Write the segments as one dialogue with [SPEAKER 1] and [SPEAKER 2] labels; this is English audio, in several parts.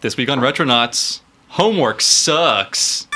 [SPEAKER 1] This week on Retronauts, homework sucks.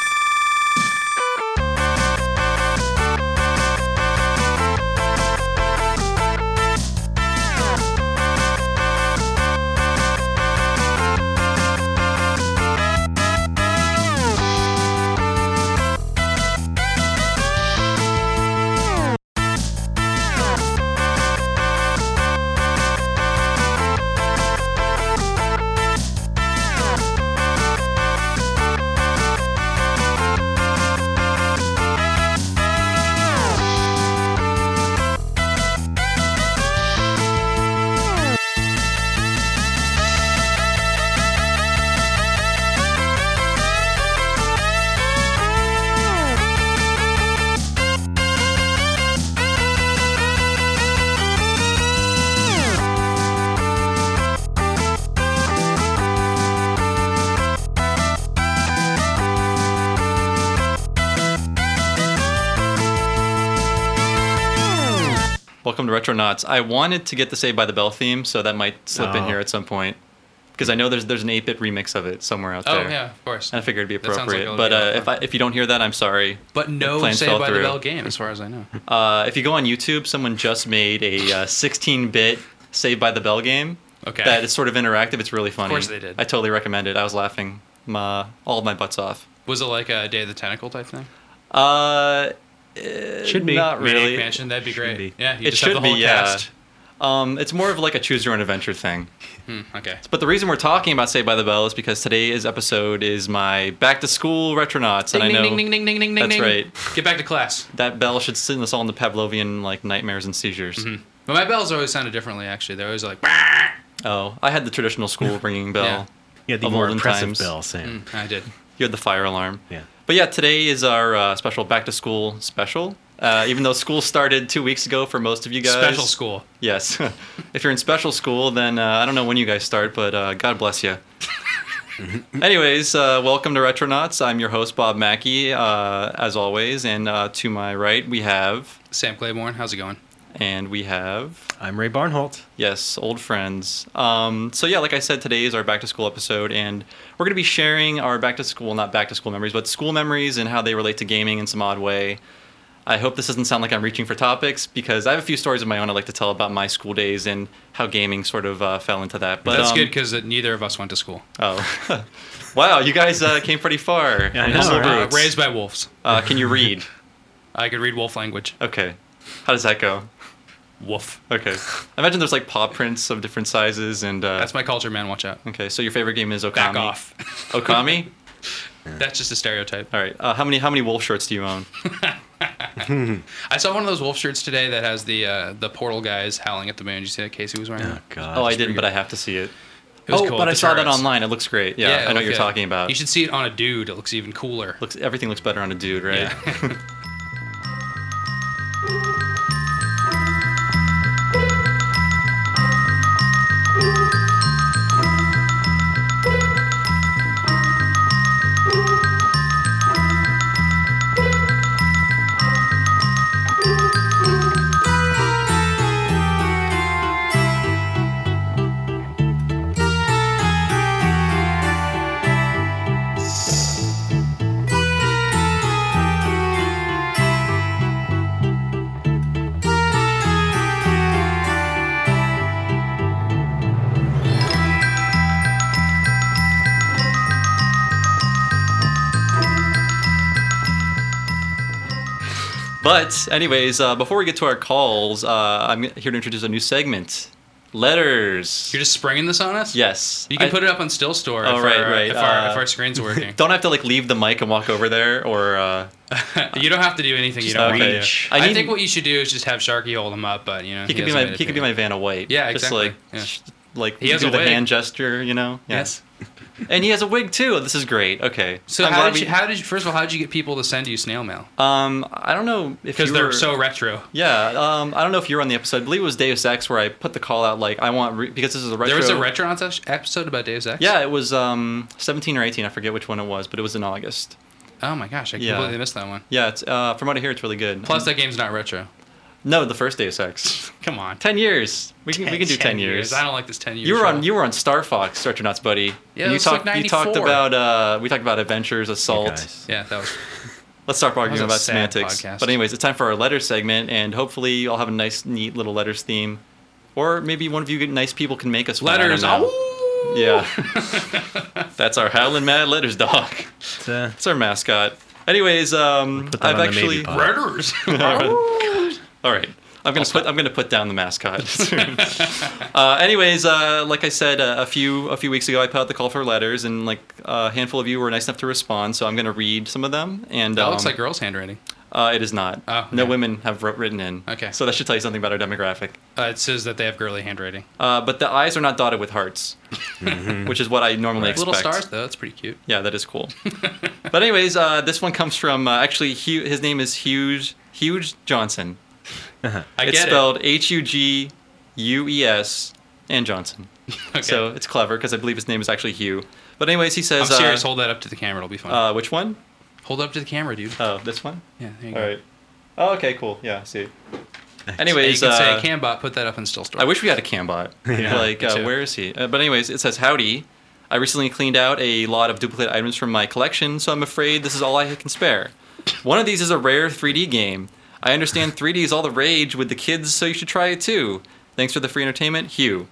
[SPEAKER 1] Welcome to Retronauts. I wanted to get the Saved by the Bell theme, so that might slip in
[SPEAKER 2] Oh.
[SPEAKER 1] here at some point because I know there's there's an 8-bit remix of it somewhere out
[SPEAKER 3] Oh
[SPEAKER 1] there.
[SPEAKER 3] yeah, of course.
[SPEAKER 1] And I figured it'd be
[SPEAKER 3] That sounds like
[SPEAKER 1] appropriate.
[SPEAKER 3] it'll
[SPEAKER 1] but
[SPEAKER 3] be
[SPEAKER 1] uh,
[SPEAKER 3] up
[SPEAKER 1] if I,
[SPEAKER 3] front.
[SPEAKER 1] if you don't hear that, I'm sorry.
[SPEAKER 3] But no
[SPEAKER 1] plans fell
[SPEAKER 3] Saved by the
[SPEAKER 1] through.
[SPEAKER 3] Bell game, as far as I know.
[SPEAKER 1] Uh, if you go on YouTube, someone just made a uh, 16-bit Saved by the Bell game.
[SPEAKER 3] Okay.
[SPEAKER 1] That is sort of interactive. It's really funny.
[SPEAKER 3] course they did.
[SPEAKER 1] I totally recommend it. I was laughing my, all of my butts off.
[SPEAKER 3] Was it like a Day of the Tentacle type thing?
[SPEAKER 1] Uh,
[SPEAKER 2] Should be.
[SPEAKER 1] not
[SPEAKER 3] Maniac
[SPEAKER 1] really.
[SPEAKER 3] Mansion, that'd be
[SPEAKER 2] Should
[SPEAKER 3] great.
[SPEAKER 2] be.
[SPEAKER 3] Yeah, you
[SPEAKER 1] It
[SPEAKER 3] just have
[SPEAKER 1] should
[SPEAKER 3] the whole
[SPEAKER 1] be, yeah.
[SPEAKER 3] cast.
[SPEAKER 1] Um, it's more of like a choose your own adventure thing.
[SPEAKER 3] Hmm, okay.
[SPEAKER 1] But the reason we're talking about Saved by the Bell is because today's episode is my back to school retronauts, and I know
[SPEAKER 3] ding, ding, ding,
[SPEAKER 1] That's right.
[SPEAKER 3] Get back to class.
[SPEAKER 1] that bell should send us all into Pavlovian like nightmares and seizures.
[SPEAKER 3] But my bells always sounded differently. Actually, they're always like.
[SPEAKER 1] Oh, I had the traditional school ringing bell.
[SPEAKER 3] Yeah.
[SPEAKER 2] Yeah, the
[SPEAKER 1] Of
[SPEAKER 2] more
[SPEAKER 1] olden
[SPEAKER 2] impressive
[SPEAKER 1] times.
[SPEAKER 2] bell, Sam.
[SPEAKER 3] Mm, I did.
[SPEAKER 1] You had the fire alarm.
[SPEAKER 2] Yeah.
[SPEAKER 1] But yeah, today is our uh, special back to school special. Uh, even though school started two weeks ago for most of you guys.
[SPEAKER 3] Special school.
[SPEAKER 1] Yes. if you're in special school, then uh, I don't know when you guys start, but uh, God bless you. Anyways, uh, welcome to Retronauts. I'm your host, Bob Mackey, uh, as always. And uh, to my right, we have,
[SPEAKER 3] Sam Claiborne, how's it going?
[SPEAKER 1] and we have,
[SPEAKER 2] I'm Ray Barnholt.
[SPEAKER 1] yes, old friends. Um, so, yeah, like I said, today is our back to school episode. And we're going to be sharing our back to school, not back to school memories, but school memories and how they relate to gaming in some odd way. I hope this doesn't sound like I'm reaching for topics because I have a few stories of my own I'd like to tell about my school days and how gaming sort of uh, fell into that. But
[SPEAKER 3] That's
[SPEAKER 1] um,
[SPEAKER 3] good 'cause good because neither of us went to school.
[SPEAKER 1] Oh, wow! You guys uh, came pretty far.
[SPEAKER 2] Yeah, I know,
[SPEAKER 1] Humble
[SPEAKER 2] right?
[SPEAKER 3] Uh,
[SPEAKER 1] brutes.
[SPEAKER 3] raised by wolves.
[SPEAKER 1] Uh, can you read?
[SPEAKER 3] I could read wolf language.
[SPEAKER 1] Okay, how does that go?
[SPEAKER 3] Wolf.
[SPEAKER 1] Okay, I imagine there's like paw prints of different sizes and. Uh,
[SPEAKER 3] That's my culture, man. Watch out.
[SPEAKER 1] okay, so your favorite game is Okami.
[SPEAKER 3] Back off.
[SPEAKER 1] Okami.
[SPEAKER 3] That's just a stereotype.
[SPEAKER 1] All right. Uh, how many how many wolf shirts do you own?
[SPEAKER 3] I saw one of those wolf shirts today that has the uh, the portal guys howling at the moon. Did you see that Casey was wearing?
[SPEAKER 2] Oh
[SPEAKER 3] that?
[SPEAKER 2] God.
[SPEAKER 1] Oh, I didn't, but I have to see it.
[SPEAKER 3] It was
[SPEAKER 1] oh,
[SPEAKER 3] cool.
[SPEAKER 1] but
[SPEAKER 3] The
[SPEAKER 1] I saw that
[SPEAKER 3] turrets.
[SPEAKER 1] online. It looks great. Yeah,
[SPEAKER 3] it
[SPEAKER 1] I know what
[SPEAKER 3] looked
[SPEAKER 1] you're
[SPEAKER 3] good.
[SPEAKER 1] talking about.
[SPEAKER 3] You should see it on a dude. It looks even cooler.
[SPEAKER 1] looks everything looks better on a dude, right?
[SPEAKER 3] Yeah.
[SPEAKER 1] But anyways, uh, before we get to our calls, uh, I'm here to introduce a new segment. Letters.
[SPEAKER 3] You're just springing this on us?
[SPEAKER 1] yes.
[SPEAKER 3] You can
[SPEAKER 1] I-
[SPEAKER 3] put it up on Still Store
[SPEAKER 1] Oh,
[SPEAKER 3] if,
[SPEAKER 1] right,
[SPEAKER 3] our,
[SPEAKER 1] right,
[SPEAKER 3] If, our,
[SPEAKER 1] uh,
[SPEAKER 3] if our screen's working.
[SPEAKER 1] Don't have to like leave the mic and walk over there, or uh,
[SPEAKER 3] you don't have to do anything you
[SPEAKER 2] Just
[SPEAKER 3] don't want to
[SPEAKER 2] reach.
[SPEAKER 3] do. I,
[SPEAKER 1] I need-
[SPEAKER 3] think what you should do is just have Sharky hold him up, but you know
[SPEAKER 1] he could be my
[SPEAKER 3] hasn't
[SPEAKER 1] he
[SPEAKER 3] made a
[SPEAKER 1] could be
[SPEAKER 3] thing.
[SPEAKER 1] my Vanna White.
[SPEAKER 3] Yeah,
[SPEAKER 1] Just
[SPEAKER 3] exactly,
[SPEAKER 1] like
[SPEAKER 3] yeah.
[SPEAKER 1] sh- like
[SPEAKER 3] He
[SPEAKER 1] you
[SPEAKER 3] has
[SPEAKER 1] do
[SPEAKER 3] a
[SPEAKER 1] the
[SPEAKER 3] wig.
[SPEAKER 1] hand gesture, you know. Yeah.
[SPEAKER 3] Yes.
[SPEAKER 1] And he has a wig too. This is great. Okay.
[SPEAKER 3] So
[SPEAKER 1] I'm
[SPEAKER 3] how
[SPEAKER 1] glad
[SPEAKER 3] did, you, how did you? First of all, how did you get people to send you snail mail?
[SPEAKER 1] um, I don't know if
[SPEAKER 3] Because
[SPEAKER 1] you
[SPEAKER 3] they're
[SPEAKER 1] were-
[SPEAKER 3] so retro.
[SPEAKER 1] Yeah, um, I don't know if you were on the episode. I believe it was Deus Ex where I put the call out like I want re- because this is a retro.
[SPEAKER 3] There was a Retronauts episode about Deus Ex.
[SPEAKER 1] Yeah, it was um, 17 or 18. I forget which one it was, but it was in August.
[SPEAKER 3] Oh my gosh, I
[SPEAKER 1] Yeah.
[SPEAKER 3] completely missed that one.
[SPEAKER 1] Yeah, it's, uh, from what I hear, it's really good.
[SPEAKER 3] Plus, that game's not retro.
[SPEAKER 1] No, the first Deus Ex.
[SPEAKER 3] Come on.
[SPEAKER 1] Ten years. We can we can do ten, years.
[SPEAKER 3] I don't like this ten years.
[SPEAKER 1] you were on
[SPEAKER 3] show.
[SPEAKER 1] you were on Star Fox, Retronauts, buddy.
[SPEAKER 3] Yeah,
[SPEAKER 1] And
[SPEAKER 3] it
[SPEAKER 1] you
[SPEAKER 3] was like
[SPEAKER 1] talked you talked
[SPEAKER 3] 94.
[SPEAKER 1] about uh, we talked about adventures, assault.
[SPEAKER 2] guys.
[SPEAKER 3] Yeah, that was.
[SPEAKER 1] Let's stop
[SPEAKER 3] was
[SPEAKER 1] arguing
[SPEAKER 3] a
[SPEAKER 1] about
[SPEAKER 3] sad
[SPEAKER 1] semantics.
[SPEAKER 3] podcast.
[SPEAKER 1] But anyways, it's time for our letter segment, and hopefully you all have a nice, neat little letters theme, or maybe one of you good- nice people can make us one, I don't
[SPEAKER 3] Letters.
[SPEAKER 1] know.
[SPEAKER 3] Oh.
[SPEAKER 1] Yeah, that's our howling mad letters dog.
[SPEAKER 2] It's, uh,
[SPEAKER 1] It's our mascot. Anyways, um,
[SPEAKER 2] Put that
[SPEAKER 1] I've
[SPEAKER 2] on the maybe
[SPEAKER 1] actually.
[SPEAKER 2] pile.
[SPEAKER 3] Letters.
[SPEAKER 1] All right. I'm gonna put I'm gonna put down the mascot. uh, anyways, uh, like I said uh, a few a few weeks ago, I put out the call for letters, and like a handful of you were nice enough to respond. So I'm gonna read some of them. And
[SPEAKER 3] That
[SPEAKER 1] um,
[SPEAKER 3] looks like girls' handwriting.
[SPEAKER 1] uh, it is not.
[SPEAKER 3] Oh,
[SPEAKER 1] no
[SPEAKER 3] okay.
[SPEAKER 1] women have wr- written in.
[SPEAKER 3] Okay.
[SPEAKER 1] So that should tell you something about our demographic.
[SPEAKER 3] Uh, it says that they have girly handwriting.
[SPEAKER 1] Uh, but the eyes are not dotted with hearts, which is what I normally expect.
[SPEAKER 3] Little stars though. That's pretty cute.
[SPEAKER 1] Yeah, that is cool. but anyways, uh, this one comes from uh, actually Hugh, his name is Hughes Hughes Johnson.
[SPEAKER 3] I
[SPEAKER 1] it's
[SPEAKER 3] get it.
[SPEAKER 1] spelled H U G U E S and Johnson.
[SPEAKER 3] Okay.
[SPEAKER 1] So it's clever because I believe his name is actually Hugh. But anyways, he
[SPEAKER 3] I'm
[SPEAKER 1] says.
[SPEAKER 3] serious.
[SPEAKER 1] Uh,
[SPEAKER 3] Hold that up to the camera. It'll be fun.
[SPEAKER 1] uh, which one?
[SPEAKER 3] Hold it up to the camera, dude.
[SPEAKER 1] Oh, this one.
[SPEAKER 3] yeah. There you
[SPEAKER 1] All
[SPEAKER 3] go.
[SPEAKER 1] right. Oh, okay, cool. Yeah, I see. it.
[SPEAKER 3] Hey,
[SPEAKER 1] Anyways,
[SPEAKER 3] you can
[SPEAKER 1] uh,
[SPEAKER 3] say Cambot. Put that up in still store.
[SPEAKER 1] I wish we had a Cambot.
[SPEAKER 2] Yeah,
[SPEAKER 1] like,
[SPEAKER 3] me
[SPEAKER 1] uh,
[SPEAKER 3] too.
[SPEAKER 1] where is he? Uh, but anyways, it says howdy. I recently cleaned out a lot of duplicate items from my collection, so I'm afraid this is all I can spare. One of these is a rare 3D game. I understand 3D is all the rage with the kids, so you should try it too. Thanks for the free entertainment, Hugh.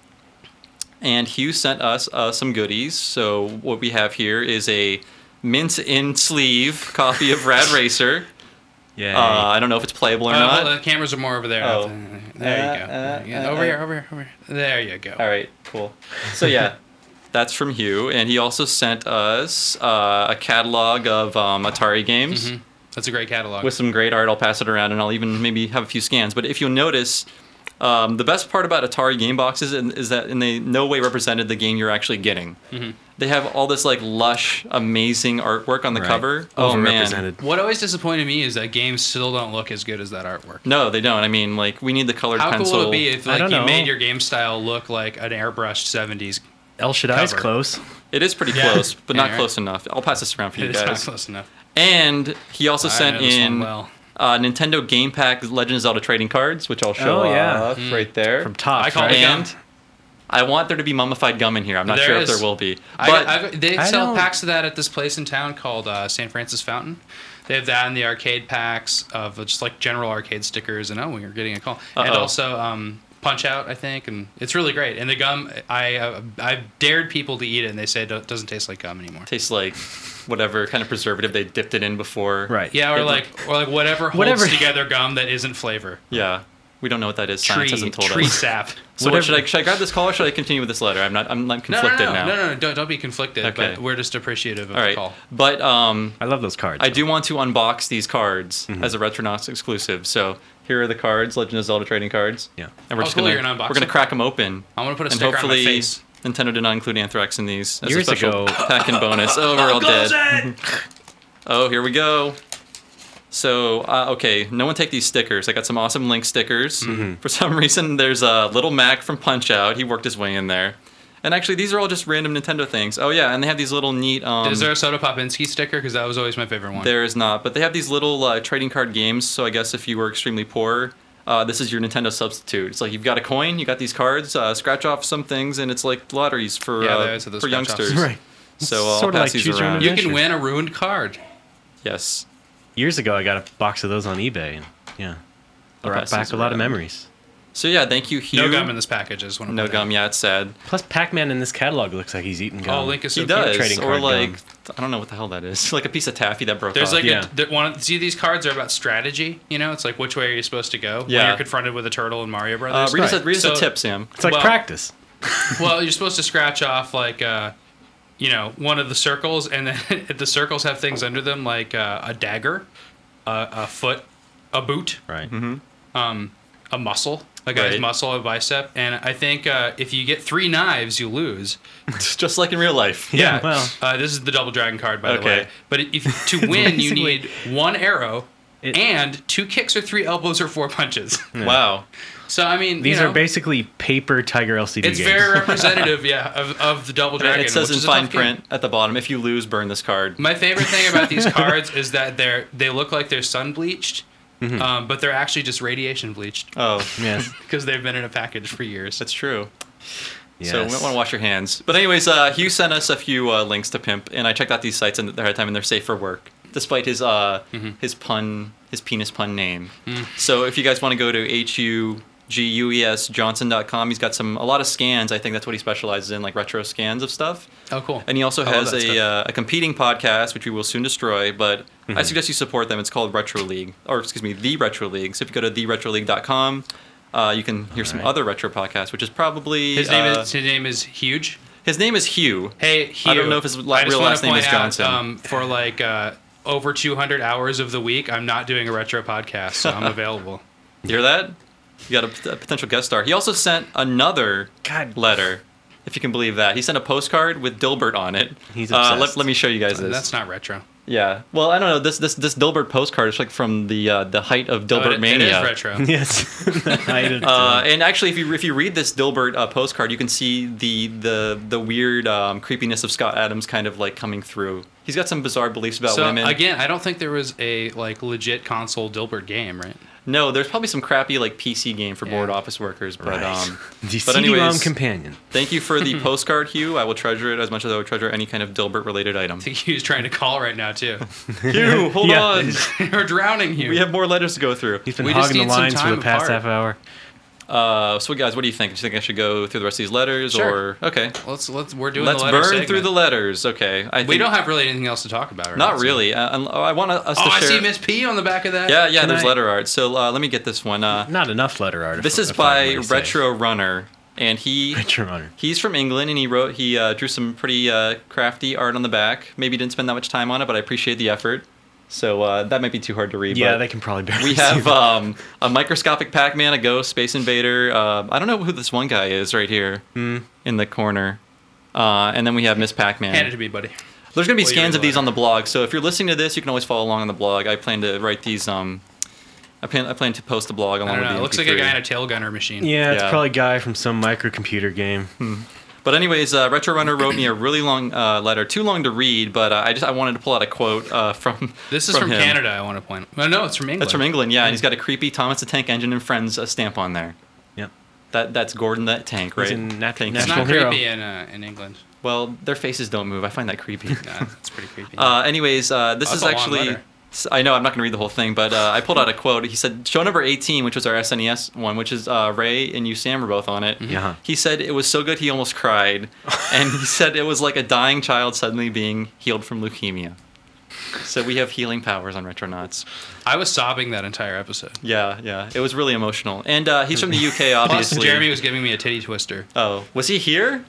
[SPEAKER 1] And Hugh sent us uh, some goodies. So what we have here is a mint in sleeve copy of Rad Racer.
[SPEAKER 2] yeah.
[SPEAKER 1] Uh, I don't know if it's playable or
[SPEAKER 3] Uh,
[SPEAKER 1] not.
[SPEAKER 3] hold- the cameras are more over there.
[SPEAKER 1] Oh.
[SPEAKER 3] There you go.
[SPEAKER 1] Uh, uh,
[SPEAKER 3] Yeah,
[SPEAKER 1] uh,
[SPEAKER 3] over
[SPEAKER 1] uh.
[SPEAKER 3] here. Over here. Over here. There you go.
[SPEAKER 1] All right, cool. So yeah, that's from Hugh, and he also sent us uh, a catalog of um, Atari games
[SPEAKER 3] Mhm. That's a great catalog.
[SPEAKER 1] with some great art. I'll pass it around, and I'll even maybe have a few scans. But if you'll notice, um, the best part about Atari game boxes in- is that in they no way represented the game you're actually getting.
[SPEAKER 3] Mm-hmm.
[SPEAKER 1] They have all this like lush, amazing artwork on the
[SPEAKER 2] Right.
[SPEAKER 1] cover. Oh man.
[SPEAKER 2] Overrepresented.
[SPEAKER 3] What always disappointed me is that games still don't look as good as that artwork.
[SPEAKER 1] No, they don't. I mean, like we need the colored
[SPEAKER 3] How
[SPEAKER 1] pencil.
[SPEAKER 3] cool would it be if
[SPEAKER 2] I
[SPEAKER 3] like you
[SPEAKER 2] don't know.
[SPEAKER 3] made your game style look like an airbrushed '70s?
[SPEAKER 2] El Shaddai's
[SPEAKER 3] cover.
[SPEAKER 2] close.
[SPEAKER 1] It is pretty
[SPEAKER 3] Yeah.
[SPEAKER 1] close, but
[SPEAKER 3] Yeah,
[SPEAKER 1] not
[SPEAKER 3] right.
[SPEAKER 1] close enough. I'll pass this around for you
[SPEAKER 3] It's not
[SPEAKER 1] guys.
[SPEAKER 3] close enough.
[SPEAKER 1] And he also
[SPEAKER 3] I
[SPEAKER 1] sent
[SPEAKER 3] know this one
[SPEAKER 1] in
[SPEAKER 3] well.
[SPEAKER 1] uh, Nintendo Game Pack Legend of Zelda trading cards, which I'll show
[SPEAKER 2] Oh, yeah.
[SPEAKER 1] off
[SPEAKER 3] Hmm.
[SPEAKER 1] right there.
[SPEAKER 2] From top.
[SPEAKER 3] I call
[SPEAKER 2] right?
[SPEAKER 3] it gum.
[SPEAKER 1] and I want there to be mummified gum in here. I'm not
[SPEAKER 3] There
[SPEAKER 1] sure
[SPEAKER 3] is.
[SPEAKER 1] if there will be. But
[SPEAKER 3] I, I, they
[SPEAKER 2] I
[SPEAKER 3] sell
[SPEAKER 2] don't-
[SPEAKER 3] packs of that at this place in town called uh, St. Francis Fountain. They have that in the arcade packs of uh, just like general arcade stickers. And oh, we are getting a call. And
[SPEAKER 1] Uh-oh.
[SPEAKER 3] also um, Punch Out, I think. And it's really great. And the gum, I uh, I've dared people to eat it, and they say it don't- doesn't taste like gum anymore.
[SPEAKER 1] tastes like whatever kind of preservative they dipped it in before.
[SPEAKER 2] Right.
[SPEAKER 3] Yeah, or
[SPEAKER 1] It
[SPEAKER 3] like or like whatever holds
[SPEAKER 2] Whatever.
[SPEAKER 3] together gum that isn't flavor.
[SPEAKER 1] Yeah. We don't know what that is. Science
[SPEAKER 3] Tree,
[SPEAKER 1] hasn't told
[SPEAKER 3] tree
[SPEAKER 1] us.
[SPEAKER 3] sap.
[SPEAKER 1] So what, should I
[SPEAKER 2] Whatever.
[SPEAKER 1] should I grab this call or should I continue with this letter? I'm not I'm, I'm
[SPEAKER 3] No, no,
[SPEAKER 1] conflicted
[SPEAKER 3] no, no,
[SPEAKER 1] now.
[SPEAKER 3] no, no, don't, don't be conflicted.
[SPEAKER 1] Okay.
[SPEAKER 3] But we're just appreciative of
[SPEAKER 1] All
[SPEAKER 3] the
[SPEAKER 1] right.
[SPEAKER 3] call.
[SPEAKER 1] But um
[SPEAKER 2] I love those cards. Mm-hmm.
[SPEAKER 1] I do want to unbox these cards as a Retronauts exclusive. So here are the cards, Legend of Zelda trading cards.
[SPEAKER 2] Yeah.
[SPEAKER 1] and we're
[SPEAKER 3] Oh,
[SPEAKER 1] just
[SPEAKER 3] cool,
[SPEAKER 1] gonna,
[SPEAKER 3] you're gonna unbox
[SPEAKER 1] we're gonna
[SPEAKER 3] them?
[SPEAKER 1] crack them open.
[SPEAKER 3] I'm gonna put a
[SPEAKER 1] and
[SPEAKER 3] sticker on my
[SPEAKER 1] hopefully
[SPEAKER 3] face.
[SPEAKER 1] Nintendo did not include anthrax in these as
[SPEAKER 2] Years
[SPEAKER 1] a special
[SPEAKER 2] ago-
[SPEAKER 1] pack and bonus. Oh, we're all
[SPEAKER 3] Close
[SPEAKER 1] dead.
[SPEAKER 3] it!
[SPEAKER 1] Oh, here we go. So uh, okay, no one take these stickers. I got some awesome Link stickers.
[SPEAKER 2] Mm-hmm.
[SPEAKER 1] For some reason, there's a uh, little Mac from Punch Out. He worked his way in there. And actually, these are all just random Nintendo things. Oh yeah, and they have these little neat. Um,
[SPEAKER 3] Is there a Soda Popinski sticker? Because that was always my favorite one.
[SPEAKER 1] There is not, but they have these little uh, trading card games. So I guess if you were extremely poor, uh, this is your Nintendo substitute. It's like you've got a coin, you got these cards, uh, scratch off some things, and it's like lotteries for
[SPEAKER 3] Yeah,
[SPEAKER 1] uh,
[SPEAKER 3] those are the
[SPEAKER 1] for
[SPEAKER 3] scratch-offs.
[SPEAKER 1] youngsters.
[SPEAKER 2] Right.
[SPEAKER 1] So I'll
[SPEAKER 2] Sorta
[SPEAKER 1] pass
[SPEAKER 2] like
[SPEAKER 1] these
[SPEAKER 2] choose your own
[SPEAKER 1] around.
[SPEAKER 3] you
[SPEAKER 2] Yeah,
[SPEAKER 3] can
[SPEAKER 2] sure.
[SPEAKER 3] win a ruined card.
[SPEAKER 1] yes.
[SPEAKER 2] Years ago, I got a box of those on eBay, and yeah,
[SPEAKER 3] Oh,
[SPEAKER 1] I'll
[SPEAKER 2] brought
[SPEAKER 1] pass
[SPEAKER 2] back
[SPEAKER 1] these
[SPEAKER 2] a lot of
[SPEAKER 1] around.
[SPEAKER 2] memories.
[SPEAKER 1] So yeah, thank you, Hugh.
[SPEAKER 3] No gum in this package is one of
[SPEAKER 1] No
[SPEAKER 3] my-
[SPEAKER 1] gum, Yeah, it's sad.
[SPEAKER 2] Plus, Pac-Man in this catalog looks like he's eating gum.
[SPEAKER 3] Oh, Link is so
[SPEAKER 1] he
[SPEAKER 3] cute.
[SPEAKER 1] does,
[SPEAKER 2] trading
[SPEAKER 1] or
[SPEAKER 2] card
[SPEAKER 1] like
[SPEAKER 2] gum.
[SPEAKER 1] I don't know what the hell that is. Like a piece of taffy that broke
[SPEAKER 3] There's
[SPEAKER 1] off.
[SPEAKER 3] like
[SPEAKER 2] Yeah.
[SPEAKER 3] a th- one. See, these cards are about strategy. You know, it's like which way are you supposed to go when
[SPEAKER 1] Yeah.
[SPEAKER 3] you're confronted with a turtle in Mario
[SPEAKER 1] uh,
[SPEAKER 3] Brothers.
[SPEAKER 1] read us a,
[SPEAKER 2] Right.
[SPEAKER 1] read us a
[SPEAKER 3] So-
[SPEAKER 1] tip, Sam.
[SPEAKER 2] It's like
[SPEAKER 3] well-
[SPEAKER 2] practice.
[SPEAKER 3] well, you're supposed to scratch off like, uh, you know, one of the circles, and then the circles have things under them like uh, a dagger, uh, a foot, a boot,
[SPEAKER 2] Right.
[SPEAKER 3] um, a muscle, a guy's
[SPEAKER 1] Right.
[SPEAKER 3] muscle, a bicep, and I think uh, if you get three knives, you lose.
[SPEAKER 1] Just like in real life.
[SPEAKER 2] Yeah,
[SPEAKER 3] Yeah.
[SPEAKER 2] well.
[SPEAKER 3] uh, this is the double dragon card, by the
[SPEAKER 1] Okay.
[SPEAKER 3] way. But if to win, you
[SPEAKER 2] basically-
[SPEAKER 3] need one arrow
[SPEAKER 2] It-
[SPEAKER 3] and two kicks or three elbows or four punches.
[SPEAKER 1] Wow.
[SPEAKER 3] So I mean,
[SPEAKER 2] These
[SPEAKER 3] you know,
[SPEAKER 2] are basically paper Tiger LCD
[SPEAKER 3] It's
[SPEAKER 2] games.
[SPEAKER 3] very representative, yeah, of, of the double
[SPEAKER 1] And
[SPEAKER 3] dragon.
[SPEAKER 1] it says
[SPEAKER 3] which
[SPEAKER 1] in
[SPEAKER 3] is a
[SPEAKER 1] fine
[SPEAKER 3] tough game.
[SPEAKER 1] print at the bottom, if you lose, burn this card.
[SPEAKER 3] My favorite thing about these cards is that they're they look like they're sun bleached, um, but they're actually just radiation bleached
[SPEAKER 1] Oh,
[SPEAKER 2] Yes.
[SPEAKER 3] because they've been in a package for years.
[SPEAKER 1] that's true.
[SPEAKER 2] yes.
[SPEAKER 1] So we want to wash your hands. But anyways, uh, Hugh sent us a few uh, links to Pimp, and I checked out these sites and ahead of time, and they're safe for work, despite his uh,
[SPEAKER 3] Mm-hmm.
[SPEAKER 1] his pun, his penis pun name. So if you guys want to go to h u g u e s johnson.com, he's got some a lot of scans. I think that's what he specializes in, like retro scans of stuff.
[SPEAKER 3] Oh, cool.
[SPEAKER 1] And he also
[SPEAKER 3] I love
[SPEAKER 1] has
[SPEAKER 3] that
[SPEAKER 1] a,
[SPEAKER 3] stuff.
[SPEAKER 1] uh, a competing podcast, which we will soon destroy, but
[SPEAKER 3] Mm-hmm.
[SPEAKER 1] I suggest you support them. It's called Retro League, or excuse me, The Retro League. So if you go to theretroleague.com, uh, you can hear some
[SPEAKER 2] Alright.
[SPEAKER 1] other retro podcasts, which is probably.
[SPEAKER 3] his name
[SPEAKER 1] uh,
[SPEAKER 3] is his name is huge.
[SPEAKER 1] his name is Hugh.
[SPEAKER 3] Hey, Hugh.
[SPEAKER 1] I don't know if his la-
[SPEAKER 3] I just
[SPEAKER 1] real
[SPEAKER 3] wanna
[SPEAKER 1] last name is
[SPEAKER 3] point out,
[SPEAKER 1] Johnson.
[SPEAKER 3] um, for like uh, over 200 hours of the week, I'm not doing a retro podcast, so I'm available.
[SPEAKER 1] You hear that? You got a, p- a potential guest star. He also sent another
[SPEAKER 2] God.
[SPEAKER 1] letter, if you can believe that. He sent a postcard with Dilbert on it.
[SPEAKER 2] He's
[SPEAKER 1] uh, let,
[SPEAKER 2] obsessed.
[SPEAKER 1] let me show you guys this.
[SPEAKER 3] That's not retro.
[SPEAKER 1] yeah. Well, I don't know. This this this Dilbert postcard is like from the uh, the height of Dilbert
[SPEAKER 3] But Oh, it-
[SPEAKER 1] mania.
[SPEAKER 3] It is retro.
[SPEAKER 2] Yes. I did-
[SPEAKER 1] Uh, and actually, if you if you read this Dilbert uh, postcard, you can see the the the weird um, creepiness of Scott Adams kind of like coming through. He's got some bizarre beliefs about
[SPEAKER 3] so
[SPEAKER 1] women.
[SPEAKER 3] again, I don't think there was a like legit console Dilbert game, right?
[SPEAKER 1] no, there's probably some crappy like PC game for board
[SPEAKER 3] Yeah.
[SPEAKER 1] office workers, but
[SPEAKER 2] right.
[SPEAKER 1] um,
[SPEAKER 2] the
[SPEAKER 1] but
[SPEAKER 2] CD-ROM
[SPEAKER 1] anyways-
[SPEAKER 2] companion.
[SPEAKER 1] Thank you for the postcard, Hugh. I will treasure it as much as I would treasure any kind of Dilbert related item.
[SPEAKER 3] I think Hugh's trying to call right now too.
[SPEAKER 1] Hugh, hold
[SPEAKER 2] Yeah.
[SPEAKER 1] on.
[SPEAKER 3] We're drowning Hugh.
[SPEAKER 1] We have more letters to go through.
[SPEAKER 2] He's been
[SPEAKER 3] We just
[SPEAKER 2] hogging the
[SPEAKER 3] need some
[SPEAKER 2] lines for
[SPEAKER 3] time
[SPEAKER 2] the past
[SPEAKER 3] apart.
[SPEAKER 2] half hour.
[SPEAKER 1] Uh, so, guys, what do you think? Do you think I should go through the rest of these letters,
[SPEAKER 3] Sure.
[SPEAKER 1] or okay?
[SPEAKER 3] Let's let's we're doing.
[SPEAKER 1] Let's
[SPEAKER 3] the letter
[SPEAKER 1] burn
[SPEAKER 3] segment.
[SPEAKER 1] through the letters. Okay. I
[SPEAKER 3] We
[SPEAKER 1] think-
[SPEAKER 3] don't have really anything else to talk about. Right
[SPEAKER 1] Not
[SPEAKER 3] So-
[SPEAKER 1] really. Uh, un- oh, I want us
[SPEAKER 3] Oh,
[SPEAKER 1] to
[SPEAKER 3] I
[SPEAKER 1] share.
[SPEAKER 3] see Miss P on the back of that.
[SPEAKER 1] yeah, yeah.
[SPEAKER 2] Can
[SPEAKER 1] There's
[SPEAKER 2] I-
[SPEAKER 1] letter art. So uh, let me get this one. Uh,
[SPEAKER 2] Not enough letter art. if-
[SPEAKER 1] this is
[SPEAKER 2] if I'm
[SPEAKER 1] by
[SPEAKER 2] gonna say.
[SPEAKER 1] Retro Runner, and he
[SPEAKER 2] Retro Runner.
[SPEAKER 1] He's from England, and he wrote he uh, drew some pretty uh, crafty art on the back. Maybe didn't spend that much time on it, but I appreciate the effort. So uh, that might be too hard to read.
[SPEAKER 2] Yeah,
[SPEAKER 1] but
[SPEAKER 2] they can probably barely
[SPEAKER 1] we
[SPEAKER 2] see
[SPEAKER 1] have
[SPEAKER 2] that.
[SPEAKER 1] um, a microscopic Pac-Man, a ghost, Space Invader. Uh, I don't know who this one guy is right here
[SPEAKER 2] Hmm.
[SPEAKER 1] in the corner, uh, and then we have Miss Pac-Man.
[SPEAKER 3] Hand it to me, buddy.
[SPEAKER 1] There's gonna be
[SPEAKER 3] Well, you
[SPEAKER 1] scans
[SPEAKER 3] read
[SPEAKER 1] of these
[SPEAKER 3] later.
[SPEAKER 1] on the blog, so if you're listening to this, you can always follow along on the blog. I plan to write these. Um, I plan I plan to post the blog
[SPEAKER 3] I
[SPEAKER 1] along
[SPEAKER 3] don't
[SPEAKER 1] with
[SPEAKER 3] know.
[SPEAKER 1] the
[SPEAKER 3] It looks like
[SPEAKER 1] MP3.
[SPEAKER 3] a guy in a tail gunner machine.
[SPEAKER 2] Yeah, it's
[SPEAKER 1] Yeah.
[SPEAKER 2] probably a guy from some microcomputer game.
[SPEAKER 3] Hmm.
[SPEAKER 1] But anyways, uh, Retro Runner wrote me a really long uh, letter, too long to read. But uh, I just I wanted to pull out a quote uh, from
[SPEAKER 3] This is from,
[SPEAKER 1] him.
[SPEAKER 3] Canada. I want to point. Oh, No, no, it's from England.
[SPEAKER 1] That's from England, yeah. And he's got a creepy Thomas the Tank Engine and Friends uh, stamp on there.
[SPEAKER 2] Yep.
[SPEAKER 1] That that's Gordon that tank, right?
[SPEAKER 2] in Nat-
[SPEAKER 1] Thank you.
[SPEAKER 3] It's
[SPEAKER 2] National
[SPEAKER 3] not
[SPEAKER 2] hero.
[SPEAKER 3] creepy in uh, in England.
[SPEAKER 1] well, their faces don't move. I find that creepy.
[SPEAKER 3] Nah, it's pretty creepy. Oh,
[SPEAKER 1] Uh, anyways, uh, this
[SPEAKER 3] That's
[SPEAKER 1] is
[SPEAKER 3] a long
[SPEAKER 1] actually.
[SPEAKER 3] letter.
[SPEAKER 1] I know I'm not going to read the whole thing, but uh, I pulled out a quote. He said, "Show number 18, which was our SNES one, which is uh, Ray and you Sam were both on it.
[SPEAKER 3] Mm-hmm.
[SPEAKER 2] Yeah.
[SPEAKER 1] He said it was so good he almost cried, and he said it was like a dying child suddenly being healed from leukemia. So we have healing powers on Retronauts.
[SPEAKER 3] I was sobbing that entire episode.
[SPEAKER 1] Yeah, yeah. It was really emotional, and uh, he's from the UK,
[SPEAKER 3] Plus,
[SPEAKER 1] obviously.
[SPEAKER 3] Jeremy was giving me a titty twister
[SPEAKER 1] Oh, was he here?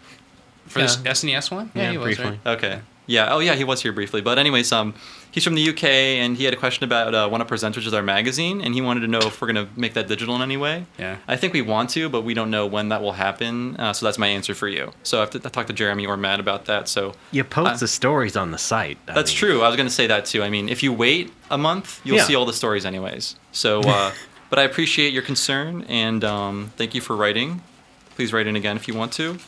[SPEAKER 3] for this SNES one.
[SPEAKER 2] Yeah,
[SPEAKER 3] he was,
[SPEAKER 2] briefly.
[SPEAKER 3] right?
[SPEAKER 1] Okay. Yeah. Oh, yeah. He was here briefly, but anyways, um, he's from the UK, and he had a question about uh, One Up Presents, which is our magazine, and he wanted to know if we're gonna make that digital in any way.
[SPEAKER 3] Yeah.
[SPEAKER 1] I think we want to, but we don't know when that will happen. Uh, so that's my answer for you. So I have to I talk to Jeremy or Matt about that. So
[SPEAKER 2] You post
[SPEAKER 3] Uh,
[SPEAKER 1] I-
[SPEAKER 2] the stories on the site. I
[SPEAKER 1] that's
[SPEAKER 2] mean,
[SPEAKER 1] true. I was gonna say that too. I mean, if you wait a month, you'll
[SPEAKER 2] Yeah.
[SPEAKER 1] see all the stories anyways. So, uh, but I appreciate your concern, and um, thank you for writing. Please write in again if you want to.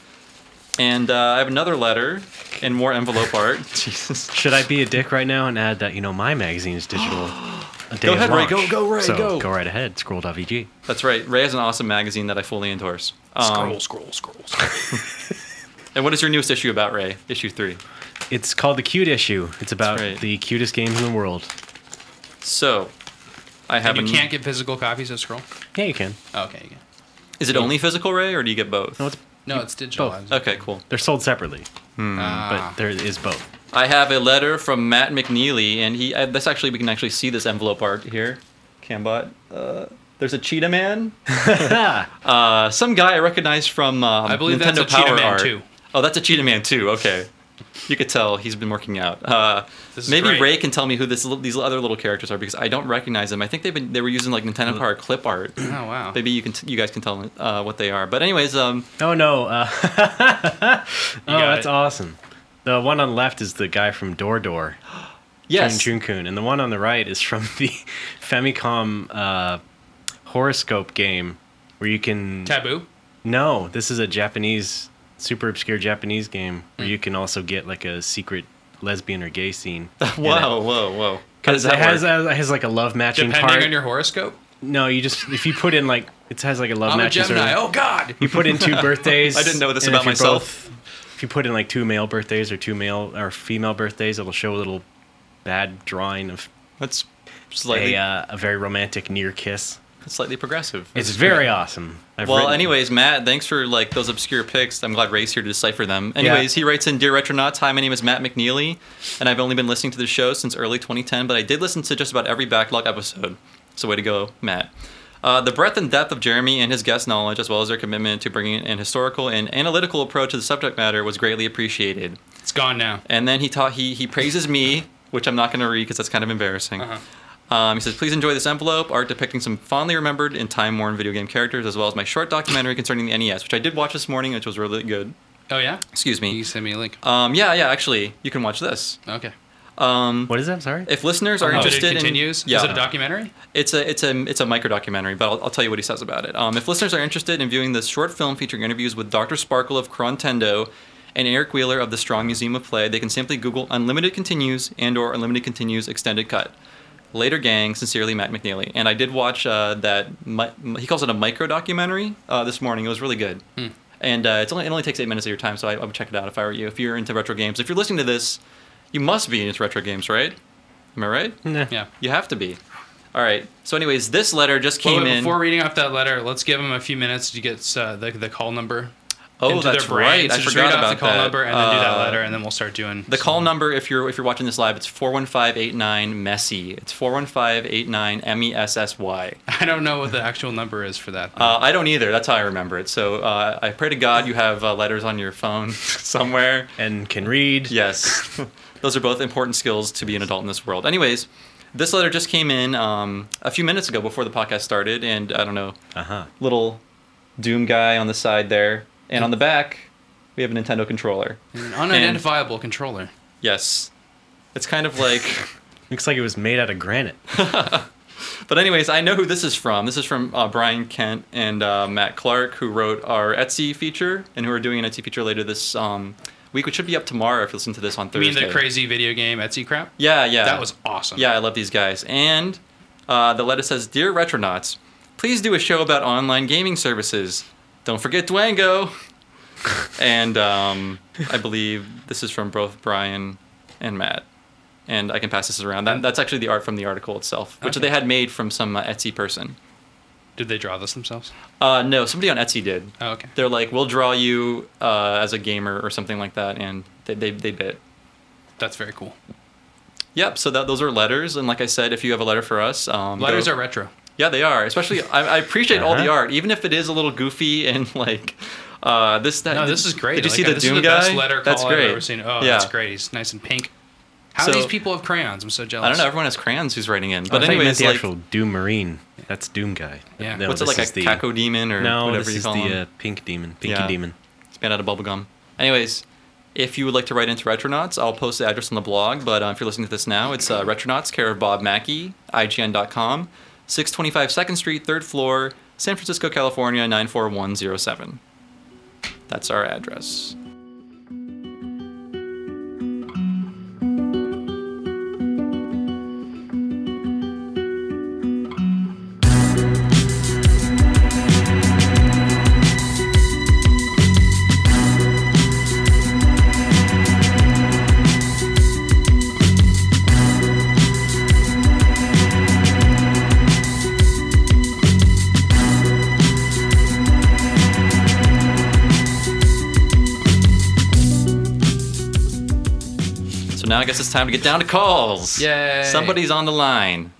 [SPEAKER 1] And uh, I have another letter and more envelope art. Jesus.
[SPEAKER 2] Should I be a dick right now and add that you know my magazine is digital? a day
[SPEAKER 1] Go
[SPEAKER 2] of
[SPEAKER 1] ahead, Ray. Go-
[SPEAKER 2] launch.
[SPEAKER 1] go, Ray,
[SPEAKER 2] So
[SPEAKER 1] go.
[SPEAKER 2] go right ahead. Scroll.vg.
[SPEAKER 1] That's right. Ray has an awesome magazine that I fully endorse. Um,
[SPEAKER 3] scroll, scroll, scroll, scroll.
[SPEAKER 1] and what is your newest issue about, Ray? Issue three.
[SPEAKER 2] It's called the Cute Issue. It's about
[SPEAKER 1] right.
[SPEAKER 2] the cutest games in the world.
[SPEAKER 1] So, I have.
[SPEAKER 3] And you
[SPEAKER 1] an-
[SPEAKER 3] can't get physical copies of Scroll.
[SPEAKER 2] Yeah, you can.
[SPEAKER 3] Oh, okay, you can.
[SPEAKER 1] Is it only physical, Ray, or do you get both?
[SPEAKER 2] No, it's
[SPEAKER 3] No, it's digital.
[SPEAKER 2] Both.
[SPEAKER 1] okay, cool.
[SPEAKER 2] they're sold separately,
[SPEAKER 3] Ah.
[SPEAKER 2] but there is both.
[SPEAKER 1] I have a letter from Matt McNeely, and he. Uh, this actually, we can actually see this envelope art here. Cambot. Uh, there's a cheetah man. Uh, some guy I recognize from. Um,
[SPEAKER 3] I believe
[SPEAKER 1] Nintendo
[SPEAKER 3] that's a
[SPEAKER 1] Power
[SPEAKER 3] Cheetah Man
[SPEAKER 1] art.
[SPEAKER 3] 2.
[SPEAKER 1] Oh, that's a cheetah man too. Okay. You could tell he's been working out. Uh,
[SPEAKER 3] This is
[SPEAKER 1] maybe
[SPEAKER 3] great.
[SPEAKER 1] Ray can tell me who this, li- these other little characters are because I don't recognize them. I think they've been they were using like Nintendo Power clip art.
[SPEAKER 3] oh wow.
[SPEAKER 1] Maybe you can t- you guys can tell uh, what they are. But anyways, um,
[SPEAKER 2] Oh no! Uh, oh,
[SPEAKER 3] got
[SPEAKER 2] that's
[SPEAKER 3] it.
[SPEAKER 2] awesome. The one on the left is the guy from Door Door,
[SPEAKER 1] yes,
[SPEAKER 2] Jun Junkun, and the one on the right is from the Famicom uh, horoscope game, where you can
[SPEAKER 3] Taboo.
[SPEAKER 2] No, this is a Japanese, super obscure Japanese
[SPEAKER 1] Hmm.
[SPEAKER 2] game where you can also get like a secret lesbian or gay scene.
[SPEAKER 1] wow, whoa, whoa.
[SPEAKER 2] Because
[SPEAKER 1] does
[SPEAKER 2] it
[SPEAKER 1] that
[SPEAKER 2] has,
[SPEAKER 1] work?
[SPEAKER 2] it has like a love matching
[SPEAKER 3] Depending
[SPEAKER 2] part.
[SPEAKER 3] on your horoscope,
[SPEAKER 2] no, you just if you put in like it has like a love
[SPEAKER 3] I'm a
[SPEAKER 2] matching. sort of-
[SPEAKER 3] Gemini. Oh God!
[SPEAKER 2] You put in two birthdays.
[SPEAKER 1] I didn't know this
[SPEAKER 2] and
[SPEAKER 1] about
[SPEAKER 2] if you're
[SPEAKER 1] myself.
[SPEAKER 2] both- if you put in like two male birthdays or two male or female birthdays, it'll show a little bad drawing of
[SPEAKER 1] That's slightly
[SPEAKER 2] a, uh, a very romantic near kiss.
[SPEAKER 1] slightly progressive.
[SPEAKER 2] It's very awesome. I've
[SPEAKER 1] Well,
[SPEAKER 2] written-
[SPEAKER 1] anyways, Matt, thanks for like those obscure picks. I'm glad Ray's here to decipher them. Anyways, he writes in Dear Retronauts, hi, my name is Matt McNeely, and I've only been listening to the show since early 2010, but I did listen to just about every backlog episode. So way to go, Matt. Uh, the breadth and depth of Jeremy and his guest knowledge, as well as their commitment to bringing an historical and analytical approach to the subject matter, was greatly appreciated.
[SPEAKER 3] It's gone now.
[SPEAKER 1] And then he taught he he praises me, which I'm not going to read because that's kind of embarrassing.
[SPEAKER 3] Uh-huh.
[SPEAKER 1] Um, he says, "Please enjoy this envelope art depicting some fondly remembered and time-worn video game characters, as well as my short documentary concerning the NES, which I did watch this morning, which was really good.
[SPEAKER 3] Oh yeah.
[SPEAKER 1] Excuse
[SPEAKER 3] You
[SPEAKER 1] me.
[SPEAKER 3] send me a link.
[SPEAKER 1] Um, yeah, yeah. Actually, you can watch this.
[SPEAKER 3] Okay.
[SPEAKER 1] Um,
[SPEAKER 2] What is that? I'm sorry.
[SPEAKER 1] if listeners are
[SPEAKER 3] Oh,
[SPEAKER 1] interested
[SPEAKER 3] it continues.
[SPEAKER 1] in yeah,
[SPEAKER 3] Is it a documentary?
[SPEAKER 1] it's a it's a it's a micro documentary, but I'll, I'll tell you what he says about it. Um, if listeners are interested in viewing this short film featuring interviews with Dr. Sparkle of Crontendo and Eric Wheeler of the Strong Museum of Play, they can simply Google "Unlimited Continues" and or "Unlimited Continues Extended Cut." Later, gang. Sincerely, Matt McNeely. And I did watch uh, that. Mi- he calls it a micro documentary uh, this morning. It was really good.
[SPEAKER 3] Hmm.
[SPEAKER 1] And uh, it's only, it only takes eight minutes of your time, so I, I would check it out if I were you. If you're into retro games, if you're listening to this, you must be into retro games, right? Am I right?
[SPEAKER 2] Nah.
[SPEAKER 3] Yeah.
[SPEAKER 1] You have to be. All right. So, anyways, this letter just
[SPEAKER 3] Well,
[SPEAKER 1] came in.
[SPEAKER 3] Before reading off that letter, let's give them a few minutes to get uh, the, the call number.
[SPEAKER 1] oh,
[SPEAKER 3] into their
[SPEAKER 1] that's
[SPEAKER 3] brain.
[SPEAKER 1] right.
[SPEAKER 3] So
[SPEAKER 1] I
[SPEAKER 3] just
[SPEAKER 1] forgot
[SPEAKER 3] read
[SPEAKER 1] about
[SPEAKER 3] off the call
[SPEAKER 1] that.
[SPEAKER 3] number and then do that
[SPEAKER 1] Uh,
[SPEAKER 3] letter, and then we'll start doing
[SPEAKER 1] The call number, if you're if you're watching this live, it's four one five eight nine messy. It's four one five eight nine m e s s y.
[SPEAKER 3] I don't know what the actual number is for that.
[SPEAKER 1] Uh, I don't either. That's how I remember it. So uh, I pray to God you have uh, letters on your phone somewhere.
[SPEAKER 2] And can read.
[SPEAKER 1] Yes. Those are both important skills to be an adult in this world. Anyways, this letter just came in um, a few minutes ago before the podcast started, and I don't know,
[SPEAKER 2] Uh huh.
[SPEAKER 1] little Doom guy on the side there, and on the back we have a Nintendo controller.
[SPEAKER 3] An unidentifiable controller.
[SPEAKER 1] Yes, it's kind of like.
[SPEAKER 2] Looks like it was made out of granite.
[SPEAKER 1] but anyways, I know who this is from. This is from uh, Brian Kent and uh, Matt Clark, who wrote our Etsy feature and who are doing an Etsy feature later this um, week, which should be up tomorrow if you listen to this on
[SPEAKER 3] I
[SPEAKER 1] Thursday.
[SPEAKER 3] mean, the crazy video game Etsy crap.
[SPEAKER 1] Yeah, yeah.
[SPEAKER 3] That was awesome.
[SPEAKER 1] Yeah, I love these guys. And uh, the letter says, "Dear Retronauts, please do a show about online gaming services. Don't forget Dwango." and um, I believe this is from both Brian and Matt. And I can pass this around. That, that's actually the art from the article itself, which
[SPEAKER 3] Okay.
[SPEAKER 1] they had made from some uh, Etsy person.
[SPEAKER 3] Did they draw this themselves?
[SPEAKER 1] Uh, no, somebody on Etsy did.
[SPEAKER 3] Oh, okay.
[SPEAKER 1] They're like, "We'll draw you uh, as a gamer or something like that," and they they, they bit.
[SPEAKER 3] That's very cool.
[SPEAKER 1] Yep. So that those are letters, and like I said, if you have a letter for us, um,
[SPEAKER 3] Letters
[SPEAKER 1] go-
[SPEAKER 3] are retro.
[SPEAKER 1] Yeah, they are. Especially, I, I appreciate all the
[SPEAKER 2] Uh-huh.
[SPEAKER 1] art, even if it is a little goofy and like uh, this. That,
[SPEAKER 3] No,
[SPEAKER 1] did-
[SPEAKER 3] this is great.
[SPEAKER 1] Did you
[SPEAKER 3] Like,
[SPEAKER 1] see the
[SPEAKER 3] this
[SPEAKER 1] Doom
[SPEAKER 3] is the
[SPEAKER 1] guy?
[SPEAKER 3] Best letter call
[SPEAKER 1] That's great.
[SPEAKER 3] I've ever seen. Oh, that's great. He's nice and pink. How
[SPEAKER 1] So-
[SPEAKER 3] do these people have crayons? I'm so jealous.
[SPEAKER 1] I don't know. Everyone has crayons who's writing in,
[SPEAKER 2] But
[SPEAKER 1] but
[SPEAKER 2] Oh, I anyway,
[SPEAKER 1] anyways,
[SPEAKER 2] the
[SPEAKER 1] like,
[SPEAKER 2] actual Doom Marine. That's Doom guy.
[SPEAKER 3] Yeah.
[SPEAKER 1] what's it
[SPEAKER 2] this
[SPEAKER 1] like a
[SPEAKER 2] is the-
[SPEAKER 1] caco demon or
[SPEAKER 2] No,
[SPEAKER 1] whatever
[SPEAKER 2] this
[SPEAKER 1] you
[SPEAKER 2] is
[SPEAKER 1] call
[SPEAKER 2] the
[SPEAKER 1] him?
[SPEAKER 2] uh, pink demon. Pinky
[SPEAKER 1] Yeah.
[SPEAKER 2] demon.
[SPEAKER 1] It's made out of bubblegum. Anyways, if you would like to write into Retronauts, I'll post the address on the blog. But uh, if you're listening to this now, it's uh, Retronauts, care of Bob Mackey, IGN.com, 625 2nd Street, 3rd floor, San Francisco, California, 94107. That's our address. So now I guess it's time to get down to calls.
[SPEAKER 3] Yay.
[SPEAKER 1] Somebody's on the line.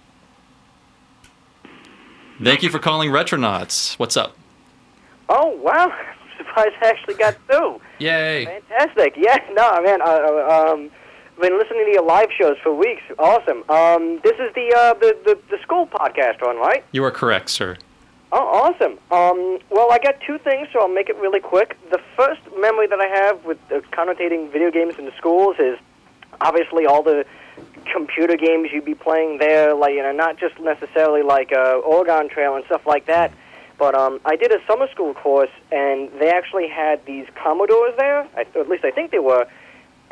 [SPEAKER 1] Thank you for calling Retronauts. What's up?
[SPEAKER 4] Oh wow! I'm surprised I actually got through.
[SPEAKER 3] Yay.
[SPEAKER 4] Fantastic. Yeah. No, man. Uh, uh, um, I've been listening to your live shows for weeks. Awesome. Um, this is the, uh, the the the school podcast one, right?
[SPEAKER 1] You are correct, sir.
[SPEAKER 4] Oh, awesome. Um, well, I got two things, so I'll make it really quick. The first memory that I have with uh, connotating video games in the schools is obviously all the computer games you'd be playing there, like you know, not just necessarily like uh, Oregon Trail and stuff like that. But um, I did a summer school course, and they actually had these Commodores there. I, or at least I think they were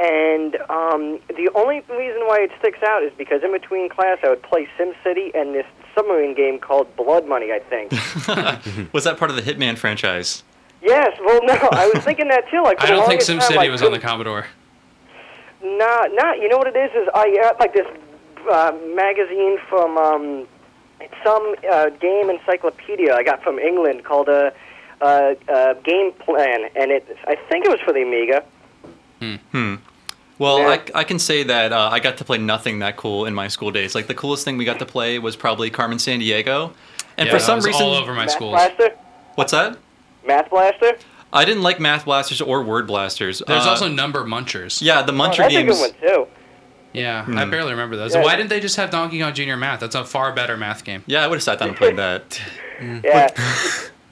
[SPEAKER 4] And um, the only reason why it sticks out is because in between class, I would play SimCity and this submarine game called Blood Money, I think.
[SPEAKER 1] Was that part of the Hitman franchise?
[SPEAKER 4] yes, well, no, I was thinking that too. Like, for
[SPEAKER 3] I don't
[SPEAKER 4] the
[SPEAKER 3] think
[SPEAKER 4] longest time,
[SPEAKER 3] SimCity
[SPEAKER 4] I
[SPEAKER 3] was on the
[SPEAKER 4] couldn't-
[SPEAKER 3] Commodore.
[SPEAKER 4] Nah, nah. You know what it is? Is I got like this uh, magazine from um, some uh, game encyclopedia I got from England called a uh, uh, uh, game plan, and it I think it was for the Amiga.
[SPEAKER 3] Hmm.
[SPEAKER 1] Hmm. Well,
[SPEAKER 4] Yeah.
[SPEAKER 1] I, I can say that uh, I got to play nothing that cool in my school days. Like the coolest thing we got to play was probably Carmen San Diego. And
[SPEAKER 3] Yeah,
[SPEAKER 1] for
[SPEAKER 3] that
[SPEAKER 1] some
[SPEAKER 3] was
[SPEAKER 1] reason,
[SPEAKER 3] all over my
[SPEAKER 4] Math
[SPEAKER 3] schools.
[SPEAKER 4] Blaster,
[SPEAKER 1] what's that?
[SPEAKER 4] Math Blaster.
[SPEAKER 1] I didn't like Math Blasters or Word Blasters.
[SPEAKER 3] There's
[SPEAKER 1] Uh,
[SPEAKER 3] also number munchers.
[SPEAKER 1] yeah, the
[SPEAKER 4] Oh,
[SPEAKER 1] Muncher
[SPEAKER 4] that's
[SPEAKER 1] games. Hmm.
[SPEAKER 4] a good one too.
[SPEAKER 3] Yeah, I barely remember those.
[SPEAKER 4] Yeah.
[SPEAKER 3] Why didn't they just have Donkey Kong Junior Math? That's a far better math game.
[SPEAKER 1] Yeah, I would have sat down and played that.
[SPEAKER 4] Yeah,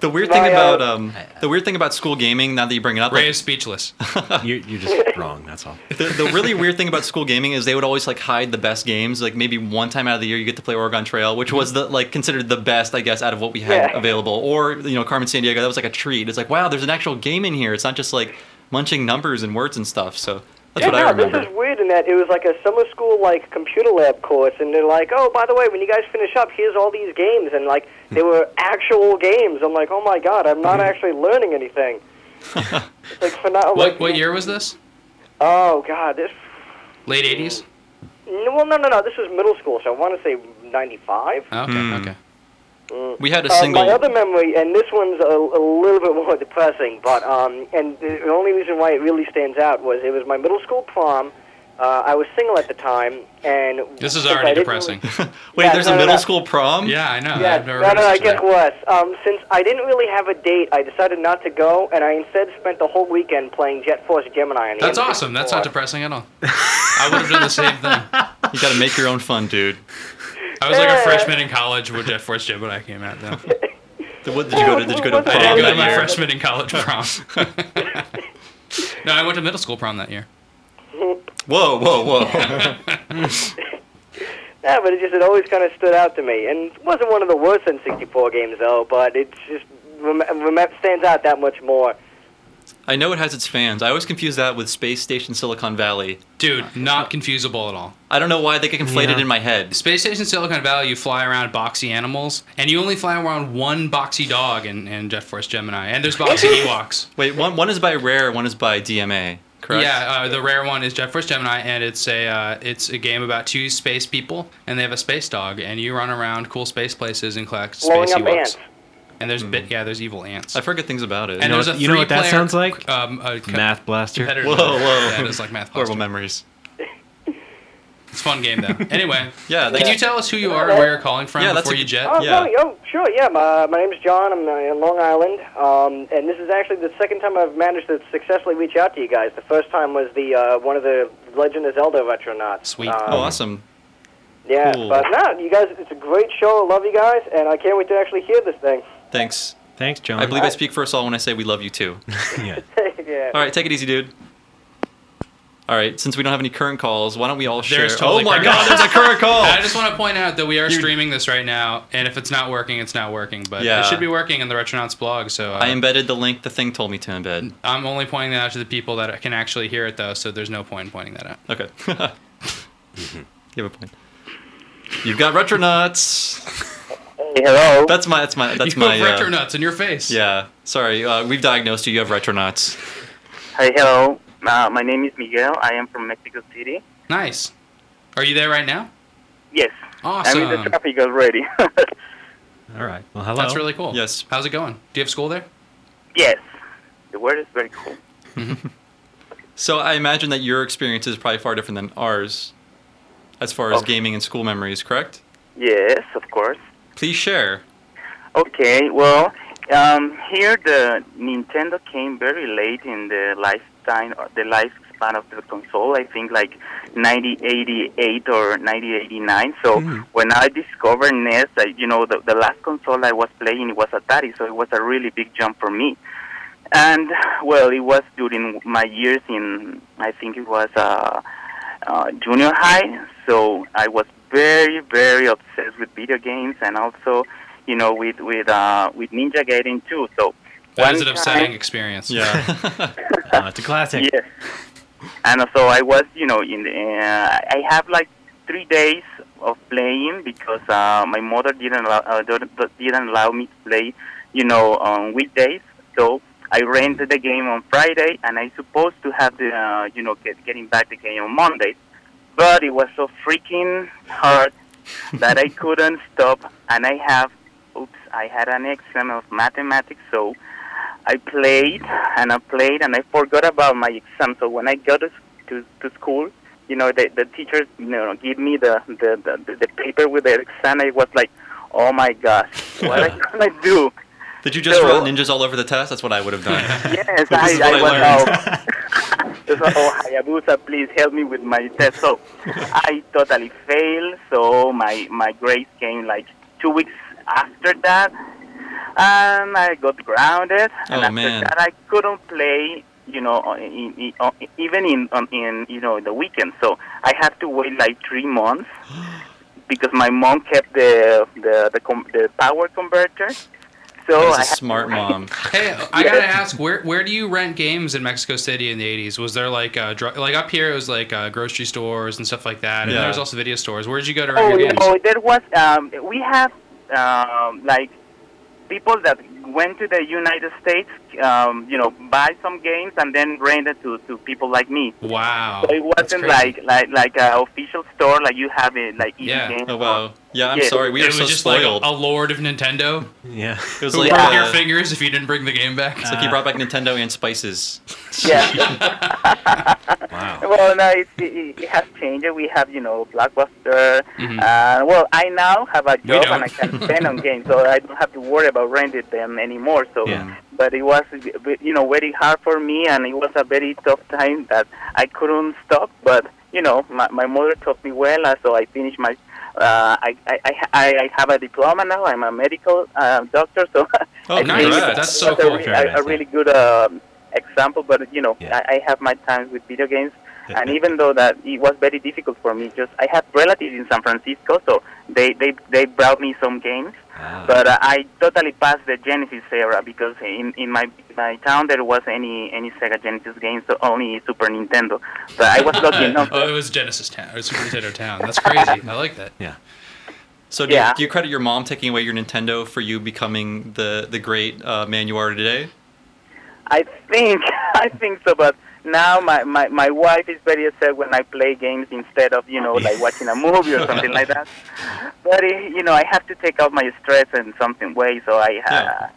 [SPEAKER 1] The weird thing
[SPEAKER 4] My, uh,
[SPEAKER 1] about um, the weird thing about school gaming. Now that you bring it up, like,
[SPEAKER 3] Ray is speechless.
[SPEAKER 2] You, you're just wrong. That's all.
[SPEAKER 1] the, the really weird thing about school gaming is they would always like hide the best games. Like maybe one time out of the year you get to play Oregon Trail, which was the like considered the best, I guess, out of what we had
[SPEAKER 4] Yeah.
[SPEAKER 1] available. Or you know, Carmen San Diego, that was like a treat. It's like wow, there's an actual game in here. It's not just like munching numbers and words and stuff. So that's
[SPEAKER 4] yeah,
[SPEAKER 1] what I
[SPEAKER 4] no,
[SPEAKER 1] remember.
[SPEAKER 4] this is weird in that it was like a summer school like computer lab course, and they're like, oh, by the way, when you guys finish up, here's all these games, and like
[SPEAKER 1] Hmm.
[SPEAKER 4] they were actual games. I'm like, oh my god, I'm not actually learning anything. It's Oh, like for not,
[SPEAKER 3] What what year was this?
[SPEAKER 4] Oh god, this.
[SPEAKER 3] Late
[SPEAKER 4] Hmm.
[SPEAKER 3] '80s.
[SPEAKER 4] No, well, no, no, no. This was middle school, so I want to say '95.
[SPEAKER 3] Oh, okay,
[SPEAKER 1] Hmm.
[SPEAKER 3] okay.
[SPEAKER 1] we had a
[SPEAKER 4] Uh,
[SPEAKER 1] single.
[SPEAKER 4] my other memory, and this one's a, a little bit more depressing, but um, and the the only reason why it really stands out was it was my middle school prom. Uh, I was single at the time, and
[SPEAKER 3] This is
[SPEAKER 4] since I
[SPEAKER 3] already
[SPEAKER 4] didn't
[SPEAKER 3] depressing.
[SPEAKER 4] really-
[SPEAKER 1] Wait,
[SPEAKER 4] yeah,
[SPEAKER 1] there's
[SPEAKER 4] no,
[SPEAKER 1] a
[SPEAKER 4] no,
[SPEAKER 1] middle
[SPEAKER 4] no.
[SPEAKER 1] school prom.
[SPEAKER 3] Yeah, I know.
[SPEAKER 4] yeah,
[SPEAKER 3] I've never
[SPEAKER 4] no,
[SPEAKER 3] heard
[SPEAKER 4] no,
[SPEAKER 3] of
[SPEAKER 4] I
[SPEAKER 3] such
[SPEAKER 4] get
[SPEAKER 3] thing.
[SPEAKER 4] worse. Um, since I didn't really have a date, I decided not to go, and I instead spent the whole weekend playing Jet Force Gemini. On the
[SPEAKER 3] That's
[SPEAKER 4] N64.
[SPEAKER 3] awesome. That's not depressing at all. I would have done the same thing.
[SPEAKER 1] You got to make your own fun, dude.
[SPEAKER 3] I was like a
[SPEAKER 4] Yeah.
[SPEAKER 3] freshman in college when Jet Force Gemini came out. Though
[SPEAKER 1] Did, what, did you go to? Did you go to
[SPEAKER 4] I
[SPEAKER 1] prom
[SPEAKER 3] I didn't go
[SPEAKER 1] that
[SPEAKER 3] to my
[SPEAKER 1] year?
[SPEAKER 3] freshman in college prom. no, I went to middle school prom that year.
[SPEAKER 1] Whoa, whoa, whoa!
[SPEAKER 4] Yeah, but it just it always kind of stood out to me, and it wasn't one of the worst N64 games though. But it just rem- rem- stands out that much more.
[SPEAKER 1] I know it has its fans. I always confuse that with Space Station Silicon Valley.
[SPEAKER 3] Dude, not confusable at all.
[SPEAKER 1] I don't know why they get conflated
[SPEAKER 2] Yeah.
[SPEAKER 1] in my head.
[SPEAKER 3] Space Station Silicon Valley, you fly around boxy animals, and you only fly around one boxy dog in, in Jet Force Gemini, and there's boxy Ewoks.
[SPEAKER 1] Wait, one one is by Rare, one is by DMA, correct?
[SPEAKER 3] Yeah, uh, the rare one is Jet Force Gemini, and it's a uh, it's a game about two space people, and they have a space dog, and you run around cool space places and collect
[SPEAKER 4] Blowing
[SPEAKER 3] space
[SPEAKER 4] up
[SPEAKER 3] Ewoks.
[SPEAKER 4] ants.
[SPEAKER 3] And there's bit yeah, there's evil ants.
[SPEAKER 1] Hmm. I've heard good things about it.
[SPEAKER 3] and
[SPEAKER 2] know
[SPEAKER 3] there's
[SPEAKER 2] what-
[SPEAKER 3] a
[SPEAKER 2] you know what that
[SPEAKER 3] three-player
[SPEAKER 2] sounds like?
[SPEAKER 3] Um, a co-
[SPEAKER 2] Math blaster.
[SPEAKER 3] competitor.
[SPEAKER 1] whoa, whoa,
[SPEAKER 3] Yeah, it is like math.
[SPEAKER 1] horrible
[SPEAKER 3] blaster.
[SPEAKER 1] memories.
[SPEAKER 3] It's a fun game though. Anyway,
[SPEAKER 1] Yeah,
[SPEAKER 3] can
[SPEAKER 1] that's-
[SPEAKER 3] you tell us who you are and where you're calling from
[SPEAKER 1] Yeah, that's
[SPEAKER 3] before
[SPEAKER 1] a
[SPEAKER 3] you
[SPEAKER 1] good-
[SPEAKER 3] jet?
[SPEAKER 4] Oh,
[SPEAKER 1] Yeah.
[SPEAKER 4] no, oh, sure, yeah. My, my name's John. I'm uh, in Long Island, um, and this is actually the second time I've managed to successfully reach out to you guys. The first time was the uh, one of the Legend of Zelda retronauts.
[SPEAKER 3] Sweet.
[SPEAKER 4] Um,
[SPEAKER 1] Oh, awesome!
[SPEAKER 4] Yeah,
[SPEAKER 1] cool.
[SPEAKER 4] but no, you guys, it's a great show. I love you guys, and I can't wait to actually hear this thing.
[SPEAKER 1] Thanks.
[SPEAKER 2] Thanks, John.
[SPEAKER 1] I believe I speak for us all when I say we love you too.
[SPEAKER 2] yeah.
[SPEAKER 4] yeah.
[SPEAKER 1] All right, take it easy, dude. All right, since we don't have any current calls, why don't we all share?
[SPEAKER 3] There's totally
[SPEAKER 1] oh my
[SPEAKER 3] current
[SPEAKER 1] God,
[SPEAKER 3] calls.
[SPEAKER 1] there's a current
[SPEAKER 3] I
[SPEAKER 1] call.
[SPEAKER 3] just want to point out that we are streaming this right now, and if it's not working, it's not working. But
[SPEAKER 1] Yeah.
[SPEAKER 3] it should be working in the Retronauts blog. So uh,
[SPEAKER 1] I embedded the link the thing told me to embed.
[SPEAKER 3] I'm only pointing that out to the people that can actually hear it, though. So there's no point in pointing that out.
[SPEAKER 1] Okay.
[SPEAKER 2] Mm-hmm.
[SPEAKER 1] you have a point. You've got retronauts.
[SPEAKER 4] hello.
[SPEAKER 1] That's my. That's my. That's
[SPEAKER 3] you
[SPEAKER 1] my.
[SPEAKER 3] have
[SPEAKER 1] uh,
[SPEAKER 3] retronauts in your face.
[SPEAKER 1] Yeah. Sorry. Uh, we've diagnosed you. You have retronauts.
[SPEAKER 5] Hi, hello. Uh, my name is Miguel. I am from Mexico City.
[SPEAKER 3] Nice. Are you there right now?
[SPEAKER 5] Yes,
[SPEAKER 3] Awesome.
[SPEAKER 5] I'm in the traffic already.
[SPEAKER 2] All right. Well, hello.
[SPEAKER 3] That's really cool.
[SPEAKER 1] Yes.
[SPEAKER 3] How's it going? Do you have school there?
[SPEAKER 5] yes, the word is very cool.
[SPEAKER 1] So I imagine that your experience is probably far different than ours, as far as
[SPEAKER 5] Oh.
[SPEAKER 1] gaming and school memories. Correct?
[SPEAKER 5] Yes, of course.
[SPEAKER 1] Please share.
[SPEAKER 5] Okay, well, um, here the Nintendo came very late in the lifetime, or the lifespan of the console. I think like 1988 or 1989. So
[SPEAKER 1] Hmm.
[SPEAKER 5] when I discovered NES, I, you know, the, the last console I was playing it was Atari, so it was a really big jump for me. And well, it was during my years in, I think it was uh, uh, junior high. So I was very, very obsessed with video games and also, you know, with with uh, with Ninja Gaiden too. So
[SPEAKER 3] That
[SPEAKER 5] one
[SPEAKER 3] is an
[SPEAKER 5] time-
[SPEAKER 3] upsetting experience.
[SPEAKER 1] Yeah.
[SPEAKER 2] Uh, it's a classic.
[SPEAKER 5] Yes. and so I was, you know, in the, uh, I have like three days of playing because uh, my mother didn't allow, uh, don't- don't- didn't allow me to play, you know, on weekdays. So I rented the game on Friday, and I supposed to have the, uh, you know, get, getting back the game on Monday, but it was so freaking hard that I couldn't stop, and I have, oops, I had an exam of mathematics, so I played and I played and I forgot about my exam. So when I go to to, to school, you know, the the teachers you know give me the the, the the paper with the exam. I was like, oh my gosh, what I gonna do?
[SPEAKER 1] Did you just
[SPEAKER 5] No.
[SPEAKER 1] run ninjas all over the test? That's what I would have done.
[SPEAKER 5] Yes,
[SPEAKER 1] This
[SPEAKER 5] I,
[SPEAKER 1] is
[SPEAKER 5] I
[SPEAKER 1] what I
[SPEAKER 5] was
[SPEAKER 1] learned.
[SPEAKER 5] out. Just like, oh, Hayabusa, please help me with my test. So I totally failed. So my my grades came like two weeks after that, and I got grounded.
[SPEAKER 1] Oh,
[SPEAKER 5] and after
[SPEAKER 1] man.
[SPEAKER 5] that, I couldn't play. You know, on- in, in, on- even in on, in you know the weekend. So I had to wait like three months because my mom kept the the the, com- the power converter. So
[SPEAKER 1] That is
[SPEAKER 5] I
[SPEAKER 1] a
[SPEAKER 5] had to
[SPEAKER 1] smart
[SPEAKER 5] wait.
[SPEAKER 1] mom.
[SPEAKER 3] Hey, I gotta ask, where where do you rent games in Mexico City in the '80s? Was there like uh, dr- like up here it was like uh, grocery stores and stuff like that, and
[SPEAKER 1] Yeah.
[SPEAKER 3] there was also video stores. Where did you go to rent
[SPEAKER 5] Oh,
[SPEAKER 3] your games?
[SPEAKER 5] no, there was. Um, we have um, like people that went to the United States, um, you know, buy some games and then rent it to, to people like me.
[SPEAKER 3] Wow,
[SPEAKER 5] So it
[SPEAKER 3] that's
[SPEAKER 5] wasn't
[SPEAKER 3] crazy.
[SPEAKER 5] like like like a official store like you have it like each
[SPEAKER 3] Yeah.
[SPEAKER 5] game.
[SPEAKER 1] Oh wow. Yeah, I'm
[SPEAKER 5] Yeah.
[SPEAKER 1] sorry. We
[SPEAKER 3] it
[SPEAKER 1] are
[SPEAKER 3] was
[SPEAKER 1] so
[SPEAKER 3] just
[SPEAKER 1] spoiled.
[SPEAKER 3] like a, a lord of Nintendo
[SPEAKER 2] Yeah.
[SPEAKER 1] it was
[SPEAKER 3] who
[SPEAKER 1] like,
[SPEAKER 3] broke
[SPEAKER 5] Yeah.
[SPEAKER 3] your
[SPEAKER 1] uh,
[SPEAKER 3] fingers if you didn't bring the game back.
[SPEAKER 1] it's like he brought back Nintendo and spices.
[SPEAKER 5] Yeah.
[SPEAKER 2] Wow.
[SPEAKER 5] well, no, it, it, it has changed. We have you know Blockbuster.
[SPEAKER 3] Mhm.
[SPEAKER 5] Uh, well, I now have a
[SPEAKER 3] We
[SPEAKER 5] job
[SPEAKER 3] don't.
[SPEAKER 5] and I can spend on games, so I don't have to worry about renting them anymore. So.
[SPEAKER 2] Yeah.
[SPEAKER 5] but it was you know very hard for me and it was a very tough time that i couldn't stop but you know my, my mother taught me well uh, so i finished my uh, I, I, I, I have a diploma now i'm a medical uh, doctor so
[SPEAKER 1] Oh,
[SPEAKER 5] I
[SPEAKER 3] nice.
[SPEAKER 5] think
[SPEAKER 1] congrats.
[SPEAKER 3] That's so
[SPEAKER 5] it was
[SPEAKER 3] cool.
[SPEAKER 5] a, re-
[SPEAKER 2] Very
[SPEAKER 5] a,
[SPEAKER 2] nice,
[SPEAKER 5] a really good um, example but you know
[SPEAKER 2] Yeah.
[SPEAKER 5] I, I have my times with video games and even though that it was very difficult for me just i have relatives in san francisco so they, they, they brought me some games
[SPEAKER 2] Ah.
[SPEAKER 5] but uh, I totally passed the Genesis era because in, in my my town there was any any Sega Genesis games, so only Super Nintendo. But I was lucky enough.
[SPEAKER 3] oh, it was Genesis Town, or Super Nintendo Town. That's crazy. I like that.
[SPEAKER 2] Yeah.
[SPEAKER 1] So do,
[SPEAKER 5] Yeah.
[SPEAKER 1] you, do you credit your mom taking away your Nintendo for you becoming the the great uh, man you are today?
[SPEAKER 5] I think I think so, but now my, my, my wife is very upset when I play games instead of you know like watching a movie or something like that. But eh, you know I have to take out my stress in something way, so I uh,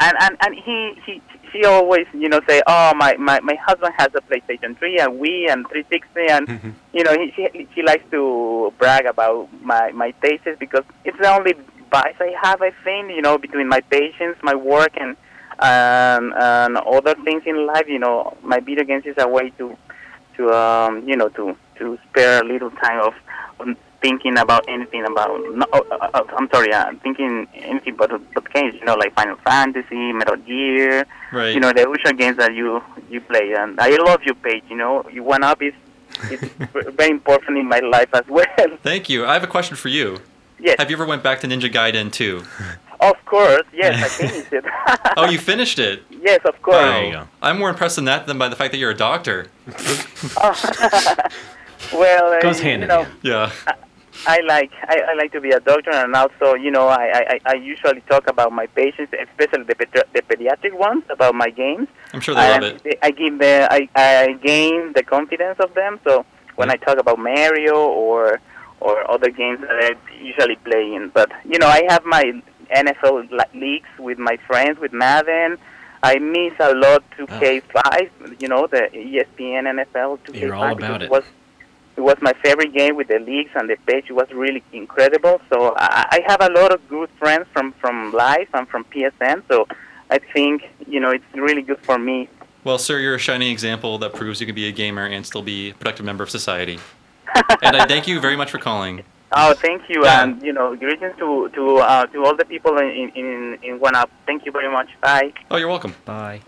[SPEAKER 5] and and and he he she always you know say oh my, my, my husband has a PlayStation 3 and Wii and 360 and
[SPEAKER 6] Hmm.
[SPEAKER 1] Mm-hmm.
[SPEAKER 5] you know he, she she likes to brag about my my tastes because it's the only vice I have I think you know between my patients, my work and and Um, and other things in life. You know, my video games is a way to to um you know to to spare a little time of um, thinking about anything about no, oh, oh, oh, I'm sorry, uh, thinking anything but but games. You know, like Final Fantasy, Metal Gear.
[SPEAKER 1] Right.
[SPEAKER 5] You know, the usual games that you you play. And I love your page. You know, you one up is. It's very important in my life as well.
[SPEAKER 1] Thank you. I have a question for you.
[SPEAKER 5] yes,
[SPEAKER 1] Have you ever went back to Ninja Gaiden 2?
[SPEAKER 5] of course. Yes, I finished it.
[SPEAKER 1] Oh, you finished it.
[SPEAKER 5] yes, of course.
[SPEAKER 1] Wow.
[SPEAKER 2] There you go.
[SPEAKER 1] I'm more impressed than that than by the fact that you're a doctor.
[SPEAKER 5] Well, uh,
[SPEAKER 2] Goes
[SPEAKER 5] you
[SPEAKER 2] hand in
[SPEAKER 5] know,
[SPEAKER 2] hand.
[SPEAKER 1] Yeah.
[SPEAKER 5] I like I, I like to be a doctor, and also you know I, I, I- I usually talk about my patients, especially the, petri- the pediatric ones, about my games.
[SPEAKER 1] I'm sure they love
[SPEAKER 7] Um,
[SPEAKER 5] And
[SPEAKER 1] it.
[SPEAKER 5] they- I give the I, I gain the confidence of them. So when I talk about Mario or or other games that I usually play in, but you know I have my NFL li- leagues with my friends with Madden. I miss a lot 2K5. You know the E ESPN NFL 2K5.
[SPEAKER 2] Ah. You're all
[SPEAKER 5] because
[SPEAKER 2] about it.
[SPEAKER 5] Was, it was my favorite game with the leagues and the page was really incredible. So I, I have a lot of good friends from from life and from PSN. So I think you know it's really good for me.
[SPEAKER 1] Well, sir, you're a shining example that proves you can be a gamer and still be a productive member of society. and I thank you very much for calling.
[SPEAKER 5] Oh, thank you,
[SPEAKER 1] Yeah.
[SPEAKER 5] and you know greetings to to uh, to all the people in in in One Up. Thank you very much. Bye.
[SPEAKER 1] Oh, you're welcome.
[SPEAKER 2] Bye.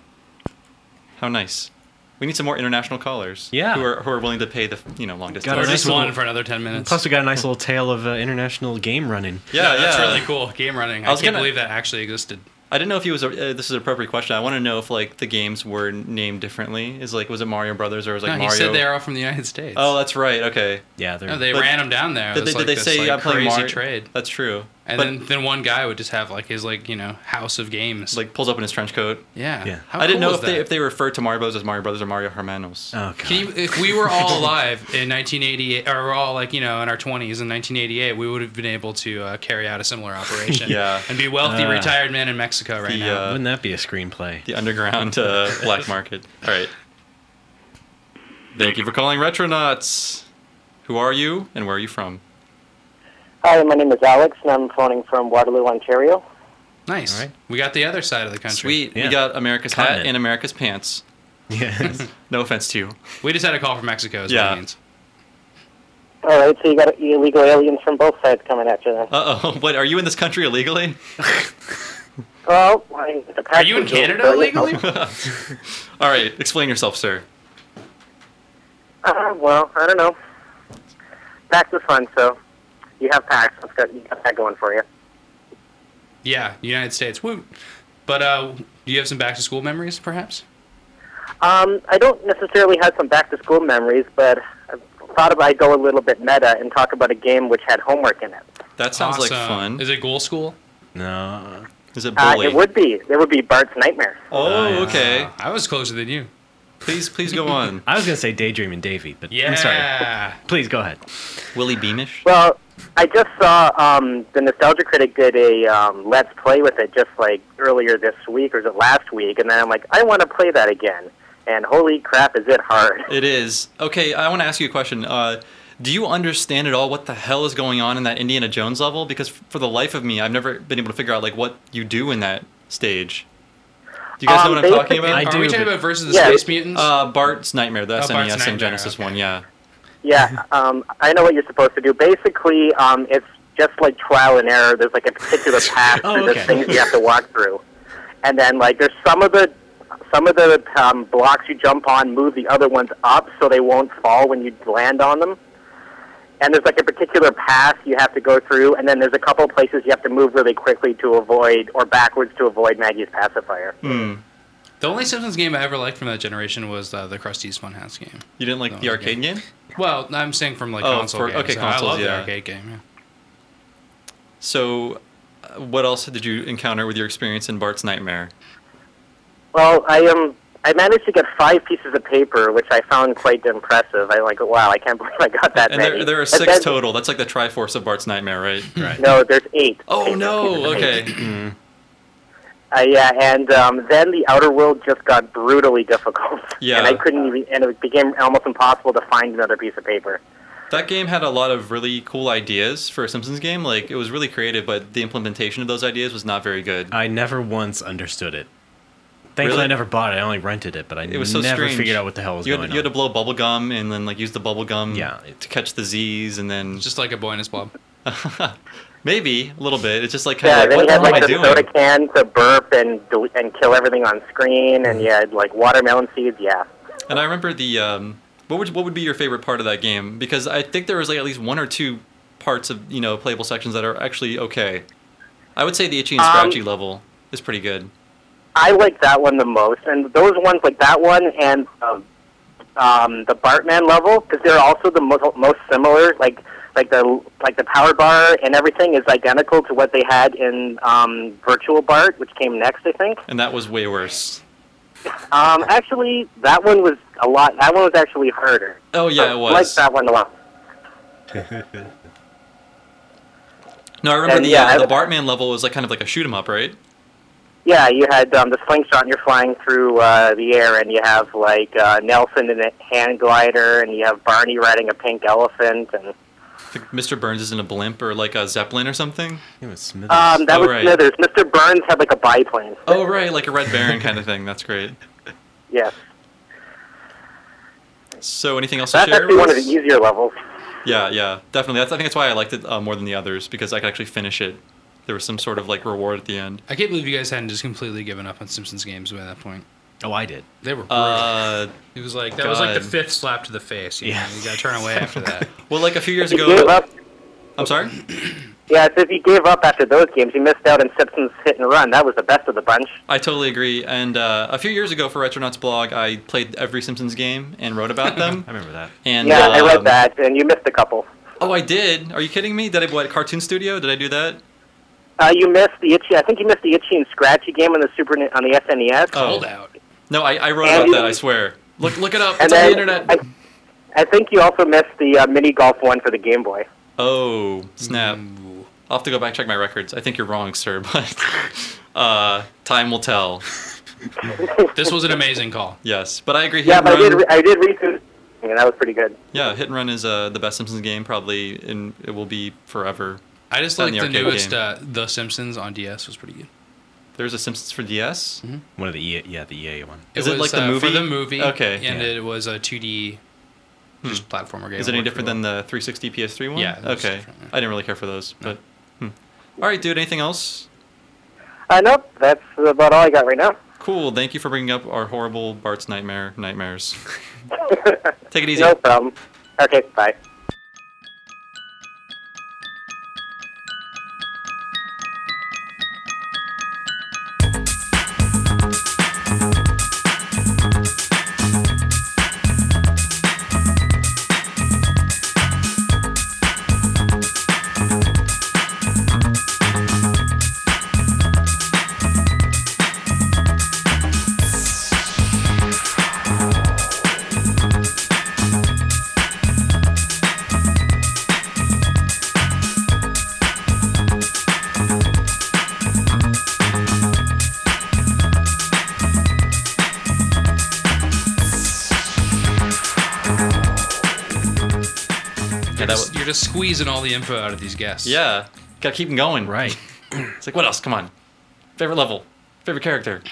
[SPEAKER 1] How nice. We need some more international callers.
[SPEAKER 2] Yeah.
[SPEAKER 1] Who are, who are willing to pay the you know long distance.
[SPEAKER 2] Got
[SPEAKER 3] Or
[SPEAKER 2] a
[SPEAKER 3] just
[SPEAKER 2] nice little-
[SPEAKER 3] one for another ten minutes.
[SPEAKER 2] Plus, we got a nice little tale of uh, international game running.
[SPEAKER 1] yeah,
[SPEAKER 3] that's
[SPEAKER 1] yeah.
[SPEAKER 3] really cool. Game running. I,
[SPEAKER 1] I was
[SPEAKER 3] can't
[SPEAKER 1] gonna-
[SPEAKER 3] believe that actually existed.
[SPEAKER 1] I didn't know if he was. A, uh, this is an appropriate question. I want to know if like the games were named differently. Is like was it Mario Brothers or was like
[SPEAKER 3] no, he
[SPEAKER 1] Mario?
[SPEAKER 3] said they're all from the United States.
[SPEAKER 1] oh, that's right. Okay.
[SPEAKER 2] Yeah, they're
[SPEAKER 3] no, they
[SPEAKER 1] but-
[SPEAKER 3] ran him down there. It
[SPEAKER 1] Did
[SPEAKER 3] was
[SPEAKER 1] they,
[SPEAKER 3] like
[SPEAKER 1] did they
[SPEAKER 3] this,
[SPEAKER 1] say
[SPEAKER 3] like,
[SPEAKER 1] I'm playing
[SPEAKER 3] crazy
[SPEAKER 1] Mario?
[SPEAKER 3] trade?
[SPEAKER 1] That's true.
[SPEAKER 3] And
[SPEAKER 1] but,
[SPEAKER 3] then, then one guy would just have like his like you know house of games.
[SPEAKER 1] like pulls up in his trench coat.
[SPEAKER 3] yeah,
[SPEAKER 2] Yeah.
[SPEAKER 3] How
[SPEAKER 1] I didn't
[SPEAKER 3] cool
[SPEAKER 1] know
[SPEAKER 3] is
[SPEAKER 1] if they
[SPEAKER 3] that?
[SPEAKER 1] if they referred to Mario Brothers as Mario Brothers or Mario Hermanos.
[SPEAKER 2] Oh god.
[SPEAKER 3] Can you, if we were all alive in 1988, or we're all like you know in our 20s in 1988, we would have been able to uh, carry out a similar operation.
[SPEAKER 1] Yeah.
[SPEAKER 3] and be wealthy
[SPEAKER 2] Uh,
[SPEAKER 3] retired men in Mexico right
[SPEAKER 1] the,
[SPEAKER 3] now.
[SPEAKER 1] uh,
[SPEAKER 2] Wouldn't that be a screenplay?
[SPEAKER 1] the underground uh, black market. All right. Thank you for calling Retronauts. Who are you and where are you from?
[SPEAKER 8] Hi, my name is Alex, and I'm phoning from Waterloo, Ontario.
[SPEAKER 3] nice.
[SPEAKER 2] All right.
[SPEAKER 3] We got the other side of the country.
[SPEAKER 1] Sweet.
[SPEAKER 2] Yeah.
[SPEAKER 1] We got America's hat
[SPEAKER 2] Continent.
[SPEAKER 1] and America's pants.
[SPEAKER 2] Yes.
[SPEAKER 1] No offense to you.
[SPEAKER 3] We just had a call from Mexico. Is what
[SPEAKER 1] Yeah.
[SPEAKER 3] it means.
[SPEAKER 8] All right, so you got illegal aliens from both sides coming at you then.
[SPEAKER 1] Uh oh. What? Are you in this country illegally?
[SPEAKER 8] Well, I, the
[SPEAKER 3] Are you in Canada illegally?
[SPEAKER 1] All right. Explain yourself, sir.
[SPEAKER 8] Uh, well, I don't know. Pax is fun, so you have Pax. That's got, you got that going for you.
[SPEAKER 3] yeah, United States. Woo. But uh, do you have some back to school memories, perhaps?
[SPEAKER 8] Um, I don't necessarily have some back to school memories, but I thought about I'd go a little bit meta and talk about a game which had homework in it.
[SPEAKER 1] That sounds like
[SPEAKER 3] Awesome.
[SPEAKER 1] fun. Is
[SPEAKER 3] Is it Ghoul School?
[SPEAKER 2] no.
[SPEAKER 1] it
[SPEAKER 8] Uh,
[SPEAKER 1] bully?
[SPEAKER 8] it would be. It would be Bart's Nightmare.
[SPEAKER 1] Oh,
[SPEAKER 2] yeah.
[SPEAKER 1] okay.
[SPEAKER 3] Uh, I was closer than you.
[SPEAKER 1] Please, please go on.
[SPEAKER 2] I was gonna say Daydream and Davy, but
[SPEAKER 3] Yeah.
[SPEAKER 2] I'm sorry. Please go ahead.
[SPEAKER 1] Willie Beamish.
[SPEAKER 8] Well, I just saw um, the Nostalgia Critic did a um, Let's Play with it just like earlier this week or is it last week, and then I'm like, I want to play that again. And holy crap, is it hard!
[SPEAKER 1] It is. Okay, I want to ask you a question. Uh, do you understand at all what the hell is going on in that Indiana Jones level? Because f- for the life of me, I've never been able to figure out like what you do in that stage. Do you guys
[SPEAKER 8] Um,
[SPEAKER 1] know what I'm talking
[SPEAKER 8] basically-
[SPEAKER 1] about?
[SPEAKER 2] I
[SPEAKER 3] Are
[SPEAKER 2] do,
[SPEAKER 3] we talking
[SPEAKER 2] but-
[SPEAKER 3] about versus the
[SPEAKER 8] Yeah.
[SPEAKER 3] Space Mutants?
[SPEAKER 1] Uh, Bart's Nightmare, the
[SPEAKER 3] Oh,
[SPEAKER 1] SNES
[SPEAKER 3] Bart's Nightmare,
[SPEAKER 1] and Genesis
[SPEAKER 3] okay.
[SPEAKER 1] one, yeah.
[SPEAKER 8] Yeah, um, I know what you're supposed to do. Basically, um, it's just like trial and error. There's like a particular path
[SPEAKER 2] Oh,
[SPEAKER 8] through
[SPEAKER 2] okay.
[SPEAKER 8] the things you have to walk through, and then like there's some of the some of the um, blocks you jump on move the other ones up so they won't fall when you land on them. And there's like a particular path you have to go through, and then there's a couple places you have to move really quickly to avoid or backwards to avoid Maggie's pacifier.
[SPEAKER 1] Hmm.
[SPEAKER 3] The only Simpsons game I ever liked from that generation was uh, the Krusty's Funhouse game.
[SPEAKER 1] You didn't like
[SPEAKER 3] No,
[SPEAKER 1] the arcade game?
[SPEAKER 3] Well, I'm saying from like
[SPEAKER 1] Oh,
[SPEAKER 3] console
[SPEAKER 1] for-
[SPEAKER 3] games.
[SPEAKER 1] okay,
[SPEAKER 3] I
[SPEAKER 1] consoles,
[SPEAKER 3] love the
[SPEAKER 1] yeah.
[SPEAKER 3] arcade game. Yeah.
[SPEAKER 1] So, uh, what else did you encounter with your experience in Bart's Nightmare?
[SPEAKER 8] Well, I um, I managed to get five pieces of paper, which I found quite impressive. I like, wow, I can't believe I got that
[SPEAKER 1] And
[SPEAKER 8] many.
[SPEAKER 1] there, there are
[SPEAKER 8] And
[SPEAKER 1] six
[SPEAKER 8] then-
[SPEAKER 1] total. That's like the Triforce of Bart's Nightmare, right?
[SPEAKER 2] Right.
[SPEAKER 8] No, there's eight.
[SPEAKER 1] Oh
[SPEAKER 8] Eight pieces
[SPEAKER 1] no!
[SPEAKER 8] of paper.
[SPEAKER 1] Okay.
[SPEAKER 8] Uh, yeah, and um, then the outer world just got brutally difficult.
[SPEAKER 1] Yeah.
[SPEAKER 8] And I couldn't even, and it became almost impossible to find another piece of paper.
[SPEAKER 1] That game had a lot of really cool ideas for a Simpsons game. Like it was really creative, but the implementation of those ideas was not very good.
[SPEAKER 2] I never once understood it. Thankfully,
[SPEAKER 1] Really?
[SPEAKER 2] I never bought it. I only rented it, but I
[SPEAKER 1] It was so
[SPEAKER 2] never
[SPEAKER 1] strange.
[SPEAKER 2] figured out what the hell was
[SPEAKER 1] you had,
[SPEAKER 2] going
[SPEAKER 1] you had to
[SPEAKER 2] on.
[SPEAKER 1] blow bubble gum and then like use the bubble gum
[SPEAKER 2] Yeah.
[SPEAKER 1] to catch the Z's and then
[SPEAKER 3] Just like a bonus blob.
[SPEAKER 1] maybe a little bit. It's just like
[SPEAKER 8] yeah,
[SPEAKER 1] kind of
[SPEAKER 8] then
[SPEAKER 1] like,
[SPEAKER 8] you
[SPEAKER 1] what
[SPEAKER 8] had
[SPEAKER 1] the hell
[SPEAKER 8] like
[SPEAKER 1] am I doing?
[SPEAKER 8] the soda can to burp and del- and kill everything on screen, and you had like watermelon seeds. Yeah.
[SPEAKER 1] And I remember the um, what would what would be your favorite part of that game? Because I think there was like at least one or two parts of you know playable sections that are actually okay. I would say the itchy and
[SPEAKER 8] Um,
[SPEAKER 1] scratchy level is pretty good.
[SPEAKER 8] I like that one the most, and those ones like that one and um, um, the Bartman level because they're also the mo- most similar. Like like the like the power bar and everything is identical to what they had in um, Virtual Bart, which came next, I think.
[SPEAKER 1] And that was way worse.
[SPEAKER 8] Um, actually, that one was a lot. That one was actually harder.
[SPEAKER 1] Oh yeah, it was.
[SPEAKER 8] I like that one a lot.
[SPEAKER 1] No, I remember
[SPEAKER 8] And
[SPEAKER 1] the,
[SPEAKER 8] yeah,
[SPEAKER 1] uh,
[SPEAKER 8] I-
[SPEAKER 1] the Bartman level was like kind of like a shoot 'em up, right?
[SPEAKER 8] Yeah, you had um, the slingshot, and you're flying through uh, the air, and you have like uh, Nelson in a hand glider, and you have Barney riding a pink elephant, and
[SPEAKER 1] Like Mr. Burns is in a blimp or like a zeppelin or something.
[SPEAKER 2] It was Smithers.
[SPEAKER 8] Um, that
[SPEAKER 1] Oh,
[SPEAKER 8] was
[SPEAKER 1] right.
[SPEAKER 8] Smithers. Mr. Burns had like a biplane.
[SPEAKER 1] Oh right, like a Red Baron kind of thing. That's great.
[SPEAKER 8] Yes,
[SPEAKER 1] So anything else
[SPEAKER 8] that's
[SPEAKER 1] to share?
[SPEAKER 8] actually one of
[SPEAKER 1] with
[SPEAKER 8] the
[SPEAKER 1] us?
[SPEAKER 8] easier levels.
[SPEAKER 1] yeah, yeah, definitely. That's, I think that's why I liked it uh, more than the others because I could actually finish it. There was some sort of like reward at the end.
[SPEAKER 3] I can't believe you guys hadn't just completely given up on Simpsons games by that point.
[SPEAKER 2] oh, I did.
[SPEAKER 3] They were brutal.
[SPEAKER 1] Uh,
[SPEAKER 3] it was like that was like the
[SPEAKER 1] God.
[SPEAKER 3] fifth slap to the face. You
[SPEAKER 2] Yeah.
[SPEAKER 3] know? You gotta turn away after that.
[SPEAKER 1] well, like a few years
[SPEAKER 8] You gave
[SPEAKER 1] ago,
[SPEAKER 8] up.
[SPEAKER 1] I'm sorry.
[SPEAKER 8] Yeah, it's if he gave up after those games, he missed out on Simpsons Hit and Run. That was the best of the bunch.
[SPEAKER 1] I totally agree. And uh, a few years ago for Retronauts blog, I played every Simpsons game and wrote about them.
[SPEAKER 2] I remember that.
[SPEAKER 1] And
[SPEAKER 8] yeah, I read
[SPEAKER 1] um,
[SPEAKER 8] that, and you missed a couple.
[SPEAKER 1] Oh, I did. Are you kidding me? Did I what? Cartoon Studio? Did I do that?
[SPEAKER 8] Uh, you missed the itchy. I think you missed the itchy and scratchy game on the Super Ni- on the E SNES.
[SPEAKER 1] Oh
[SPEAKER 3] Hold out.
[SPEAKER 1] no, I, I wrote
[SPEAKER 8] And-
[SPEAKER 1] about that. I swear. Look look it up.
[SPEAKER 8] and
[SPEAKER 1] it's on the
[SPEAKER 8] then
[SPEAKER 1] internet.
[SPEAKER 8] I, I think you also missed the uh, mini golf one for the Game Boy.
[SPEAKER 1] Oh snap! I'll have to go back and check my records. I think you're wrong, sir, but uh, time will tell.
[SPEAKER 3] This was an amazing call.
[SPEAKER 1] Yes, but I agree. Hit
[SPEAKER 8] Yeah,
[SPEAKER 1] and
[SPEAKER 8] but I
[SPEAKER 1] Run-
[SPEAKER 8] did. Re- I did read through, and that was pretty good.
[SPEAKER 1] yeah, Hit and Run is uh, the best Simpsons game probably, and it will be forever.
[SPEAKER 3] I just
[SPEAKER 1] On
[SPEAKER 3] like
[SPEAKER 1] the
[SPEAKER 3] the,
[SPEAKER 1] arcade
[SPEAKER 3] newest
[SPEAKER 1] game.
[SPEAKER 3] uh, The Simpsons on DS was pretty good.
[SPEAKER 1] There's a Simpsons for DS.
[SPEAKER 2] One of the EA, yeah, the EA one.
[SPEAKER 1] Is it like the
[SPEAKER 3] Mm-hmm. uh,
[SPEAKER 1] movie?
[SPEAKER 3] For the movie.
[SPEAKER 1] Okay. Hmm.
[SPEAKER 3] And
[SPEAKER 2] Yeah.
[SPEAKER 3] it was a 2D just platformer game.
[SPEAKER 1] Is it
[SPEAKER 3] It
[SPEAKER 1] any
[SPEAKER 3] worked
[SPEAKER 1] different
[SPEAKER 3] really
[SPEAKER 1] than the 360 PS3 one?
[SPEAKER 3] Yeah, that's
[SPEAKER 1] Okay.
[SPEAKER 3] different, yeah.
[SPEAKER 1] I didn't really care for those, but hmm. all right, dude. Anything else?
[SPEAKER 8] Uh, nope, that's about all I got right now.
[SPEAKER 1] Cool. Thank you for bringing up our horrible Bart's nightmare nightmares. Take it easy.
[SPEAKER 8] No problem. Okay, bye.
[SPEAKER 1] Yeah,
[SPEAKER 3] You're,
[SPEAKER 1] that
[SPEAKER 3] just,
[SPEAKER 1] w-
[SPEAKER 3] you're just squeezing all the info out of these guests.
[SPEAKER 1] yeah. Gotta keep 'em going.
[SPEAKER 2] Right.
[SPEAKER 1] It's like, what else? Come on. Favorite level. Favorite character.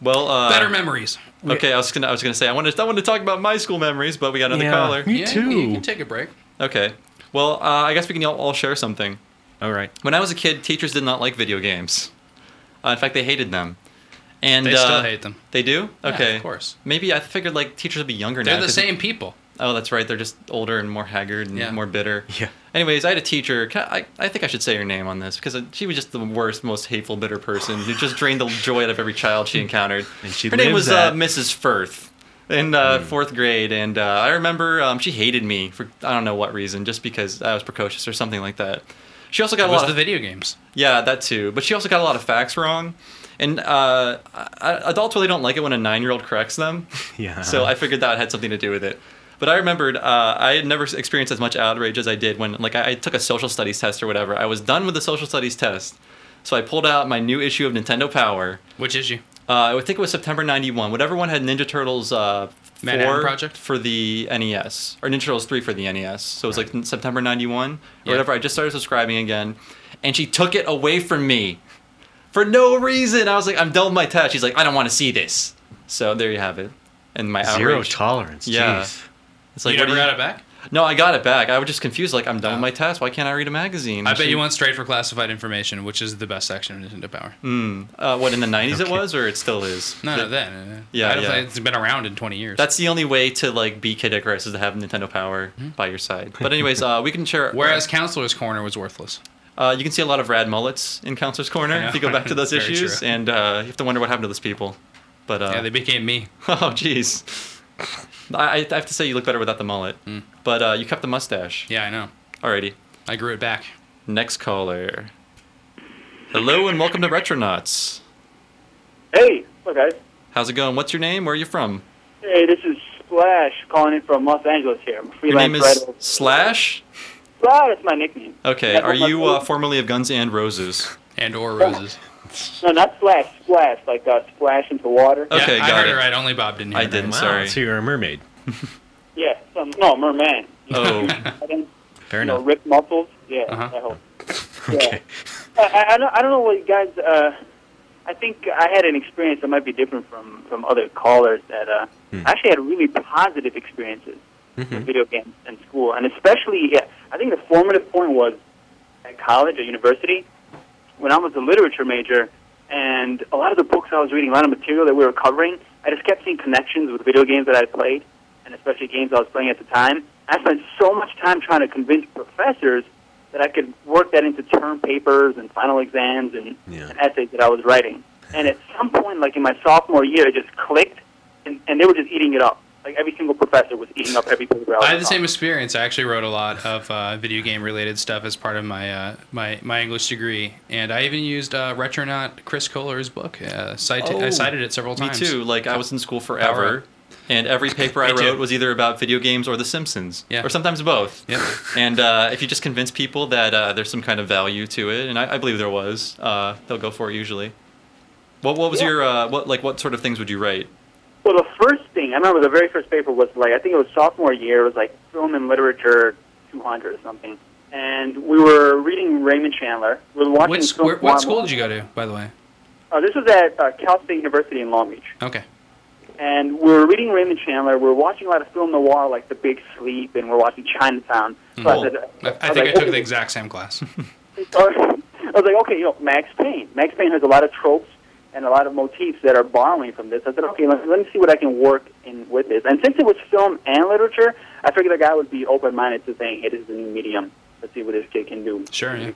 [SPEAKER 1] Well, uh,
[SPEAKER 3] Better memories.
[SPEAKER 1] okay. I was gonna, I was gonna say, I wanted, I wanted to talk about my school memories, but we got another
[SPEAKER 2] Yeah.
[SPEAKER 1] caller.
[SPEAKER 2] Me
[SPEAKER 3] yeah,
[SPEAKER 2] too.
[SPEAKER 3] You can take a break.
[SPEAKER 1] Okay. Well, uh, I guess we can all, all share something.
[SPEAKER 2] All right.
[SPEAKER 1] When I was a kid, teachers did not like video games. Uh, in fact, they hated them. And
[SPEAKER 3] They still
[SPEAKER 1] uh,
[SPEAKER 3] hate them.
[SPEAKER 1] They do?
[SPEAKER 3] Yeah,
[SPEAKER 1] Okay.
[SPEAKER 3] of course.
[SPEAKER 1] Maybe I figured like teachers would be younger now.
[SPEAKER 3] They're the
[SPEAKER 1] 'cause-
[SPEAKER 3] same people.
[SPEAKER 1] Oh, that's right. They're just older and more haggard and
[SPEAKER 3] Yeah.
[SPEAKER 1] more bitter.
[SPEAKER 2] Yeah.
[SPEAKER 1] Anyways, I had a teacher. Ca- I, I think I should say her name on this because she was just the worst, most hateful, bitter person who just drained the joy out of every child she encountered.
[SPEAKER 2] And she
[SPEAKER 1] her name
[SPEAKER 2] lives
[SPEAKER 1] was
[SPEAKER 2] at-
[SPEAKER 1] uh, Mrs. Firth in uh,
[SPEAKER 3] Hmm.
[SPEAKER 1] fourth grade, and uh, I remember um, she hated me for I don't know what reason, just because I was precocious or something like that. She also got
[SPEAKER 3] It
[SPEAKER 1] a
[SPEAKER 3] was
[SPEAKER 1] lot
[SPEAKER 3] the
[SPEAKER 1] of
[SPEAKER 3] video games.
[SPEAKER 1] yeah, that too. But she also got a lot of facts wrong. And uh, I- adults really don't like it when a nine year old corrects them.
[SPEAKER 2] Yeah.
[SPEAKER 1] so I figured that had something to do with it. But I remembered uh, I had never experienced as much outrage as I did when, like, I, I took a social studies test or whatever. I was done with the social studies test. So I pulled out my new issue of Nintendo Power.
[SPEAKER 3] Which issue?
[SPEAKER 1] Uh, I would think it was September 91. Whatever one had Ninja Turtles uh,
[SPEAKER 3] Manhattan
[SPEAKER 1] 4
[SPEAKER 3] Project?
[SPEAKER 1] for the NES, or Ninja Turtles 3 for the NES. So it was like September 91 or
[SPEAKER 3] Yeah.
[SPEAKER 1] whatever. I just started subscribing again, and she took it away from me for no reason. I was like, I'm done with my test. She's like, I don't want to see this. So there you have it. And my
[SPEAKER 2] Zero
[SPEAKER 1] outrage.
[SPEAKER 2] tolerance.
[SPEAKER 1] Yeah.
[SPEAKER 2] Jeez.
[SPEAKER 1] It's like,
[SPEAKER 3] you
[SPEAKER 1] what
[SPEAKER 3] never
[SPEAKER 1] do you-
[SPEAKER 3] got it back?
[SPEAKER 1] No, I got it back. I was just confused. Like, I'm done
[SPEAKER 3] Oh.
[SPEAKER 1] with my test. Why can't I read a magazine?
[SPEAKER 3] I
[SPEAKER 1] And
[SPEAKER 3] bet
[SPEAKER 1] she-
[SPEAKER 3] you went straight for classified information, which is the best section of Nintendo Power.
[SPEAKER 1] Mm, uh, what in the 90s it
[SPEAKER 2] Okay.
[SPEAKER 1] was, or it still is.
[SPEAKER 3] No,
[SPEAKER 1] The-
[SPEAKER 3] no, then. uh,
[SPEAKER 1] Yeah,
[SPEAKER 3] I don't
[SPEAKER 1] yeah.
[SPEAKER 3] think it's been around in 20 years.
[SPEAKER 1] That's the only way to like be Kid Icarus is to have Nintendo Power by your side. But anyways, uh, we can share.
[SPEAKER 3] Whereas Counselor's Corner was worthless.
[SPEAKER 1] uh, you can see a lot of rad mullets in Counselor's Corner
[SPEAKER 3] Yeah.
[SPEAKER 1] if you go back to those
[SPEAKER 3] Very
[SPEAKER 1] issues,
[SPEAKER 3] true.
[SPEAKER 1] and uh, you have to wonder what happened to those people. But uh,
[SPEAKER 3] yeah, they became me.
[SPEAKER 1] oh jeez, I, I have to say you look better without the mullet. But uh, you kept the mustache.
[SPEAKER 3] Hmm. Yeah, I know.
[SPEAKER 1] Alrighty,
[SPEAKER 3] I grew it back.
[SPEAKER 1] next caller. Hello and welcome to Retronauts.
[SPEAKER 6] Hey, look guys.
[SPEAKER 1] How's it going? What's your name? Where are you from?
[SPEAKER 6] Hey, this is Splash calling in from Los Angeles here. I'm a
[SPEAKER 1] Your
[SPEAKER 6] freelance
[SPEAKER 1] name is
[SPEAKER 6] writer.
[SPEAKER 1] Slash.
[SPEAKER 6] Splash, that's my nickname.
[SPEAKER 1] Okay,
[SPEAKER 6] That's
[SPEAKER 1] are
[SPEAKER 6] what my Oh.
[SPEAKER 1] you
[SPEAKER 6] full-
[SPEAKER 1] uh, formerly of Guns and Roses?
[SPEAKER 3] And or roses.
[SPEAKER 6] No, not Splash. Splash, like uh, splash into water.
[SPEAKER 1] Oh. Okay,
[SPEAKER 3] yeah, I
[SPEAKER 1] got
[SPEAKER 3] heard
[SPEAKER 1] it.
[SPEAKER 3] it right. Only Bob didn't hear
[SPEAKER 1] I
[SPEAKER 3] that.
[SPEAKER 1] didn't.
[SPEAKER 2] Wow.
[SPEAKER 1] Sorry.
[SPEAKER 2] So you're a mermaid.
[SPEAKER 6] Yeah, some, no, merman.
[SPEAKER 1] Oh.
[SPEAKER 6] I didn't,
[SPEAKER 2] Fair
[SPEAKER 6] you know,
[SPEAKER 2] enough.
[SPEAKER 6] rip muscles. Yeah,
[SPEAKER 3] Uh-huh.
[SPEAKER 6] I hope.
[SPEAKER 2] Okay.
[SPEAKER 6] I, I, I, don't, I don't know what you guys. Uh, I think I had an experience that might be different from from other callers. That uh,
[SPEAKER 1] Hmm.
[SPEAKER 6] I actually had really positive experiences
[SPEAKER 2] Mm-hmm.
[SPEAKER 6] with video games in school, and especially yeah, I think the formative point was at college or university when I was a literature major, and a lot of the books I was reading, a lot of material that we were covering, I just kept seeing connections with video games that I played, and especially games I was playing at the time. I spent so much time trying to convince professors that I could work that into term papers and final exams and,
[SPEAKER 2] Yeah.
[SPEAKER 6] and essays that I was writing. And at some point, like in my sophomore year, it just clicked, and, and they were just eating it up. Like every single professor was eating up every paper. was
[SPEAKER 3] I had the
[SPEAKER 6] on.
[SPEAKER 3] same experience. I actually wrote a lot of uh, video game related stuff as part of my uh, my my English degree, and I even used uh, Retronaut Chris Kohler's book. Uh, cita- I
[SPEAKER 1] Oh,
[SPEAKER 3] cited it several
[SPEAKER 1] Me
[SPEAKER 3] times.
[SPEAKER 1] too. Like I was in school
[SPEAKER 3] Power
[SPEAKER 1] forever,
[SPEAKER 3] up.
[SPEAKER 1] and every paper I
[SPEAKER 3] Me too.
[SPEAKER 1] wrote was either about video games or The Simpsons,
[SPEAKER 3] Yeah.
[SPEAKER 1] or sometimes both.
[SPEAKER 3] Yep.
[SPEAKER 1] And uh, if you just convince people that uh, there's some kind of value to it, and I, I believe there was, uh, they'll go for it usually. What What was
[SPEAKER 6] Yeah.
[SPEAKER 1] your uh, what like what sort of things would you write?
[SPEAKER 6] Well, the first thing I remember, the very first paper was like I think it was sophomore year. It was like film and literature 200 or something, and we were reading Raymond Chandler. We were watching.
[SPEAKER 3] Which,
[SPEAKER 6] film
[SPEAKER 3] where, what school did you go to, by the way?
[SPEAKER 6] Uh, this was at uh, Cal State University in Long Beach,
[SPEAKER 3] Okay.
[SPEAKER 6] and we were reading Raymond Chandler. We were watching a lot of film noir, like The Big Sleep, and we we're watching Chinatown. So
[SPEAKER 1] Mhm.
[SPEAKER 6] I, said,
[SPEAKER 3] I, Hmm. I
[SPEAKER 6] was
[SPEAKER 3] think I took
[SPEAKER 6] like,
[SPEAKER 3] the
[SPEAKER 6] okay,
[SPEAKER 3] exact same class.
[SPEAKER 6] I was like, okay, you know, Max Payne. Max Payne has a lot of tropes and a lot of motifs that are borrowing from this. I said, okay, let, let me see what I can work in with this. And since it was film and literature, I figured the guy would be open minded to saying it is a new medium. Let's see what this kid can do.
[SPEAKER 3] Sure, yeah.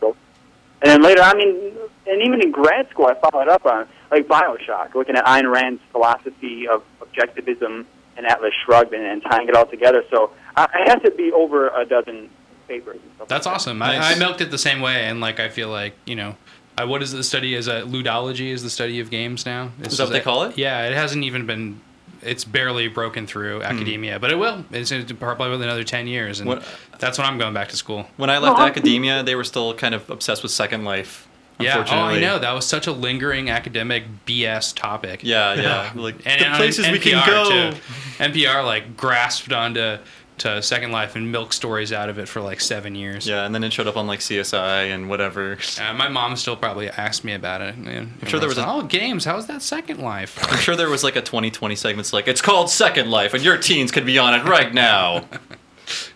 [SPEAKER 6] And then later, I mean, and even in grad school, I followed up on like Bioshock, looking at Ayn Rand's philosophy of objectivism and Atlas Shrugged, and, and tying it all together. So I, I had to be over a dozen papers. And stuff
[SPEAKER 3] That's
[SPEAKER 6] like that.
[SPEAKER 3] awesome. I,
[SPEAKER 1] Nice.
[SPEAKER 3] I milked it the same way, and like I feel like you know, I, what is the study? Is uh, ludology is the study of games now? It's
[SPEAKER 1] Is that what they
[SPEAKER 3] just-
[SPEAKER 1] call it?
[SPEAKER 3] Yeah, it hasn't even been. It's barely broken through
[SPEAKER 1] Hmm.
[SPEAKER 3] academia, but it will. It's gonna do- probably within another ten years, and
[SPEAKER 1] What-
[SPEAKER 3] that's when I'm going back to school.
[SPEAKER 1] When I left
[SPEAKER 6] Well, I-
[SPEAKER 1] academia, they were still kind of obsessed with Second Life.
[SPEAKER 3] Yeah. Oh, I
[SPEAKER 1] unfortunately.
[SPEAKER 3] know that was such a lingering academic BS topic.
[SPEAKER 1] Yeah, yeah. Like
[SPEAKER 3] and
[SPEAKER 1] the
[SPEAKER 3] on
[SPEAKER 1] places we can
[SPEAKER 3] NPR,
[SPEAKER 1] go.
[SPEAKER 3] Too. NPR like grasped onto to Second Life and milked stories out of it for like seven years.
[SPEAKER 1] Yeah, and then it showed up on like CSI and whatever.
[SPEAKER 3] Uh, my mom still probably asked me about it. "Oh." I'm
[SPEAKER 1] sure there was a-
[SPEAKER 3] oh games. How's that Second Life?
[SPEAKER 1] I'm sure there was like a 2020 segment. It's like it's called Second Life, and your teens could be on it right now.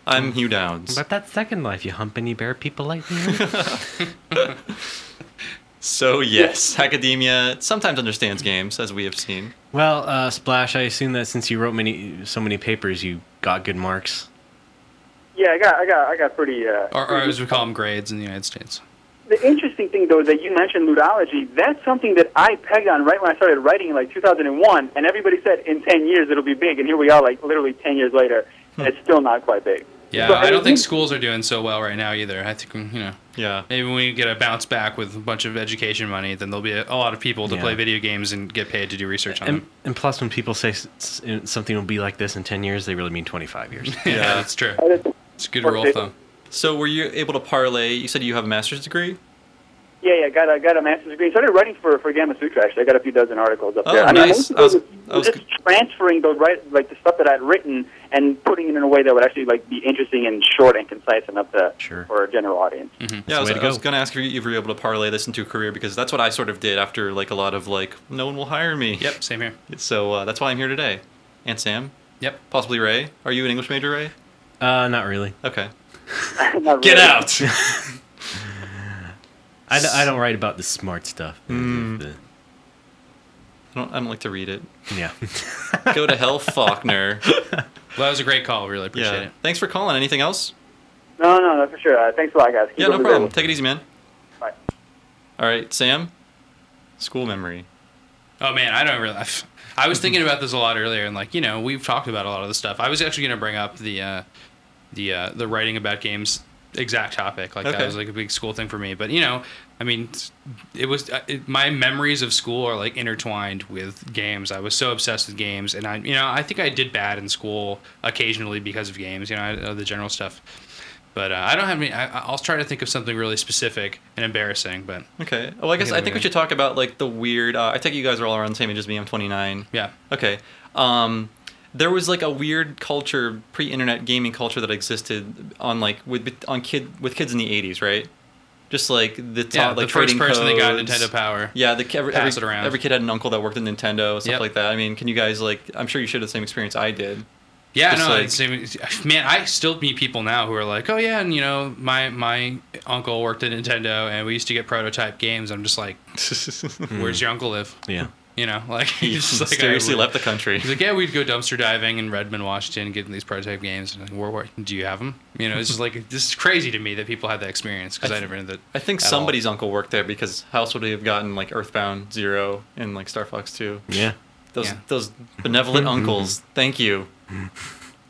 [SPEAKER 1] I'm Hugh Downs.
[SPEAKER 2] But that second life, you humping, you bear people like me.
[SPEAKER 1] So yes, academia sometimes understands games, as we have seen.
[SPEAKER 2] well, uh, Splash, I assume that since you wrote many, so many papers, you got good marks.
[SPEAKER 6] Yeah, I got, I got, I got pretty. Uh,
[SPEAKER 3] or, or
[SPEAKER 6] pretty-
[SPEAKER 3] as we call them, grades in the United States.
[SPEAKER 6] the interesting thing, though, that you mentioned ludology. That's something that I pegged on right when I started writing in like 2001, and everybody said in 10 years it'll be big, and here we are, like literally 10 years later, and it's still not quite big.
[SPEAKER 3] Yeah,
[SPEAKER 6] So,
[SPEAKER 3] I don't
[SPEAKER 6] mean,
[SPEAKER 3] think schools are doing so well right now either. I think you know
[SPEAKER 1] Yeah.
[SPEAKER 3] maybe when we get a bounce back with a bunch of education money, then there'll be a, a lot of people to
[SPEAKER 2] Yeah.
[SPEAKER 3] play video games and get paid to do research on
[SPEAKER 2] And,
[SPEAKER 3] them.
[SPEAKER 2] and plus, when people say s- s- something will be like this in 10 years, they really mean 25 years.
[SPEAKER 3] Yeah,
[SPEAKER 1] Yeah.
[SPEAKER 3] that's true.
[SPEAKER 6] I just-
[SPEAKER 3] It's a good rule of thumb.
[SPEAKER 1] So were you able to parlay? You said you have a master's degree.
[SPEAKER 6] Yeah, yeah, got a got a master's degree. Started writing for for Gamma Sutra. Actually, I got a few dozen articles up
[SPEAKER 1] Oh,
[SPEAKER 6] there. I mean,
[SPEAKER 1] nice.
[SPEAKER 6] I was,
[SPEAKER 1] I was- I was-
[SPEAKER 6] just transferring the right like the stuff that I'd written and putting it in a way that would actually like be interesting and short and concise enough to
[SPEAKER 2] Sure.
[SPEAKER 6] for a general audience.
[SPEAKER 3] Hmm.
[SPEAKER 1] yeah, I
[SPEAKER 2] the
[SPEAKER 1] was,
[SPEAKER 2] way to
[SPEAKER 1] I was
[SPEAKER 2] go.
[SPEAKER 1] gonna ask if you, if you were able to parlay this into a career because that's what I sort of did after like a lot of like no one will hire me.
[SPEAKER 3] Yep, same here.
[SPEAKER 1] So uh, that's why I'm here today. And Sam,
[SPEAKER 3] Yep.
[SPEAKER 1] possibly Ray. Are you an English major, Ray?
[SPEAKER 2] Uh, not really.
[SPEAKER 1] Okay.
[SPEAKER 6] Not
[SPEAKER 1] Get
[SPEAKER 6] really.
[SPEAKER 1] out.
[SPEAKER 2] I, d- I don't write about the smart stuff.
[SPEAKER 1] Mm. I don't, I don't like to read it.
[SPEAKER 2] yeah.
[SPEAKER 1] Go to hell, Faulkner.
[SPEAKER 3] Well, that was a great call. Really appreciate
[SPEAKER 1] yeah.
[SPEAKER 3] it.
[SPEAKER 1] Thanks for calling. Anything else?
[SPEAKER 6] No, no, no, for sure. Uh, thanks a lot, guys. Keep
[SPEAKER 1] Yeah,
[SPEAKER 6] up
[SPEAKER 1] no
[SPEAKER 6] the good
[SPEAKER 1] problem.
[SPEAKER 6] work.
[SPEAKER 1] Take it easy, man.
[SPEAKER 6] Bye.
[SPEAKER 1] All right, Sam. School memory.
[SPEAKER 3] Oh man, I don't really. I was thinking about this a lot earlier, and like you know, we've talked about a lot of this stuff. I was actually going to bring up the uh, the uh, the writing about games exact topic. Like
[SPEAKER 1] Okay.
[SPEAKER 3] that was like a big school thing for me. But you know, I mean, it was uh, it, my memories of school are like intertwined with games. I was so obsessed with games, and I you know I think I did bad in school occasionally because of games. You know, I, uh, the general stuff. But uh, I don't have any. I, I'll try to think of something really specific and embarrassing. But
[SPEAKER 1] Okay. Well, I guess
[SPEAKER 3] Yeah,
[SPEAKER 1] I think we
[SPEAKER 3] weird.
[SPEAKER 1] should talk about like the weird. Uh, I take you guys are all around the same age as me. I'm 29.
[SPEAKER 3] yeah,
[SPEAKER 1] Okay. Um, there was like a weird culture, pre-internet gaming culture that existed on like with on kid with kids in the 80s, right? Just like the top,
[SPEAKER 3] yeah.
[SPEAKER 1] like
[SPEAKER 3] the first
[SPEAKER 1] trading
[SPEAKER 3] person that got
[SPEAKER 1] codes.
[SPEAKER 3] Nintendo Power.
[SPEAKER 1] Yeah, the every,
[SPEAKER 3] Pass
[SPEAKER 1] every,
[SPEAKER 3] it around.
[SPEAKER 1] every kid had an uncle that worked at Nintendo, stuff
[SPEAKER 3] Yep.
[SPEAKER 1] like that. I mean, can you guys like? I'm sure you shared the same experience I did.
[SPEAKER 3] Yeah,
[SPEAKER 1] Just
[SPEAKER 3] no,
[SPEAKER 1] like-
[SPEAKER 3] it's even- man, I still meet people now who are like, oh yeah, and you know, my my uncle worked at Nintendo, and we used to get prototype games. I'm just like, where's your uncle live?
[SPEAKER 2] Yeah.
[SPEAKER 3] You know, like
[SPEAKER 1] He
[SPEAKER 3] he's just like I
[SPEAKER 1] mysteriously
[SPEAKER 3] would-
[SPEAKER 1] Hmm. left the country.
[SPEAKER 3] He's like, yeah, we'd go dumpster diving in Redmond, Washington, getting these prototype games. And I'm like, where, where do you have them? You know, it's just like this is crazy to me that people had that experience because
[SPEAKER 1] I
[SPEAKER 3] I,
[SPEAKER 1] th-
[SPEAKER 3] never knew that.
[SPEAKER 1] I think
[SPEAKER 3] at all.
[SPEAKER 1] somebody's uncle worked there because how else would he have gotten like Earthbound Zero and like Star Fox Two?
[SPEAKER 2] Yeah.
[SPEAKER 1] Those
[SPEAKER 3] Yeah.
[SPEAKER 1] those benevolent uncles. Thank you.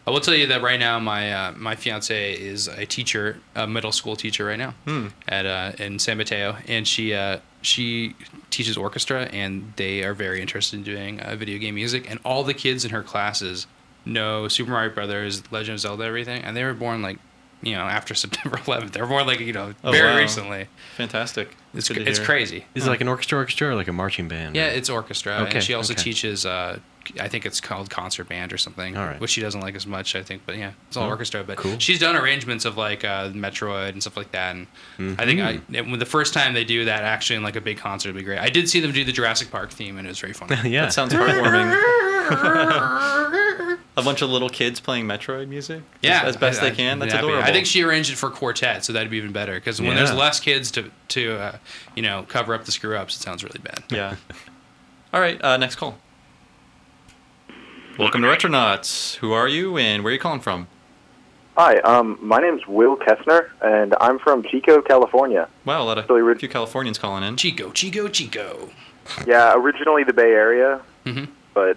[SPEAKER 3] I will tell you that right now, my uh, my fiance is a teacher, a middle school teacher right now
[SPEAKER 1] Hmm.
[SPEAKER 3] at uh, in San Mateo, and she uh, she teaches orchestra, and they are very interested in doing uh, video game music, and all the kids in her classes know Super Mario Brothers, Legend of Zelda, everything, and they were born like. You know, after September 11th, they're born like you know
[SPEAKER 1] Oh,
[SPEAKER 3] very
[SPEAKER 1] wow.
[SPEAKER 3] recently.
[SPEAKER 1] Fantastic.
[SPEAKER 3] It's
[SPEAKER 1] Good to
[SPEAKER 3] it's
[SPEAKER 1] hear.
[SPEAKER 3] crazy.
[SPEAKER 2] Is it like an orchestra orchestra or like a marching band? or-
[SPEAKER 3] Yeah, it's orchestra.
[SPEAKER 2] Okay,
[SPEAKER 3] and she also
[SPEAKER 2] okay.
[SPEAKER 3] teaches, uh, I think it's called concert band or something,
[SPEAKER 2] All right.
[SPEAKER 3] which she doesn't like as much, I think. But yeah, it's all
[SPEAKER 2] Oh,
[SPEAKER 3] orchestra. But
[SPEAKER 2] cool.
[SPEAKER 3] she's done arrangements of like uh, Metroid and stuff like that. And
[SPEAKER 2] Mm-hmm.
[SPEAKER 3] I think I, and when the first time they do that actually in like a big concert would be great. I did see them do the Jurassic Park theme and it was very funny.
[SPEAKER 2] yeah.
[SPEAKER 1] That sounds heartwarming. a bunch of little kids playing Metroid music.
[SPEAKER 3] Yeah,
[SPEAKER 1] as, as best
[SPEAKER 3] I-
[SPEAKER 1] they can.
[SPEAKER 3] I'd
[SPEAKER 1] That's
[SPEAKER 3] be happy.
[SPEAKER 1] adorable.
[SPEAKER 3] I think she arranged it for quartet, so that'd be even better. Because when there's
[SPEAKER 2] Yeah.
[SPEAKER 3] less kids to to uh, you know cover up the screw ups, it sounds really bad.
[SPEAKER 1] Yeah. All right. Uh, next call. Welcome to Retronauts. Who are you and where are you calling from?
[SPEAKER 9] Hi, um, my name's Will Kessner, and I'm from Chico, California.
[SPEAKER 1] Wow, a lot of
[SPEAKER 9] So we were-
[SPEAKER 1] a few Californians calling in.
[SPEAKER 3] Chico, Chico, Chico.
[SPEAKER 9] Yeah, Uh, originally the Bay Area,
[SPEAKER 3] Mhm.
[SPEAKER 9] but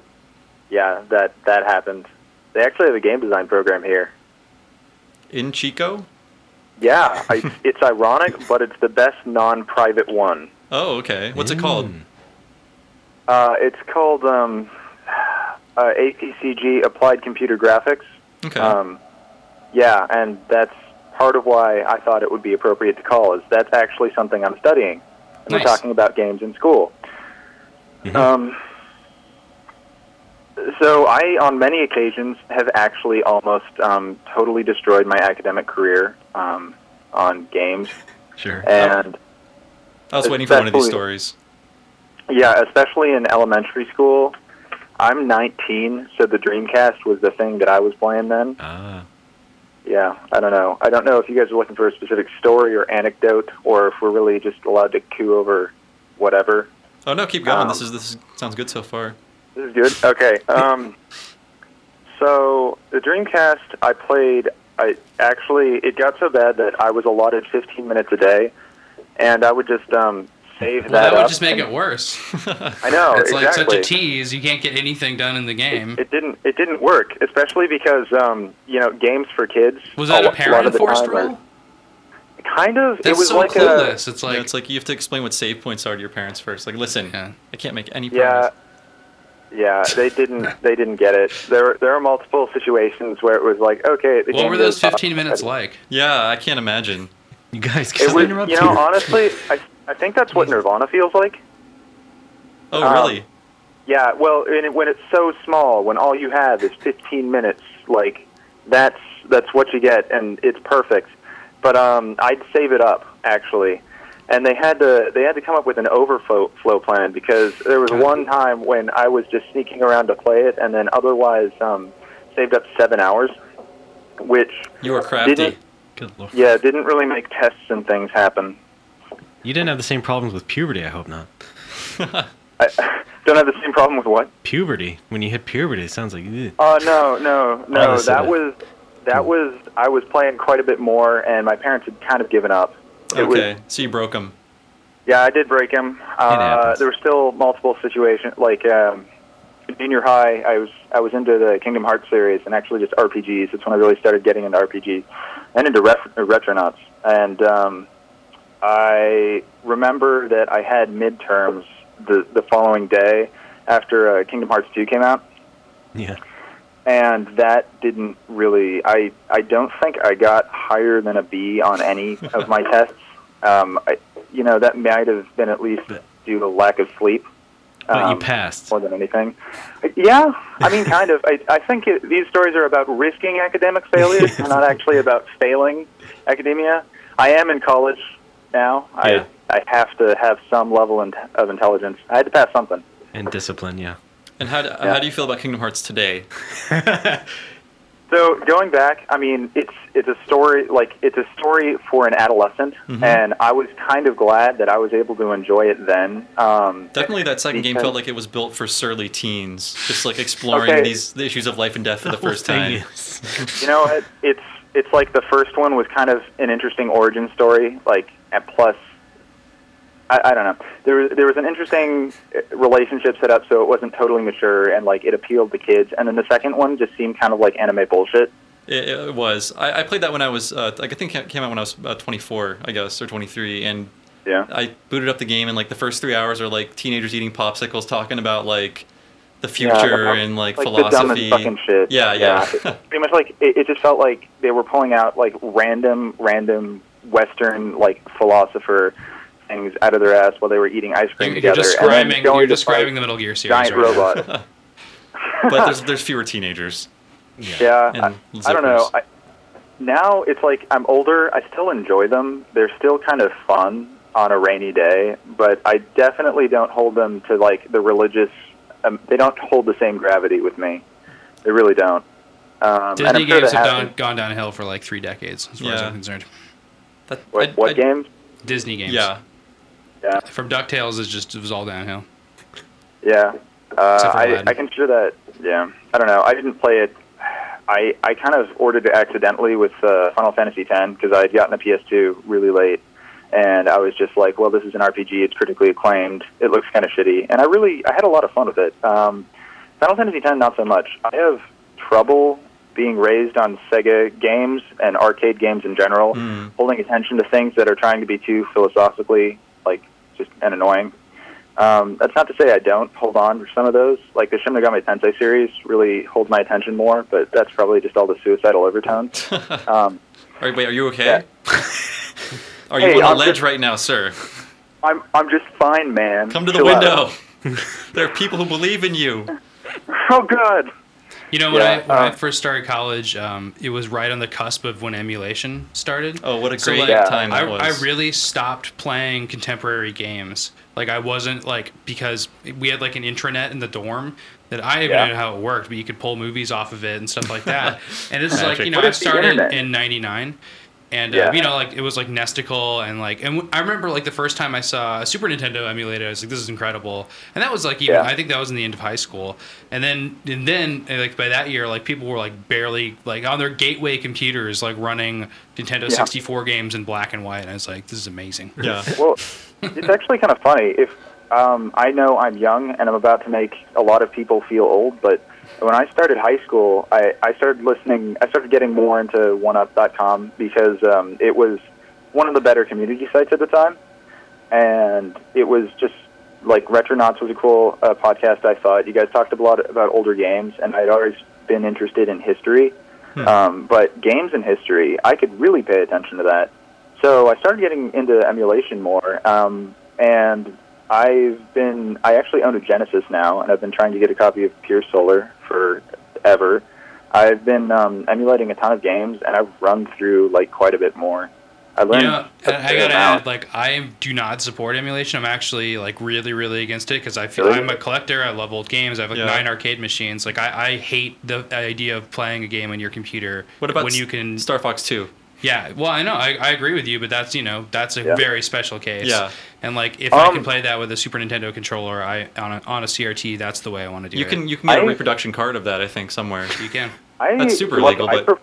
[SPEAKER 9] yeah, that that happened. They actually have a game design program here.
[SPEAKER 1] In Chico?
[SPEAKER 9] Yeah, I, it's ironic, but it's the best non-private one.
[SPEAKER 1] Oh, okay. What's it called?
[SPEAKER 2] Mm.
[SPEAKER 9] Uh, it's called um, uh, APCG Applied Computer Graphics.
[SPEAKER 1] Okay.
[SPEAKER 9] Um, yeah, and that's part of why I thought it would be appropriate to call is that's actually something I'm studying. And
[SPEAKER 3] Nice.
[SPEAKER 9] we're talking about games in school. Um, so I, on many occasions, have actually almost um, totally destroyed my academic career um, on games,
[SPEAKER 2] Sure.
[SPEAKER 9] and
[SPEAKER 1] I was waiting for one of these
[SPEAKER 9] especially-
[SPEAKER 1] stories.
[SPEAKER 9] yeah, especially in elementary school. I'm 19, so the Dreamcast was the thing that I was playing then.
[SPEAKER 2] Ah.
[SPEAKER 9] Yeah, I don't know. I don't know if you guys are looking for a specific story or anecdote, or if we're really just allowed to coo over whatever.
[SPEAKER 1] Oh no, keep going.
[SPEAKER 9] Um,
[SPEAKER 1] this is this is, sounds good so far.
[SPEAKER 9] This is good. Okay. Um, so the Dreamcast, I played. I actually, it got so bad that I was allotted 15 minutes a day, and I would just um, save
[SPEAKER 3] Well, that,
[SPEAKER 9] up
[SPEAKER 3] would just make
[SPEAKER 9] and-
[SPEAKER 3] it worse.
[SPEAKER 9] I know
[SPEAKER 3] it's like
[SPEAKER 9] exactly.
[SPEAKER 3] such a tease. You can't get anything done in the game.
[SPEAKER 9] It, it didn't. It didn't work, especially because um, you know games for kids.
[SPEAKER 3] was that
[SPEAKER 9] a,
[SPEAKER 3] a
[SPEAKER 9] lo- lot
[SPEAKER 3] parent
[SPEAKER 9] of the
[SPEAKER 3] enforced
[SPEAKER 9] time are-
[SPEAKER 3] rule?
[SPEAKER 9] Kind of.
[SPEAKER 3] That's
[SPEAKER 9] it was
[SPEAKER 3] so
[SPEAKER 9] like a.
[SPEAKER 3] clueless. it's like,
[SPEAKER 1] Like, it's like you have to explain what save points are to your parents first. Like, listen,
[SPEAKER 3] Yeah.
[SPEAKER 1] I can't make any
[SPEAKER 9] Yeah.
[SPEAKER 1] promise.
[SPEAKER 9] Yeah, they didn't. They didn't get it. There, there are multiple situations where it was like, okay. The
[SPEAKER 3] what
[SPEAKER 9] game
[SPEAKER 3] were those
[SPEAKER 9] goes up.
[SPEAKER 3] 15 minutes like?
[SPEAKER 1] Yeah, I can't imagine.
[SPEAKER 2] You guys
[SPEAKER 9] It
[SPEAKER 2] can
[SPEAKER 9] was,
[SPEAKER 2] interrupt
[SPEAKER 9] you know, honestly, I, I think that's what Nirvana feels like.
[SPEAKER 1] Oh,
[SPEAKER 9] Um,
[SPEAKER 1] really?
[SPEAKER 9] Yeah, well, and it, when it's so small, when all you have is 15 minutes, like that's that's what you get, and it's perfect. But um, I'd save it up actually, and they had to they had to come up with an overflow flow plan because there was one time when I was just sneaking around to play it, and then otherwise um, saved up seven hours, which
[SPEAKER 1] You were crafty.
[SPEAKER 9] didn't
[SPEAKER 2] Good lord.
[SPEAKER 9] yeah didn't really make tests and things happen.
[SPEAKER 2] You didn't have the same problems with puberty, I hope not.
[SPEAKER 9] I don't have the same problem with what.
[SPEAKER 2] Puberty. When you hit puberty, it sounds like ugh.
[SPEAKER 9] Oh no, no, no.
[SPEAKER 2] Honestly,
[SPEAKER 9] that
[SPEAKER 2] that-
[SPEAKER 9] was that was I was playing quite a bit more, and my parents had kind of given up. It
[SPEAKER 1] Okay,
[SPEAKER 9] Was,
[SPEAKER 1] so you broke him.
[SPEAKER 9] yeah, I did break him. Uh,
[SPEAKER 2] happens.
[SPEAKER 9] there were still multiple situations, like um, in junior high. I was I was into the Kingdom Hearts series and actually just RPGs. That's when I really started getting into RPGs and into ref- uh, retronauts. And um, I remember that I had midterms the the following day after uh, Kingdom Hearts two came out
[SPEAKER 2] yeah.
[SPEAKER 9] and that didn't really i i don't think i got higher than a b on any of my tests um I, you know that might have been at least due to lack of sleep
[SPEAKER 2] But you
[SPEAKER 9] um,
[SPEAKER 2] passed.
[SPEAKER 9] more than anything yeah i mean kind of i i think it, these stories are about risking academic failure and not actually about failing academia i am in college now
[SPEAKER 2] Yeah.
[SPEAKER 9] i i have to have some level in, of intelligence i had to pass something
[SPEAKER 2] And discipline, yeah.
[SPEAKER 1] And how do,
[SPEAKER 9] Yeah.
[SPEAKER 1] how do you feel about Kingdom Hearts today?
[SPEAKER 9] So going back, I mean, it's it's a story like it's a story for an adolescent,
[SPEAKER 1] Mhm.
[SPEAKER 9] and I was kind of glad that I was able to enjoy it then. Um,
[SPEAKER 1] Definitely, that second game
[SPEAKER 9] Because-
[SPEAKER 1] felt like it was built for surly teens, just like exploring
[SPEAKER 9] Okay.
[SPEAKER 1] these the issues of life and death for the first time.
[SPEAKER 9] you know, it, it's it's like the first one was kind of an interesting origin story, like and plus, I, I don't know, there was there was an interesting uh, relationship set up, so it wasn't totally mature, and like it appealed to kids, and then the second one just seemed kind of like anime bullshit.
[SPEAKER 1] It, it was. I, I played that when I was, uh, like, I think it came out when I was about 24, I guess, or 23, and
[SPEAKER 9] Yeah.
[SPEAKER 1] I booted up the game, and like the first three hours are like teenagers eating popsicles, talking about like the
[SPEAKER 9] Yeah,
[SPEAKER 1] future
[SPEAKER 9] like,
[SPEAKER 1] and like,
[SPEAKER 9] like
[SPEAKER 1] philosophy.
[SPEAKER 9] The dumbest fucking shit.
[SPEAKER 1] Yeah, yeah.
[SPEAKER 9] It- pretty much like it, it just felt like they were pulling out like random, random Western like philosopher things out of their ass while they were eating ice cream
[SPEAKER 3] You're, you're
[SPEAKER 9] together. and
[SPEAKER 3] describing
[SPEAKER 9] then going
[SPEAKER 3] you're
[SPEAKER 9] to
[SPEAKER 3] describing
[SPEAKER 9] fight
[SPEAKER 3] the Metal Gear series.
[SPEAKER 9] giant
[SPEAKER 3] right now.
[SPEAKER 9] robot.
[SPEAKER 1] but there's there's fewer teenagers.
[SPEAKER 9] yeah,
[SPEAKER 1] And
[SPEAKER 9] I, I don't
[SPEAKER 1] zippers.
[SPEAKER 9] know. I, now it's like I'm older. I still enjoy them. They're still kind of fun on a rainy day, but I definitely don't hold them to like the religious. Um, they don't hold the same gravity with me. They really don't. Um, and
[SPEAKER 3] Disney
[SPEAKER 9] I'm sure
[SPEAKER 3] games
[SPEAKER 9] that
[SPEAKER 3] have
[SPEAKER 9] happens-
[SPEAKER 3] gone, gone downhill for like three decades, as far as
[SPEAKER 1] Yeah.
[SPEAKER 3] I'm concerned.
[SPEAKER 1] That,
[SPEAKER 9] What,
[SPEAKER 1] I-
[SPEAKER 9] what
[SPEAKER 1] I-
[SPEAKER 9] games?
[SPEAKER 3] Disney games.
[SPEAKER 1] Yeah,
[SPEAKER 9] Yeah,
[SPEAKER 3] From DuckTales, it's just it was all downhill.
[SPEAKER 9] yeah. Uh,
[SPEAKER 3] Except for
[SPEAKER 9] I,
[SPEAKER 3] Aladdin.
[SPEAKER 9] I consider that. Yeah, I don't know. I didn't play it. I I kind of ordered it accidentally with uh, Final Fantasy X because I had gotten a PS2 really late, and I was just like, well, this is an RPG. It's critically acclaimed. It looks kind of shitty, and I really I had a lot of fun with it. Um, Final Fantasy X, not so much. I have trouble being raised on Sega games and arcade games in general,
[SPEAKER 1] Mm.
[SPEAKER 9] holding attention to things that are trying to be too philosophically like just and annoying. Um, that's not to say I don't hold on for some of those. Like the Shin Megami Tensei series really holds my attention more, but that's probably just all the suicidal overtones. Um,
[SPEAKER 1] Are, wait, are you okay?
[SPEAKER 9] Yeah.
[SPEAKER 1] Are you
[SPEAKER 9] Hey,
[SPEAKER 1] on a
[SPEAKER 9] I'm
[SPEAKER 1] ledge
[SPEAKER 9] just-
[SPEAKER 1] right now, sir?
[SPEAKER 9] I'm I'm just fine, man.
[SPEAKER 1] Come to the
[SPEAKER 9] Chill out.
[SPEAKER 1] window. there are people who believe in you.
[SPEAKER 9] Oh God.
[SPEAKER 3] You know, when, I,
[SPEAKER 9] Yeah,
[SPEAKER 3] when I
[SPEAKER 9] uh,
[SPEAKER 3] first started college, um, it was right on the cusp of when emulation started.
[SPEAKER 1] Oh, what a
[SPEAKER 3] So,
[SPEAKER 1] great
[SPEAKER 3] like,
[SPEAKER 9] Yeah.
[SPEAKER 1] time
[SPEAKER 3] I,
[SPEAKER 1] that was.
[SPEAKER 3] I really stopped playing contemporary games. Like I wasn't like because we had like an intranet in the dorm that I even
[SPEAKER 9] Yeah.
[SPEAKER 3] knew how it worked, but you could pull movies off of it and stuff like that. and this is like
[SPEAKER 1] Magic.
[SPEAKER 3] you know
[SPEAKER 9] What
[SPEAKER 3] I
[SPEAKER 9] is the
[SPEAKER 3] started
[SPEAKER 9] internet?
[SPEAKER 3] in '99, and uh,
[SPEAKER 9] Yeah.
[SPEAKER 3] you know like it was like Nesticle and like and w- I remember like the first time I saw a Super Nintendo emulator, I was like this is incredible, and that was like even
[SPEAKER 9] Yeah.
[SPEAKER 3] I think that was in the end of high school, and then and then and, like by that year like people were like barely like on their gateway computers like running Nintendo
[SPEAKER 9] Yeah.
[SPEAKER 3] 64 games in black and white, and I was like this is amazing.
[SPEAKER 1] yeah.
[SPEAKER 9] Well, it's actually kind of funny. If um, I know I'm young and I'm about to make a lot of people feel old, but when I started high school, I, I started listening. I started getting more into OneUp.com because um, it was one of the better community sites at the time, and it was just like Retronauts was a cool uh, podcast. I thought you guys talked a lot about older games, and I'd always been interested in history.
[SPEAKER 1] Hmm.
[SPEAKER 9] Um, but games and history, I could really pay attention to that. So I started getting into emulation more, um, and I've been. I actually own a Genesis now, and I've been trying to get a copy of Pure Solar forever. I've been um, emulating a ton of games, and I've run through like quite a bit more. I learned.
[SPEAKER 3] You know,
[SPEAKER 9] a
[SPEAKER 3] and I
[SPEAKER 9] fair
[SPEAKER 3] gotta
[SPEAKER 9] amount.
[SPEAKER 3] add, like, I do not support emulation. I'm actually like really, really against it because I feel
[SPEAKER 9] Really?
[SPEAKER 3] I'm a collector. I love old games. I have like
[SPEAKER 1] Yeah.
[SPEAKER 3] nine arcade machines. Like, I, I hate the idea of playing a game on your computer.
[SPEAKER 1] What about
[SPEAKER 3] when
[SPEAKER 1] S-
[SPEAKER 3] you can?
[SPEAKER 1] Star Fox Two?
[SPEAKER 3] yeah, well, I know, I, I agree with you, but that's you know, that's a
[SPEAKER 9] Yeah.
[SPEAKER 3] very special case.
[SPEAKER 1] Yeah.
[SPEAKER 3] And like, if I
[SPEAKER 9] Um,
[SPEAKER 3] can play that with a Super Nintendo controller, I on a, on a CRT, that's the way I want to do
[SPEAKER 1] You
[SPEAKER 3] it.
[SPEAKER 1] can you can get a
[SPEAKER 9] I-
[SPEAKER 1] reproduction card of that, I think, somewhere.
[SPEAKER 3] you can.
[SPEAKER 9] I,
[SPEAKER 1] That's super
[SPEAKER 9] look,
[SPEAKER 1] illegal,
[SPEAKER 9] I,
[SPEAKER 1] but-
[SPEAKER 9] pref-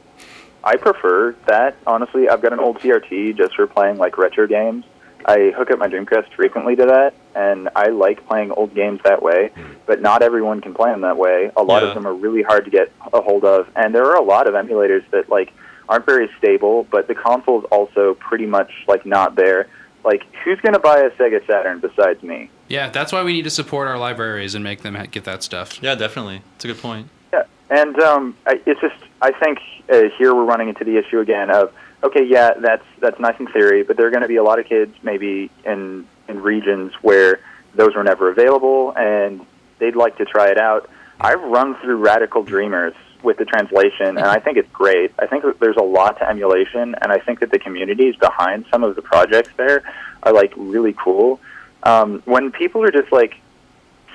[SPEAKER 9] I prefer that. Honestly, I've got an old CRT just for playing like retro games. I hook up my Dreamcast frequently to that, and I like playing old games that way. But not everyone can play them that way. A lot
[SPEAKER 1] Hmm. Yeah.
[SPEAKER 9] of them are really hard to get a hold of, and there are a lot of emulators that like aren't very stable. But the console's also pretty much like not there. Like, who's gonna buy a Sega Saturn besides me?
[SPEAKER 3] Yeah, that's why we need to support our libraries and make them ha- get that stuff.
[SPEAKER 1] Yeah, definitely. It's a good point.
[SPEAKER 9] Yeah, and um, I- it's just I think uh, here we're running into the issue again of okay, yeah, that's that's nice in theory, but there are going to be a lot of kids maybe in in regions where those were never available, and they'd like to try it out. I've run through Radical Dreamers with the translation, and I think it's great. I think that there's a lot to emulation, and I think that the communities behind some of the projects there are like really cool. Um, when people are just like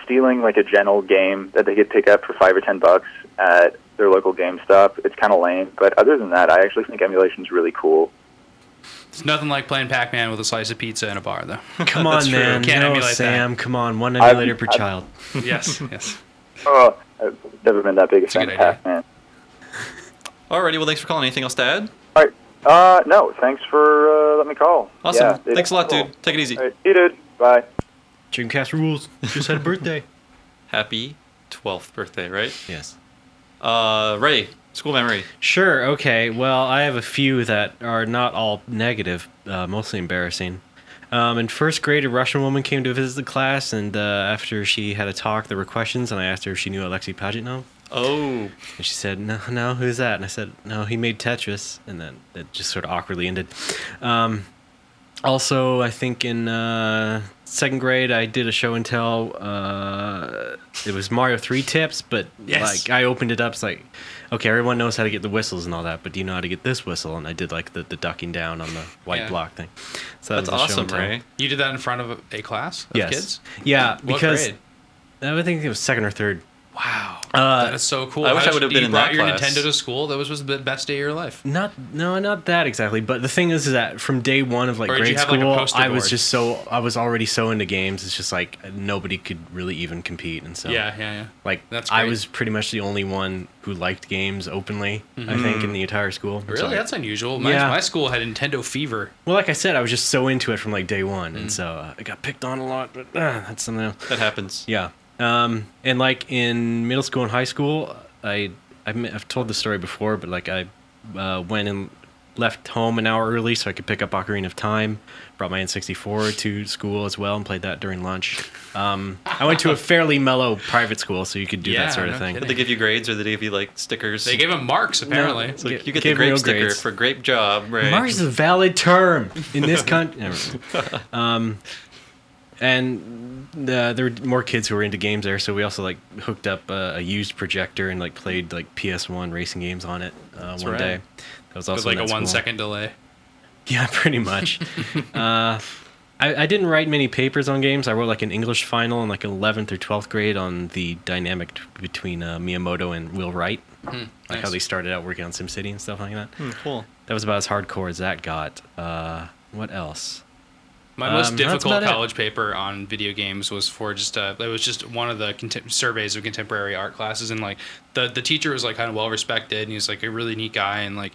[SPEAKER 9] stealing like a gen old game that they could pick up for five or ten bucks at their local GameStop. It's kind of lame, but other than that, I actually think emulation's really cool.
[SPEAKER 3] It's nothing like playing Pac-Man with a slice of pizza in a bar, though.
[SPEAKER 2] Come on,
[SPEAKER 1] That's true.
[SPEAKER 2] man.
[SPEAKER 3] Can't
[SPEAKER 2] no,
[SPEAKER 3] emulate that.
[SPEAKER 2] Sam. Come on. One
[SPEAKER 9] I've-
[SPEAKER 2] emulator per
[SPEAKER 9] I've-
[SPEAKER 2] child.
[SPEAKER 3] yes, yes.
[SPEAKER 9] Oh, I've never been that big a
[SPEAKER 3] It's a
[SPEAKER 9] fan
[SPEAKER 3] good
[SPEAKER 9] of
[SPEAKER 3] idea.
[SPEAKER 9] Pac-Man.
[SPEAKER 1] Alrighty, well, thanks for calling. Anything else to add?
[SPEAKER 9] All right. Uh, no, thanks for uh, letting me call.
[SPEAKER 1] Awesome.
[SPEAKER 9] Yeah, it's
[SPEAKER 1] thanks a lot,
[SPEAKER 9] cool.
[SPEAKER 1] dude. Take it easy.
[SPEAKER 9] All right, you dude. Bye.
[SPEAKER 2] Dreamcast rules. Just had a birthday.
[SPEAKER 1] Happy 12th birthday, right?
[SPEAKER 2] yes.
[SPEAKER 1] Uh, Ray, school memory.
[SPEAKER 2] Sure. Okay. Well, I have a few that are not all negative, uh, mostly embarrassing. Um, in first grade, a Russian woman came to visit the class, and uh, after she had a talk, there were questions, and I asked her if she knew Alexei Pajitnov,
[SPEAKER 1] Oh,
[SPEAKER 2] and she said, "No, no, who's that?" And I said, "No, he made Tetris," and then it just sort of awkwardly ended. Um, also, I think in uh, second grade, I did a show and tell. Uh, it was Mario Three Tips, but
[SPEAKER 1] Yes.
[SPEAKER 2] like I opened it up. It's like, okay, everyone knows how to get the whistles and all that, but do you know how to get this whistle? And I did like the, the ducking down on the white
[SPEAKER 3] Yeah.
[SPEAKER 2] block thing. So that
[SPEAKER 1] that's
[SPEAKER 2] was a show
[SPEAKER 1] awesome,
[SPEAKER 2] and tell.
[SPEAKER 1] Ray.
[SPEAKER 3] You did that in front of a class of
[SPEAKER 2] Yes.
[SPEAKER 3] kids.
[SPEAKER 2] Yeah,
[SPEAKER 3] What
[SPEAKER 2] because
[SPEAKER 3] grade?
[SPEAKER 2] I would think it was second or third.
[SPEAKER 3] Wow,
[SPEAKER 2] Uh,
[SPEAKER 3] that is so cool.
[SPEAKER 1] I wish
[SPEAKER 3] How
[SPEAKER 1] I would've
[SPEAKER 3] did-
[SPEAKER 1] been
[SPEAKER 3] you
[SPEAKER 1] in
[SPEAKER 3] brought
[SPEAKER 1] that
[SPEAKER 3] your
[SPEAKER 1] class.
[SPEAKER 3] Nintendo to school. That was, was the best day of your life.
[SPEAKER 2] Not no, not that exactly. But the thing is, is that from day one of like
[SPEAKER 3] Or did you
[SPEAKER 2] grade
[SPEAKER 3] have, like, a
[SPEAKER 2] school,
[SPEAKER 3] poster
[SPEAKER 2] I was
[SPEAKER 3] board?
[SPEAKER 2] just so I was already so into games. It's just like nobody could really even compete, and so
[SPEAKER 3] Yeah, yeah, yeah.
[SPEAKER 2] like
[SPEAKER 3] That's
[SPEAKER 2] I
[SPEAKER 3] great.
[SPEAKER 2] was pretty much the only one who liked games openly. I think in the entire school. It's
[SPEAKER 3] Mm-hmm. Really,
[SPEAKER 2] like-
[SPEAKER 3] that's unusual. My,
[SPEAKER 2] Yeah.
[SPEAKER 3] my school had Nintendo fever.
[SPEAKER 2] well, like I said, I was just so into it from like day one,
[SPEAKER 3] Mm.
[SPEAKER 2] and so uh, I got picked on a lot. But uh, that's something else.
[SPEAKER 1] That happens.
[SPEAKER 2] Yeah. Um, and like in middle school and high school, I I've, m- I've told the story before, but like I uh, went and left home an hour early so I could pick up Ocarina of Time. Brought my N64 to school as well and played that during lunch. Um, I went to a fairly mellow private school, so you could do
[SPEAKER 3] Yeah,
[SPEAKER 2] that sort of
[SPEAKER 3] no
[SPEAKER 2] thing.
[SPEAKER 1] Did
[SPEAKER 3] kidding.
[SPEAKER 1] they give you grades or did they give you like stickers?
[SPEAKER 3] They gave him marks apparently.
[SPEAKER 1] So
[SPEAKER 2] G-
[SPEAKER 1] you get the
[SPEAKER 2] gave me
[SPEAKER 1] grape
[SPEAKER 2] real
[SPEAKER 1] sticker
[SPEAKER 2] grades.
[SPEAKER 1] for grape job, Ray.
[SPEAKER 2] Mars is a valid term in this country. um, and uh, there were more kids who were into games there, so we also like hooked up uh, a used projector and like played like PS1 racing games on it uh, one
[SPEAKER 1] right.
[SPEAKER 2] day. That was also
[SPEAKER 3] With like
[SPEAKER 2] in
[SPEAKER 3] a
[SPEAKER 2] that
[SPEAKER 3] one
[SPEAKER 2] school.
[SPEAKER 3] second delay.
[SPEAKER 2] Yeah, pretty much. uh, I, I didn't write many papers on games. I wrote like an English final in like 11th or 12th grade on the dynamic t- between uh, Miyamoto and Will Wright, like how
[SPEAKER 3] Hmm, nice.
[SPEAKER 2] they started out working on SimCity and stuff like that.
[SPEAKER 1] Hmm, cool.
[SPEAKER 2] That was about as hardcore as that got. Uh, what else?
[SPEAKER 3] My
[SPEAKER 2] Um,
[SPEAKER 3] most
[SPEAKER 2] that's
[SPEAKER 3] difficult
[SPEAKER 2] about it.
[SPEAKER 3] college paper on video games was for just uh, it was just one of the contem- surveys of contemporary art classes, and like the the teacher was like kind of well respected, and he was like a really neat guy, and like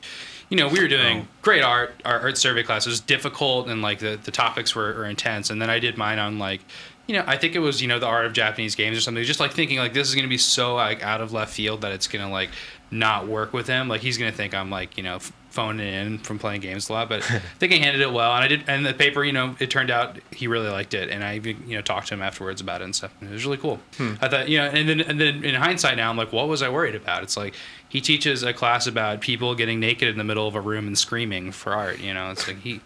[SPEAKER 3] you know we were
[SPEAKER 2] Oh.
[SPEAKER 3] doing great art. Our art survey class was difficult, and like the the topics were, were intense, and then I did mine on like. You know, I think it was you know the art of Japanese games or something. Just like thinking like this is gonna be so like out of left field that it's gonna like not work with him. Like he's gonna think I'm like you know f- phoning it in from playing games a lot. But I think he handled it well, and I did. And the paper, you know, it turned out he really liked it, and I even you know talked to him afterwards about it and stuff. And it was really cool. I thought you know, and then and then in hindsight now, I'm like, what was I worried about? It's like he teaches a class about people getting naked in the middle of a room and screaming for art. You know, it's like he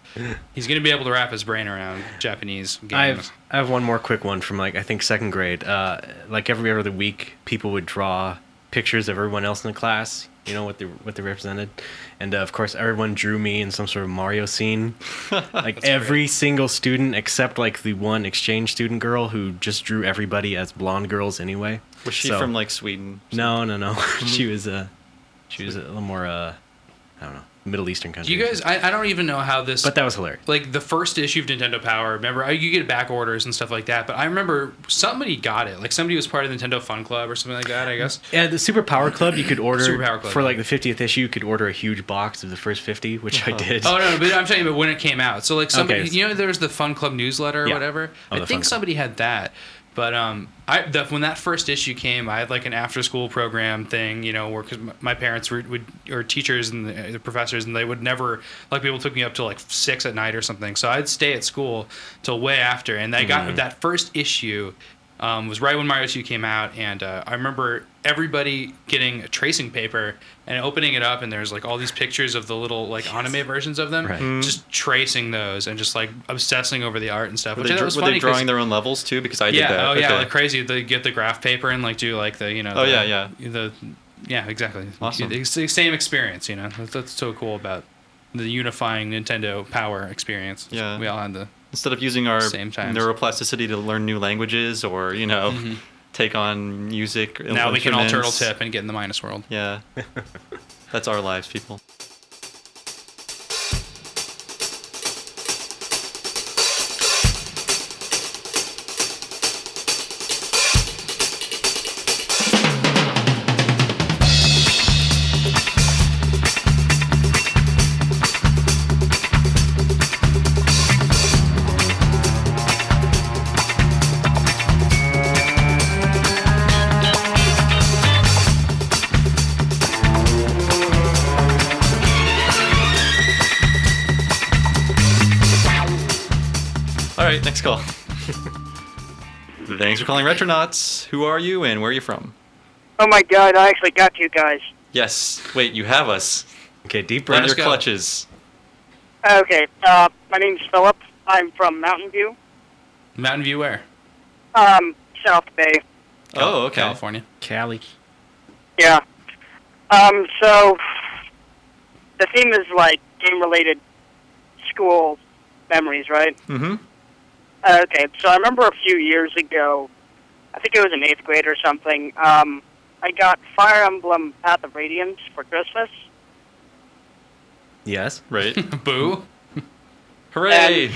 [SPEAKER 3] he's gonna be able to wrap his brain around Japanese games.
[SPEAKER 2] I have I have one more quick one from like I think second grade. Uh, like every other week, people would draw pictures of everyone else in the class. You know what they what they represented, and uh, of course everyone drew me in some sort of Mario scene. Like every single student except like the one exchange student girl who just drew everybody as blonde girls anyway.
[SPEAKER 1] Was she
[SPEAKER 2] So-
[SPEAKER 1] from like Sweden?
[SPEAKER 2] No, no, no. she was uh, she was a little more uh, I don't know, Middle Eastern country.
[SPEAKER 3] you guys, I, I don't even know how this.
[SPEAKER 2] But that was hilarious.
[SPEAKER 3] like the first issue of Nintendo Power. Remember, I- you get back orders and stuff like that. But I remember somebody got it. Like somebody was part of the Nintendo Fun Club or something like that. I guess.
[SPEAKER 2] Yeah, the Super Power Club, you could order
[SPEAKER 3] Super Power Club.
[SPEAKER 2] for like the 50th issue, you could order a huge box of the first 50, which I did.
[SPEAKER 3] Oh no, but I'm talking about when it came out. So like somebody,
[SPEAKER 2] Okay.
[SPEAKER 3] you know, there's the Fun Club newsletter or
[SPEAKER 2] Yeah.
[SPEAKER 3] whatever.
[SPEAKER 2] Oh,
[SPEAKER 3] I
[SPEAKER 2] the Fun
[SPEAKER 3] think
[SPEAKER 2] Club.
[SPEAKER 3] somebody had that. But um, I the, when that first issue came, I had like an after school program thing, you know, where because my parents were, would or teachers and the, the professors, and they would never like people took me up till like six at night or something. So I'd stay at school till way after, and I
[SPEAKER 2] Mm-hmm.
[SPEAKER 3] got that first issue. Um, was right when Mario 2 came out, and uh, I remember everybody getting a tracing paper and opening it up, and there's like all these pictures of the little like anime versions of them,
[SPEAKER 2] Right.
[SPEAKER 3] just tracing those and just like obsessing over the art and stuff.
[SPEAKER 1] Were
[SPEAKER 3] which
[SPEAKER 1] they,
[SPEAKER 3] I thought
[SPEAKER 1] dra-
[SPEAKER 3] was
[SPEAKER 1] were
[SPEAKER 3] funny
[SPEAKER 1] they
[SPEAKER 3] 'cause-
[SPEAKER 1] drawing their own levels too? Because I did
[SPEAKER 3] yeah,
[SPEAKER 1] that.
[SPEAKER 3] oh yeah,
[SPEAKER 1] Okay.
[SPEAKER 3] like crazy. They get the graph paper and like do like the you know.
[SPEAKER 1] Oh,
[SPEAKER 3] the-
[SPEAKER 1] yeah, yeah.
[SPEAKER 3] The yeah, exactly.
[SPEAKER 1] Awesome.
[SPEAKER 3] It's the same experience, you know. That's, that's so cool about the unifying Nintendo power experience.
[SPEAKER 1] Yeah.
[SPEAKER 3] we all had the
[SPEAKER 1] Instead of using our
[SPEAKER 3] Same times. Mm-hmm.
[SPEAKER 1] neuroplasticity to learn new languages or you know take on music.
[SPEAKER 3] now we can all turtle
[SPEAKER 1] instruments.
[SPEAKER 3] tip and get in the minus world.
[SPEAKER 1] Yeah. That's our lives, people. All right, next call. Thanks for calling Retronauts. Who are you and where are you from?
[SPEAKER 10] Oh my god, I actually got you guys.
[SPEAKER 1] Yes. Wait, you have us.
[SPEAKER 2] Okay, deep
[SPEAKER 1] Run
[SPEAKER 2] breath.
[SPEAKER 1] your clutches.
[SPEAKER 10] Okay, uh, my name's Philip. I'm from Mountain View,
[SPEAKER 3] Mountain View, where?
[SPEAKER 10] um, South Bay.
[SPEAKER 1] Oh, okay.
[SPEAKER 3] California.
[SPEAKER 2] Cali.
[SPEAKER 10] Yeah. Um, so the theme is like game related school memories, right?
[SPEAKER 1] Mm-hmm.
[SPEAKER 10] Uh, okay, so I remember a few years ago, I think it was in eighth grade or something, um, I got Fire Emblem Path of Radiance for Christmas.
[SPEAKER 2] Yes.
[SPEAKER 1] Right.
[SPEAKER 3] Boo.
[SPEAKER 1] Hooray!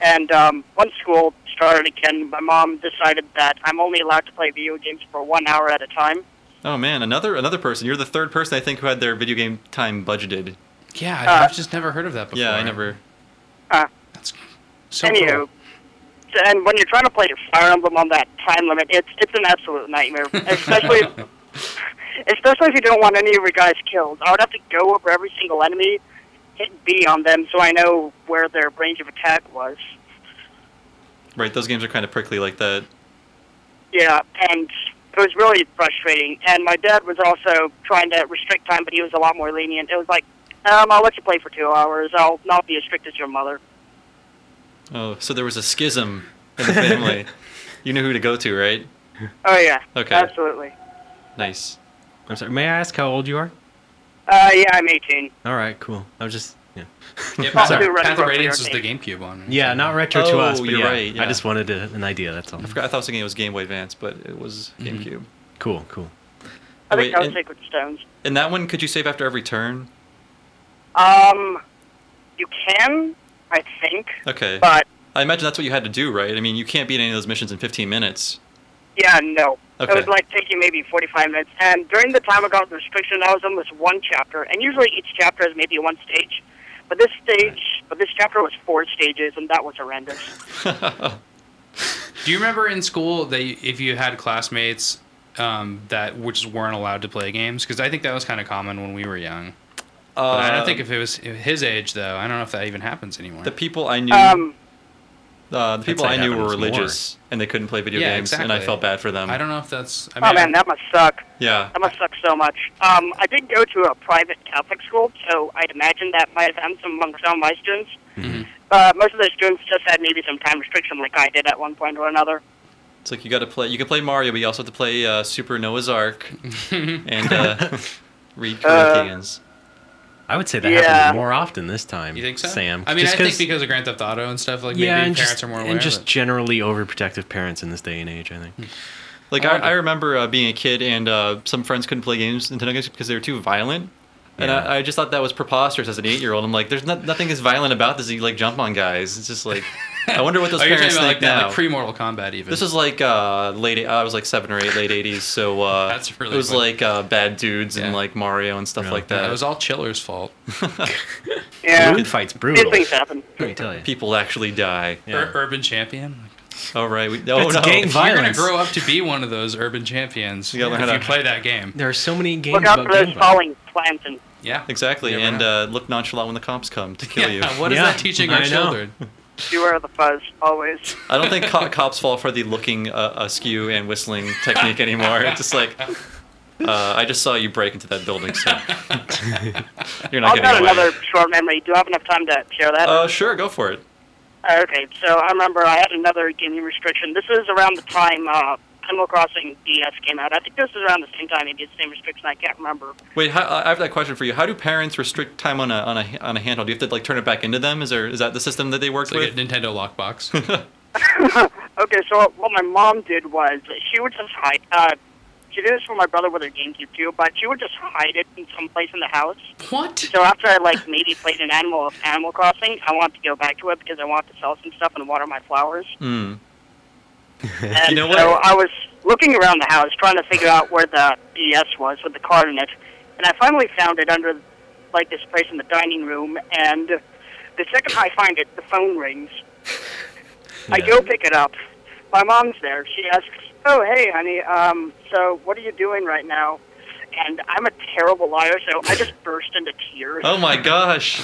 [SPEAKER 10] And um, once school started again, my mom decided that I'm only allowed to play video games for one hour at a time.
[SPEAKER 1] oh man, another another person. You're the third person I think who had their video game time budgeted.
[SPEAKER 3] Yeah,
[SPEAKER 10] Uh,
[SPEAKER 3] I've just never heard of that before.
[SPEAKER 1] Yeah, I never.
[SPEAKER 3] That's so
[SPEAKER 10] Anywho,
[SPEAKER 3] cool.
[SPEAKER 10] so- and when you're trying to play Fire Emblem on that time limit, it's it's an absolute nightmare, especially especially if you don't want any of your guys killed. I would have to go over every single enemy, hit B on them, so I know where their range of attack was.
[SPEAKER 1] Right, those games are kind of prickly like that.
[SPEAKER 10] Yeah, and it was really frustrating. And my dad was also trying to restrict time, but he was a lot more lenient. It was like, um, I'll let you play for two hours. I'll not be as strict as your mother.
[SPEAKER 1] Oh, so there was a schism in the family. you knew who to go to, right?
[SPEAKER 10] Oh yeah,
[SPEAKER 1] Okay.
[SPEAKER 10] absolutely.
[SPEAKER 1] Nice.
[SPEAKER 2] I'm sorry. May I ask how old you are?
[SPEAKER 10] Uh, yeah, I'm 18.
[SPEAKER 2] All right. Cool. I was just. Yeah.
[SPEAKER 3] Yep,
[SPEAKER 10] I'll
[SPEAKER 3] sorry.
[SPEAKER 10] do Retro
[SPEAKER 3] Path of
[SPEAKER 10] for
[SPEAKER 3] Radiance was
[SPEAKER 10] your
[SPEAKER 3] the GameCube one. right?
[SPEAKER 2] Yeah, not retro
[SPEAKER 1] Oh,
[SPEAKER 2] to us, but
[SPEAKER 1] you're
[SPEAKER 2] yeah,
[SPEAKER 1] right, yeah.
[SPEAKER 2] I just wanted to, an idea. That's all.
[SPEAKER 1] I forgot. I thought the game was Game Boy Advance, but it was
[SPEAKER 3] Mm-hmm.
[SPEAKER 1] GameCube.
[SPEAKER 2] Cool. Cool.
[SPEAKER 10] I
[SPEAKER 1] Wait,
[SPEAKER 10] think that was
[SPEAKER 1] and-
[SPEAKER 10] Sacred Stones.
[SPEAKER 1] And that one, could you save after every turn?
[SPEAKER 10] Um, you can, I think,
[SPEAKER 1] Okay.
[SPEAKER 10] but
[SPEAKER 1] I imagine that's what you had to do, right? I mean, you can't beat any of those missions in 15 minutes.
[SPEAKER 10] yeah, no.
[SPEAKER 1] Okay.
[SPEAKER 10] It was like taking maybe 45 minutes. And during the time I got the restriction, I was on this one chapter, and usually each chapter has maybe one stage. But this stage, but this chapter was four stages, and that was horrendous.
[SPEAKER 3] Do you remember in school that you- if you had classmates um, that which weren't allowed to play games? Because I think that was kind of common when we were young. But I don't think if it was his age though, I don't know if that even happens anymore.
[SPEAKER 1] the people I knew,
[SPEAKER 10] Um,
[SPEAKER 1] uh, the people
[SPEAKER 2] how
[SPEAKER 1] I
[SPEAKER 2] it
[SPEAKER 1] knew were
[SPEAKER 2] happens more.
[SPEAKER 1] religious, and they couldn't play video
[SPEAKER 3] Yeah,
[SPEAKER 1] games, and I
[SPEAKER 3] exactly.
[SPEAKER 1] felt bad for them.
[SPEAKER 3] I don't know if that's. I
[SPEAKER 10] oh man, that must suck.
[SPEAKER 1] yeah.
[SPEAKER 10] That must suck so much. Um, I did go to a private Catholic school, so I'd imagine that might have happened among some of my students.
[SPEAKER 3] Mhm.
[SPEAKER 10] Uh, most of the students just had maybe some time restriction, like I did at one point or another.
[SPEAKER 1] It's like you got to play. You can play Mario, but you also have to play uh, Super Noah's Ark and uh, read Corinthians.
[SPEAKER 2] Uh, I would say that
[SPEAKER 10] Yeah.
[SPEAKER 2] happened more often this time.
[SPEAKER 3] you think so,
[SPEAKER 2] Sam?
[SPEAKER 3] I mean,
[SPEAKER 2] Just
[SPEAKER 3] I think
[SPEAKER 2] 'cause-
[SPEAKER 3] because of Grand Theft Auto and stuff, like
[SPEAKER 2] yeah,
[SPEAKER 3] maybe
[SPEAKER 2] and
[SPEAKER 3] parents
[SPEAKER 2] just,
[SPEAKER 3] are more aware.
[SPEAKER 2] and just
[SPEAKER 3] of it. Hmm.
[SPEAKER 2] generally overprotective parents in this day and age. I think.
[SPEAKER 1] Like
[SPEAKER 3] I
[SPEAKER 1] I,
[SPEAKER 3] like
[SPEAKER 1] I
[SPEAKER 3] it.
[SPEAKER 1] remember uh, being a kid, and uh, some friends couldn't play games, Nintendo games, because they were too violent. And
[SPEAKER 2] Yeah.
[SPEAKER 1] I, I just thought that was preposterous as an eight-year-old. I'm like, there's not, nothing as violent about this. as You like jump on guys. It's just like, I wonder what those
[SPEAKER 3] Oh, you're talking
[SPEAKER 1] parents
[SPEAKER 3] about
[SPEAKER 1] think
[SPEAKER 3] like that,
[SPEAKER 1] now.
[SPEAKER 3] like pre Mortal Kombat even.
[SPEAKER 1] This was like uh, late. I was like seven or eight, late '80s. So uh,
[SPEAKER 3] That's really
[SPEAKER 1] it was
[SPEAKER 3] funny.
[SPEAKER 1] like uh, bad dudes
[SPEAKER 3] Yeah.
[SPEAKER 1] and like Mario and stuff
[SPEAKER 2] Yeah.
[SPEAKER 1] like
[SPEAKER 3] Yeah,
[SPEAKER 1] that.
[SPEAKER 3] it was all Chiller's fault.
[SPEAKER 10] Yeah,
[SPEAKER 2] Balloon fights
[SPEAKER 10] these
[SPEAKER 2] brutal.
[SPEAKER 10] things happen.
[SPEAKER 2] Let me tell you.
[SPEAKER 1] People actually die.
[SPEAKER 2] Yeah.
[SPEAKER 3] Ur- urban champion.
[SPEAKER 1] Oh right. We, oh
[SPEAKER 2] It's
[SPEAKER 1] no.
[SPEAKER 2] gang vi-
[SPEAKER 3] You're gonna
[SPEAKER 2] Violence.
[SPEAKER 3] grow up to be one of those urban champions
[SPEAKER 1] You gotta learn
[SPEAKER 3] if
[SPEAKER 1] how
[SPEAKER 3] you
[SPEAKER 1] to-
[SPEAKER 3] play that game.
[SPEAKER 2] There are so many games
[SPEAKER 10] Look out
[SPEAKER 2] about
[SPEAKER 10] for those
[SPEAKER 2] game violence.
[SPEAKER 10] falling plants and
[SPEAKER 3] Yeah,
[SPEAKER 1] Exactly.
[SPEAKER 3] Never
[SPEAKER 1] and
[SPEAKER 3] know.
[SPEAKER 1] uh, look nonchalant when the cops come to kill
[SPEAKER 3] yeah.
[SPEAKER 1] you.
[SPEAKER 3] What is
[SPEAKER 2] Yeah,
[SPEAKER 3] that teaching our
[SPEAKER 2] I know.
[SPEAKER 3] children?
[SPEAKER 10] beware of the fuzz always.
[SPEAKER 1] I don't think co- cops fall for the looking uh, askew and whistling technique anymore. It's just like. Uh, I just saw you break into that building, so you're not
[SPEAKER 10] I've got
[SPEAKER 1] getting away.
[SPEAKER 10] another short memory. Do I have enough time to share that?
[SPEAKER 1] Uh, sure, go for it.
[SPEAKER 10] okay, so I remember I had another gaming restriction. This was around the time uh, Animal Crossing DS came out. I think this was around the same time. Maybe it's the same restriction. I can't remember.
[SPEAKER 1] Wait, how, I have that question for you. How do parents restrict time on a on a on a handheld? Do you have to like turn it back into them? Is there is that the system that they work
[SPEAKER 3] It's like a
[SPEAKER 1] with?
[SPEAKER 3] Nintendo lockbox.
[SPEAKER 10] Okay, so what my mom did was she would just hide. Uh, she did this for my brother with her GameCube too, but she would just hide it in some place in the house.
[SPEAKER 3] What?
[SPEAKER 10] So after I like maybe played an Animal Animal Crossing, I want to go back to it because I want to sell some stuff and water my flowers.
[SPEAKER 1] Mm.
[SPEAKER 10] And
[SPEAKER 1] You know
[SPEAKER 10] so
[SPEAKER 1] what?
[SPEAKER 10] I was looking around the house trying to figure out where the DS was with the card in it, and I finally found it under like this place in the dining room. And the second I find it, the phone rings. I go pick it up. My mom's there. She asks, "Oh, hey, honey. Um, so what are you doing right now?" And I'm a terrible liar, so I just burst into tears.
[SPEAKER 1] Oh my gosh!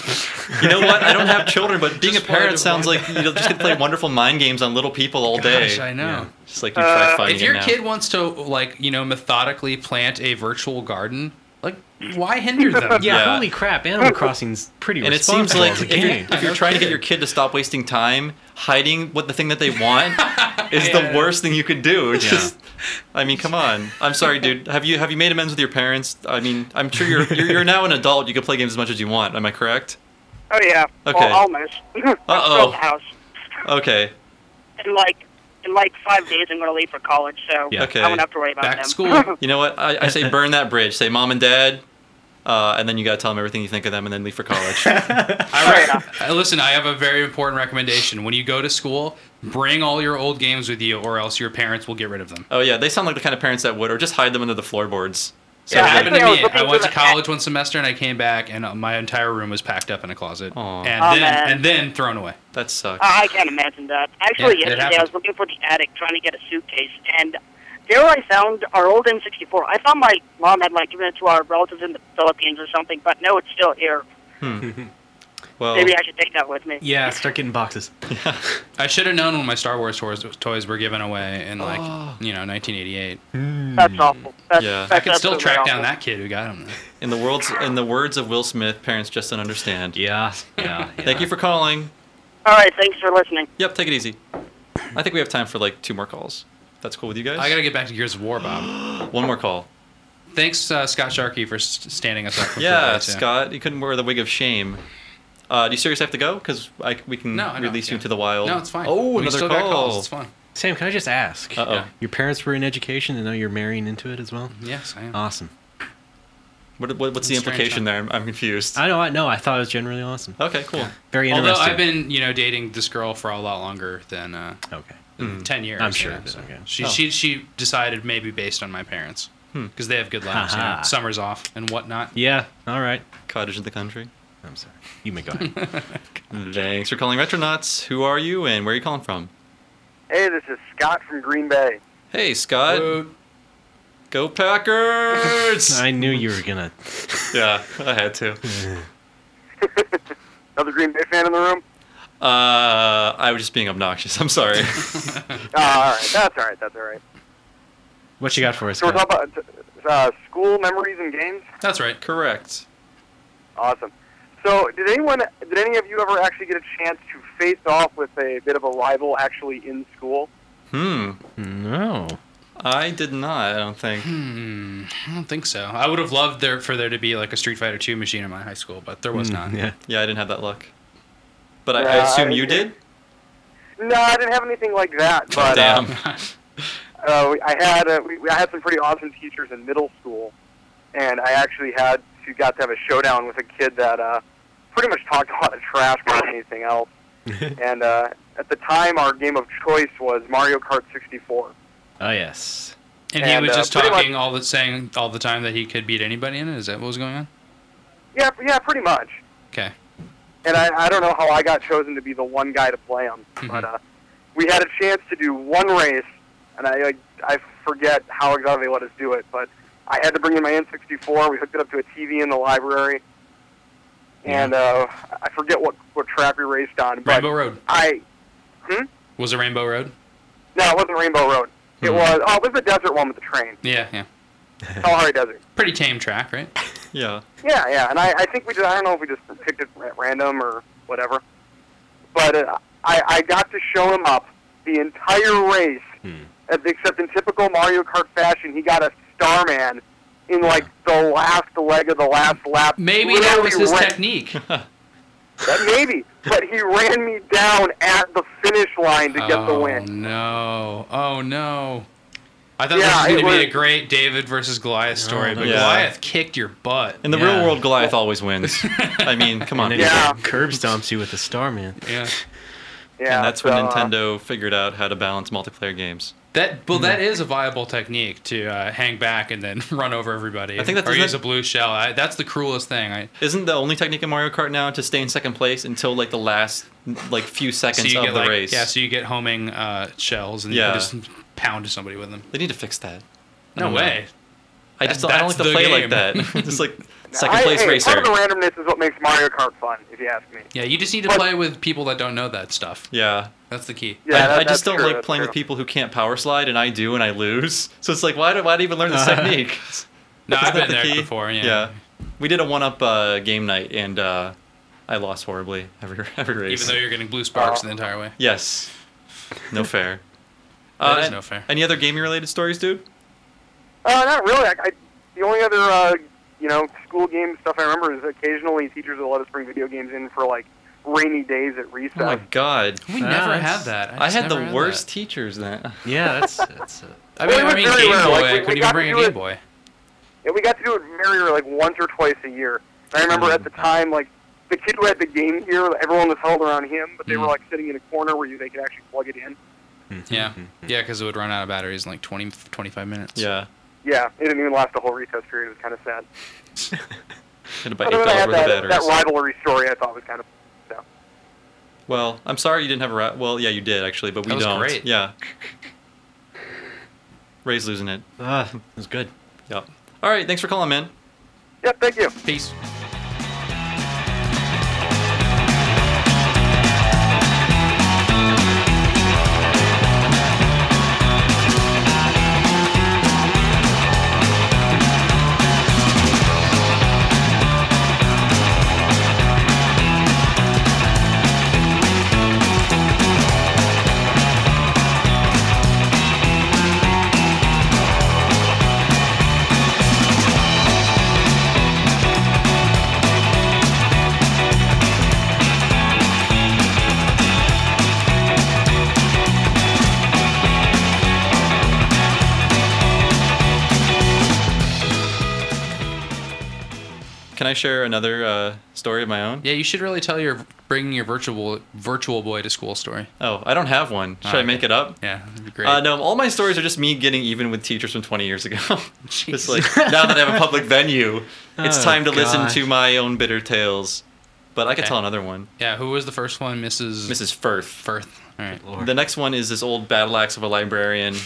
[SPEAKER 1] You know what? I don't have children, but being a parent sounds like you just can play wonderful mind games on little people all day.
[SPEAKER 3] Gosh, I know.
[SPEAKER 1] Just like you try
[SPEAKER 10] Uh,
[SPEAKER 1] fighting
[SPEAKER 3] Uh, if
[SPEAKER 1] it
[SPEAKER 3] your
[SPEAKER 1] now.
[SPEAKER 3] kid wants to like you know methodically plant a virtual garden like why hinder them
[SPEAKER 2] Yeah, holy crap! Animal Crossing's pretty.
[SPEAKER 1] and it seems
[SPEAKER 2] responsible
[SPEAKER 1] like
[SPEAKER 2] as a
[SPEAKER 1] if you're,
[SPEAKER 2] game.
[SPEAKER 1] if you're trying to get your kid to stop wasting time hiding what the thing that they want is
[SPEAKER 3] Yeah.
[SPEAKER 1] the worst thing you could do it's
[SPEAKER 2] Yeah.
[SPEAKER 1] just i mean come on i'm sorry dude have you have you made amends with your parents i mean i'm sure you're you're, you're now an adult you can play games as much as you want am i correct
[SPEAKER 10] Oh yeah,
[SPEAKER 1] Okay.
[SPEAKER 10] well, almost.
[SPEAKER 1] Uh-oh.
[SPEAKER 10] Sold the house.
[SPEAKER 1] okay
[SPEAKER 10] In like in like five days, I'm going to leave for college, so
[SPEAKER 1] Yeah. Okay.
[SPEAKER 10] I won't have to worry about them. Uh,
[SPEAKER 3] Back to school.
[SPEAKER 1] you know what i, I say burn that bridge say mom and dad uh, and then you gotta tell them everything you think of them, and then leave for college.
[SPEAKER 10] Fair enough.
[SPEAKER 3] Uh, listen i have a very important recommendation when you go to school bring all your old games with you or else your parents will get rid of them
[SPEAKER 1] oh yeah, they sound like the kind of parents that would, or just hide them under the floorboards. So
[SPEAKER 3] so it
[SPEAKER 10] Yeah,
[SPEAKER 3] happened to
[SPEAKER 10] actually, I was
[SPEAKER 3] me
[SPEAKER 10] looking
[SPEAKER 3] i went to
[SPEAKER 10] through the-
[SPEAKER 3] college one semester and i came back and uh, my entire room was packed up in a closet
[SPEAKER 1] Aw.
[SPEAKER 3] and
[SPEAKER 10] Oh,
[SPEAKER 3] then
[SPEAKER 10] man.
[SPEAKER 3] and then thrown away
[SPEAKER 1] that sucks.
[SPEAKER 10] Uh, I can't imagine that. Actually,
[SPEAKER 3] Yeah, it
[SPEAKER 10] yesterday I was
[SPEAKER 3] happens.
[SPEAKER 10] looking for the attic trying to get a suitcase, and there I found our old M64. I thought my mom had like given it to our relatives in the Philippines or something, but no, it's still here.
[SPEAKER 1] Well,
[SPEAKER 10] Maybe I should take that with me.
[SPEAKER 2] yeah, start getting boxes.
[SPEAKER 3] i should have known when my star wars toys, toys were given away in like
[SPEAKER 1] Oh.
[SPEAKER 3] you know 1988
[SPEAKER 1] Hmm.
[SPEAKER 10] That's awful. That's,
[SPEAKER 1] Yeah. I
[SPEAKER 3] i
[SPEAKER 10] that's
[SPEAKER 3] could still
[SPEAKER 10] absolutely
[SPEAKER 3] track
[SPEAKER 10] awful.
[SPEAKER 3] down that kid who got them
[SPEAKER 1] in the world's, in the words of Will Smith, parents just don't understand.
[SPEAKER 2] Yeah, yeah.
[SPEAKER 1] Thank you for calling.
[SPEAKER 10] All right, thanks for listening.
[SPEAKER 1] Yep, take it easy. I think we have time for like two more calls. If That's cool with you guys.
[SPEAKER 3] i gotta get back to gears of war bob
[SPEAKER 1] one more call.
[SPEAKER 3] Thanks, uh, Scott Sharkey, for s- standing us up. for
[SPEAKER 1] Yeah,
[SPEAKER 3] that,
[SPEAKER 1] Scott, you couldn't wear the wig of shame. Uh, do you seriously have to go? Because we can
[SPEAKER 3] No, I don't,
[SPEAKER 1] release you
[SPEAKER 3] yeah.
[SPEAKER 1] into the wild.
[SPEAKER 3] No, it's fine.
[SPEAKER 1] Oh,
[SPEAKER 3] we
[SPEAKER 1] another
[SPEAKER 3] still
[SPEAKER 1] call.
[SPEAKER 3] Got calls. It's fine.
[SPEAKER 2] Sam, can I just ask?
[SPEAKER 1] Uh-oh.
[SPEAKER 3] Yeah.
[SPEAKER 2] Your parents were in education, and now you're marrying into it as well.
[SPEAKER 3] Yes, I am.
[SPEAKER 2] Awesome.
[SPEAKER 1] What, what, what's the
[SPEAKER 3] Strange,
[SPEAKER 1] implication there? I'm, I'm confused.
[SPEAKER 2] I know. I know. I thought it was generally awesome.
[SPEAKER 1] okay, cool.
[SPEAKER 2] Very
[SPEAKER 3] Although
[SPEAKER 2] interesting.
[SPEAKER 3] I've been, you know, dating this girl for a lot longer than uh,
[SPEAKER 2] okay.
[SPEAKER 3] than ten years.
[SPEAKER 2] I'm
[SPEAKER 3] you
[SPEAKER 2] sure
[SPEAKER 3] know,
[SPEAKER 2] it is,
[SPEAKER 3] so
[SPEAKER 2] okay.
[SPEAKER 3] She
[SPEAKER 1] Oh. Hmm.
[SPEAKER 3] she she decided maybe based on my parents because they have good lives. you know,
[SPEAKER 2] Ha-ha.
[SPEAKER 3] summers off and whatnot.
[SPEAKER 2] Yeah. All right.
[SPEAKER 1] Cottage in the country.
[SPEAKER 2] I'm sorry. You may go ahead.
[SPEAKER 1] Thanks for calling Retronauts. Who are you and where are you calling from?
[SPEAKER 11] Hey, this is Scott from Green Bay.
[SPEAKER 1] Hey, Scott.
[SPEAKER 3] Hello.
[SPEAKER 1] Go Uh, Packers!
[SPEAKER 2] I knew you were gonna.
[SPEAKER 1] yeah, I had to.
[SPEAKER 11] Another Green Bay fan in the room?
[SPEAKER 1] Uh, I was just being obnoxious. I'm sorry.
[SPEAKER 11] Ah, all right. That's all right. That's all right.
[SPEAKER 2] What you got for us?
[SPEAKER 11] So we're
[SPEAKER 2] Scott?
[SPEAKER 11] talking about uh, school memories and games.
[SPEAKER 3] That's right.
[SPEAKER 1] Correct.
[SPEAKER 11] Awesome. So, did anyone, did any of you ever actually get a chance to face off with a bit of a rival actually in school?
[SPEAKER 1] Hmm.
[SPEAKER 2] No.
[SPEAKER 1] I did not. I don't think.
[SPEAKER 3] Hmm, I don't think so. I would have loved there for there to be like a Street Fighter Two machine in my high school, but there was
[SPEAKER 2] Mm,
[SPEAKER 3] not.
[SPEAKER 2] Yeah.
[SPEAKER 1] Hmm, Yeah, I didn't have that luck. But I, I
[SPEAKER 11] Yeah,
[SPEAKER 1] assume
[SPEAKER 11] I-
[SPEAKER 1] you did.
[SPEAKER 11] No, I didn't have anything like that. But
[SPEAKER 1] Damn.
[SPEAKER 11] Uh, uh, we- I had uh, we, we- I had some pretty awesome teachers in middle school, and I actually had to got to have a showdown with a kid that uh, pretty much talked a lot of trash more than anything else. and uh, at the time, our game of choice was Mario Kart 64.
[SPEAKER 2] Oh yes.
[SPEAKER 3] And, he
[SPEAKER 11] And,
[SPEAKER 3] was
[SPEAKER 11] uh,
[SPEAKER 3] just
[SPEAKER 11] pretty much-
[SPEAKER 3] talking all the saying all the time that he could beat anybody in it. Is that what was going on?
[SPEAKER 11] Yeah, yeah, pretty much.
[SPEAKER 3] Okay.
[SPEAKER 11] and I, I don't know how I got chosen to be the one guy to play him,
[SPEAKER 3] Mm-hmm.
[SPEAKER 11] but uh, we had a chance to do one race, and I like, I forget how exactly they let us do it, but I had to bring in my N64. We hooked it up to a TV in the library, and uh, I forget what what track we raced on, but
[SPEAKER 3] Rainbow Road
[SPEAKER 11] I hmm?
[SPEAKER 3] was it Rainbow Road?
[SPEAKER 11] no, it wasn't Rainbow Road. It
[SPEAKER 1] Hmm.
[SPEAKER 11] was oh, it was the desert one with the train,
[SPEAKER 3] Yeah, yeah.
[SPEAKER 11] Kalahari Desert.
[SPEAKER 3] Pretty tame track, right?
[SPEAKER 1] Yeah.
[SPEAKER 11] Yeah, yeah, and I, I think we just, I don't know if we just picked it at random or whatever, but uh, I, I got to show him up the entire race,
[SPEAKER 1] Hmm.
[SPEAKER 11] uh, except in typical Mario Kart fashion, he got a Starman in like the last leg of the last lap.
[SPEAKER 3] Maybe that was
[SPEAKER 11] Literally
[SPEAKER 3] his
[SPEAKER 11] ran-
[SPEAKER 3] technique.
[SPEAKER 11] That maybe, but he ran me down at the finish line to get the
[SPEAKER 3] Oh,
[SPEAKER 11] win.
[SPEAKER 3] No. Oh no. I thought
[SPEAKER 11] Yeah,
[SPEAKER 3] this was
[SPEAKER 11] it
[SPEAKER 3] going to be
[SPEAKER 11] was-
[SPEAKER 3] a great David versus Goliath story, but
[SPEAKER 1] Oh, yeah.
[SPEAKER 3] Goliath kicked your butt.
[SPEAKER 1] In the
[SPEAKER 3] Yeah.
[SPEAKER 1] real world, Goliath always wins. I mean, come on.
[SPEAKER 2] And then yeah. curb stomps you with the Starman.
[SPEAKER 3] Yeah.
[SPEAKER 11] Yeah,
[SPEAKER 1] and that's when
[SPEAKER 11] so, uh,
[SPEAKER 1] Nintendo figured out how to balance multiplayer games.
[SPEAKER 3] That well, that is a viable technique to uh, hang back and then run over everybody.
[SPEAKER 1] I think that's-
[SPEAKER 3] or
[SPEAKER 1] isn't
[SPEAKER 3] use
[SPEAKER 1] that-
[SPEAKER 3] a blue shell. I, that's the cruelest thing. I,
[SPEAKER 1] Isn't the only technique in Mario Kart now to stay in second place until like the last like few
[SPEAKER 3] so
[SPEAKER 1] seconds
[SPEAKER 3] you
[SPEAKER 1] of
[SPEAKER 3] get
[SPEAKER 1] the
[SPEAKER 3] like,
[SPEAKER 1] race?
[SPEAKER 3] yeah, so you get homing uh, shells and
[SPEAKER 1] Yeah.
[SPEAKER 3] you can just pound somebody with them.
[SPEAKER 1] They need to fix that. I
[SPEAKER 3] No
[SPEAKER 1] don't know.
[SPEAKER 3] way.
[SPEAKER 1] I just don't, I don't like
[SPEAKER 3] That's
[SPEAKER 1] to
[SPEAKER 3] the
[SPEAKER 1] play like
[SPEAKER 3] game.
[SPEAKER 1] that. just like second
[SPEAKER 11] I-
[SPEAKER 1] place
[SPEAKER 11] hey,
[SPEAKER 1] racer.
[SPEAKER 11] Part of the randomness is what makes Mario Kart fun, if you ask me.
[SPEAKER 3] Yeah, you just need to
[SPEAKER 11] But-
[SPEAKER 3] play with people that don't know that stuff.
[SPEAKER 1] Yeah.
[SPEAKER 3] That's the key.
[SPEAKER 11] Yeah,
[SPEAKER 1] I,
[SPEAKER 11] that-
[SPEAKER 1] I just
[SPEAKER 11] that's
[SPEAKER 1] don't
[SPEAKER 11] true,
[SPEAKER 1] like
[SPEAKER 11] that's
[SPEAKER 1] playing
[SPEAKER 11] true.
[SPEAKER 1] with people who can't power slide, and I do, and I lose. So it's like, why did why did I even learn this technique?
[SPEAKER 3] Uh-huh. No,
[SPEAKER 1] Isn't
[SPEAKER 3] I've
[SPEAKER 1] that
[SPEAKER 3] been
[SPEAKER 1] the
[SPEAKER 3] there
[SPEAKER 1] key?
[SPEAKER 3] before. Yeah.
[SPEAKER 1] we did a one-up uh, game night, and uh, I lost horribly every every race.
[SPEAKER 3] Even though you're getting blue sparks
[SPEAKER 11] Oh.
[SPEAKER 3] the entire way.
[SPEAKER 1] yes, no fair.
[SPEAKER 3] That is
[SPEAKER 1] and-
[SPEAKER 3] no fair.
[SPEAKER 1] Any other gaming-related stories, dude?
[SPEAKER 11] Uh, not really. I, I, the only other, uh, you know, school game stuff I remember is occasionally teachers will let us bring video games in for like rainy days at recess.
[SPEAKER 1] Oh my god,
[SPEAKER 3] We
[SPEAKER 2] Ah,
[SPEAKER 3] never
[SPEAKER 2] that's-
[SPEAKER 3] had that. I,
[SPEAKER 1] I,
[SPEAKER 3] just
[SPEAKER 1] had the
[SPEAKER 3] never that.
[SPEAKER 1] worst teachers. Then
[SPEAKER 2] Yeah, that's that's. Uh,
[SPEAKER 3] I mean,
[SPEAKER 11] Well,
[SPEAKER 3] I
[SPEAKER 11] it was
[SPEAKER 3] mean,
[SPEAKER 11] very
[SPEAKER 3] Game Boy.
[SPEAKER 11] rare, like, we-
[SPEAKER 3] I
[SPEAKER 11] we
[SPEAKER 3] couldn't even
[SPEAKER 11] got
[SPEAKER 3] bring a
[SPEAKER 11] to do
[SPEAKER 3] Game
[SPEAKER 11] it-
[SPEAKER 3] Boy.
[SPEAKER 11] Yeah, we got to do it very rare, like once or twice a year. And I remember at the
[SPEAKER 3] Mm-hmm.
[SPEAKER 11] time, like the kid who had the game here, everyone was held around him, but they were
[SPEAKER 3] Mm.
[SPEAKER 11] like sitting in a corner where you, they could actually plug it in.
[SPEAKER 1] Mm-hmm,
[SPEAKER 3] Yeah, yeah, because it would run out of batteries in like 20, 25 minutes.
[SPEAKER 1] yeah,
[SPEAKER 11] Yeah, it didn't even last the whole recess period. It was kind of sad.
[SPEAKER 1] had
[SPEAKER 11] But
[SPEAKER 1] about eight
[SPEAKER 11] then I
[SPEAKER 1] dollars
[SPEAKER 11] had
[SPEAKER 1] worth of
[SPEAKER 11] that, that
[SPEAKER 1] batteries.
[SPEAKER 11] rivalry story. I thought was kind of so.
[SPEAKER 1] well, I'm sorry you didn't have a rat. Well, yeah, you did actually, but we
[SPEAKER 3] That was
[SPEAKER 1] don't.
[SPEAKER 3] great.
[SPEAKER 1] Yeah, Ray's losing it.
[SPEAKER 2] ah, it was good.
[SPEAKER 1] Yep. All right, thanks for calling, man.
[SPEAKER 11] Yeah, thank you.
[SPEAKER 3] Peace.
[SPEAKER 1] Can I share another uh, story of my own?
[SPEAKER 3] Yeah, you should really tell your bringing your virtual virtual boy to school story.
[SPEAKER 1] Oh, I don't have one. Should
[SPEAKER 3] Oh,
[SPEAKER 1] I make it up?
[SPEAKER 3] Yeah, that'd be great.
[SPEAKER 1] Uh, no, all my stories are just me getting even with teachers from 20 years ago. just like now that I have a public venue, it's
[SPEAKER 2] Oh,
[SPEAKER 1] time to listen
[SPEAKER 2] gosh.
[SPEAKER 1] to my own bitter tales. But I could
[SPEAKER 3] Okay.
[SPEAKER 1] tell another one.
[SPEAKER 3] yeah, who was the first one? Mrs.
[SPEAKER 1] Mrs. Firth.
[SPEAKER 3] Firth. All right.
[SPEAKER 2] Lord.
[SPEAKER 1] The next one is this old battle axe of a librarian.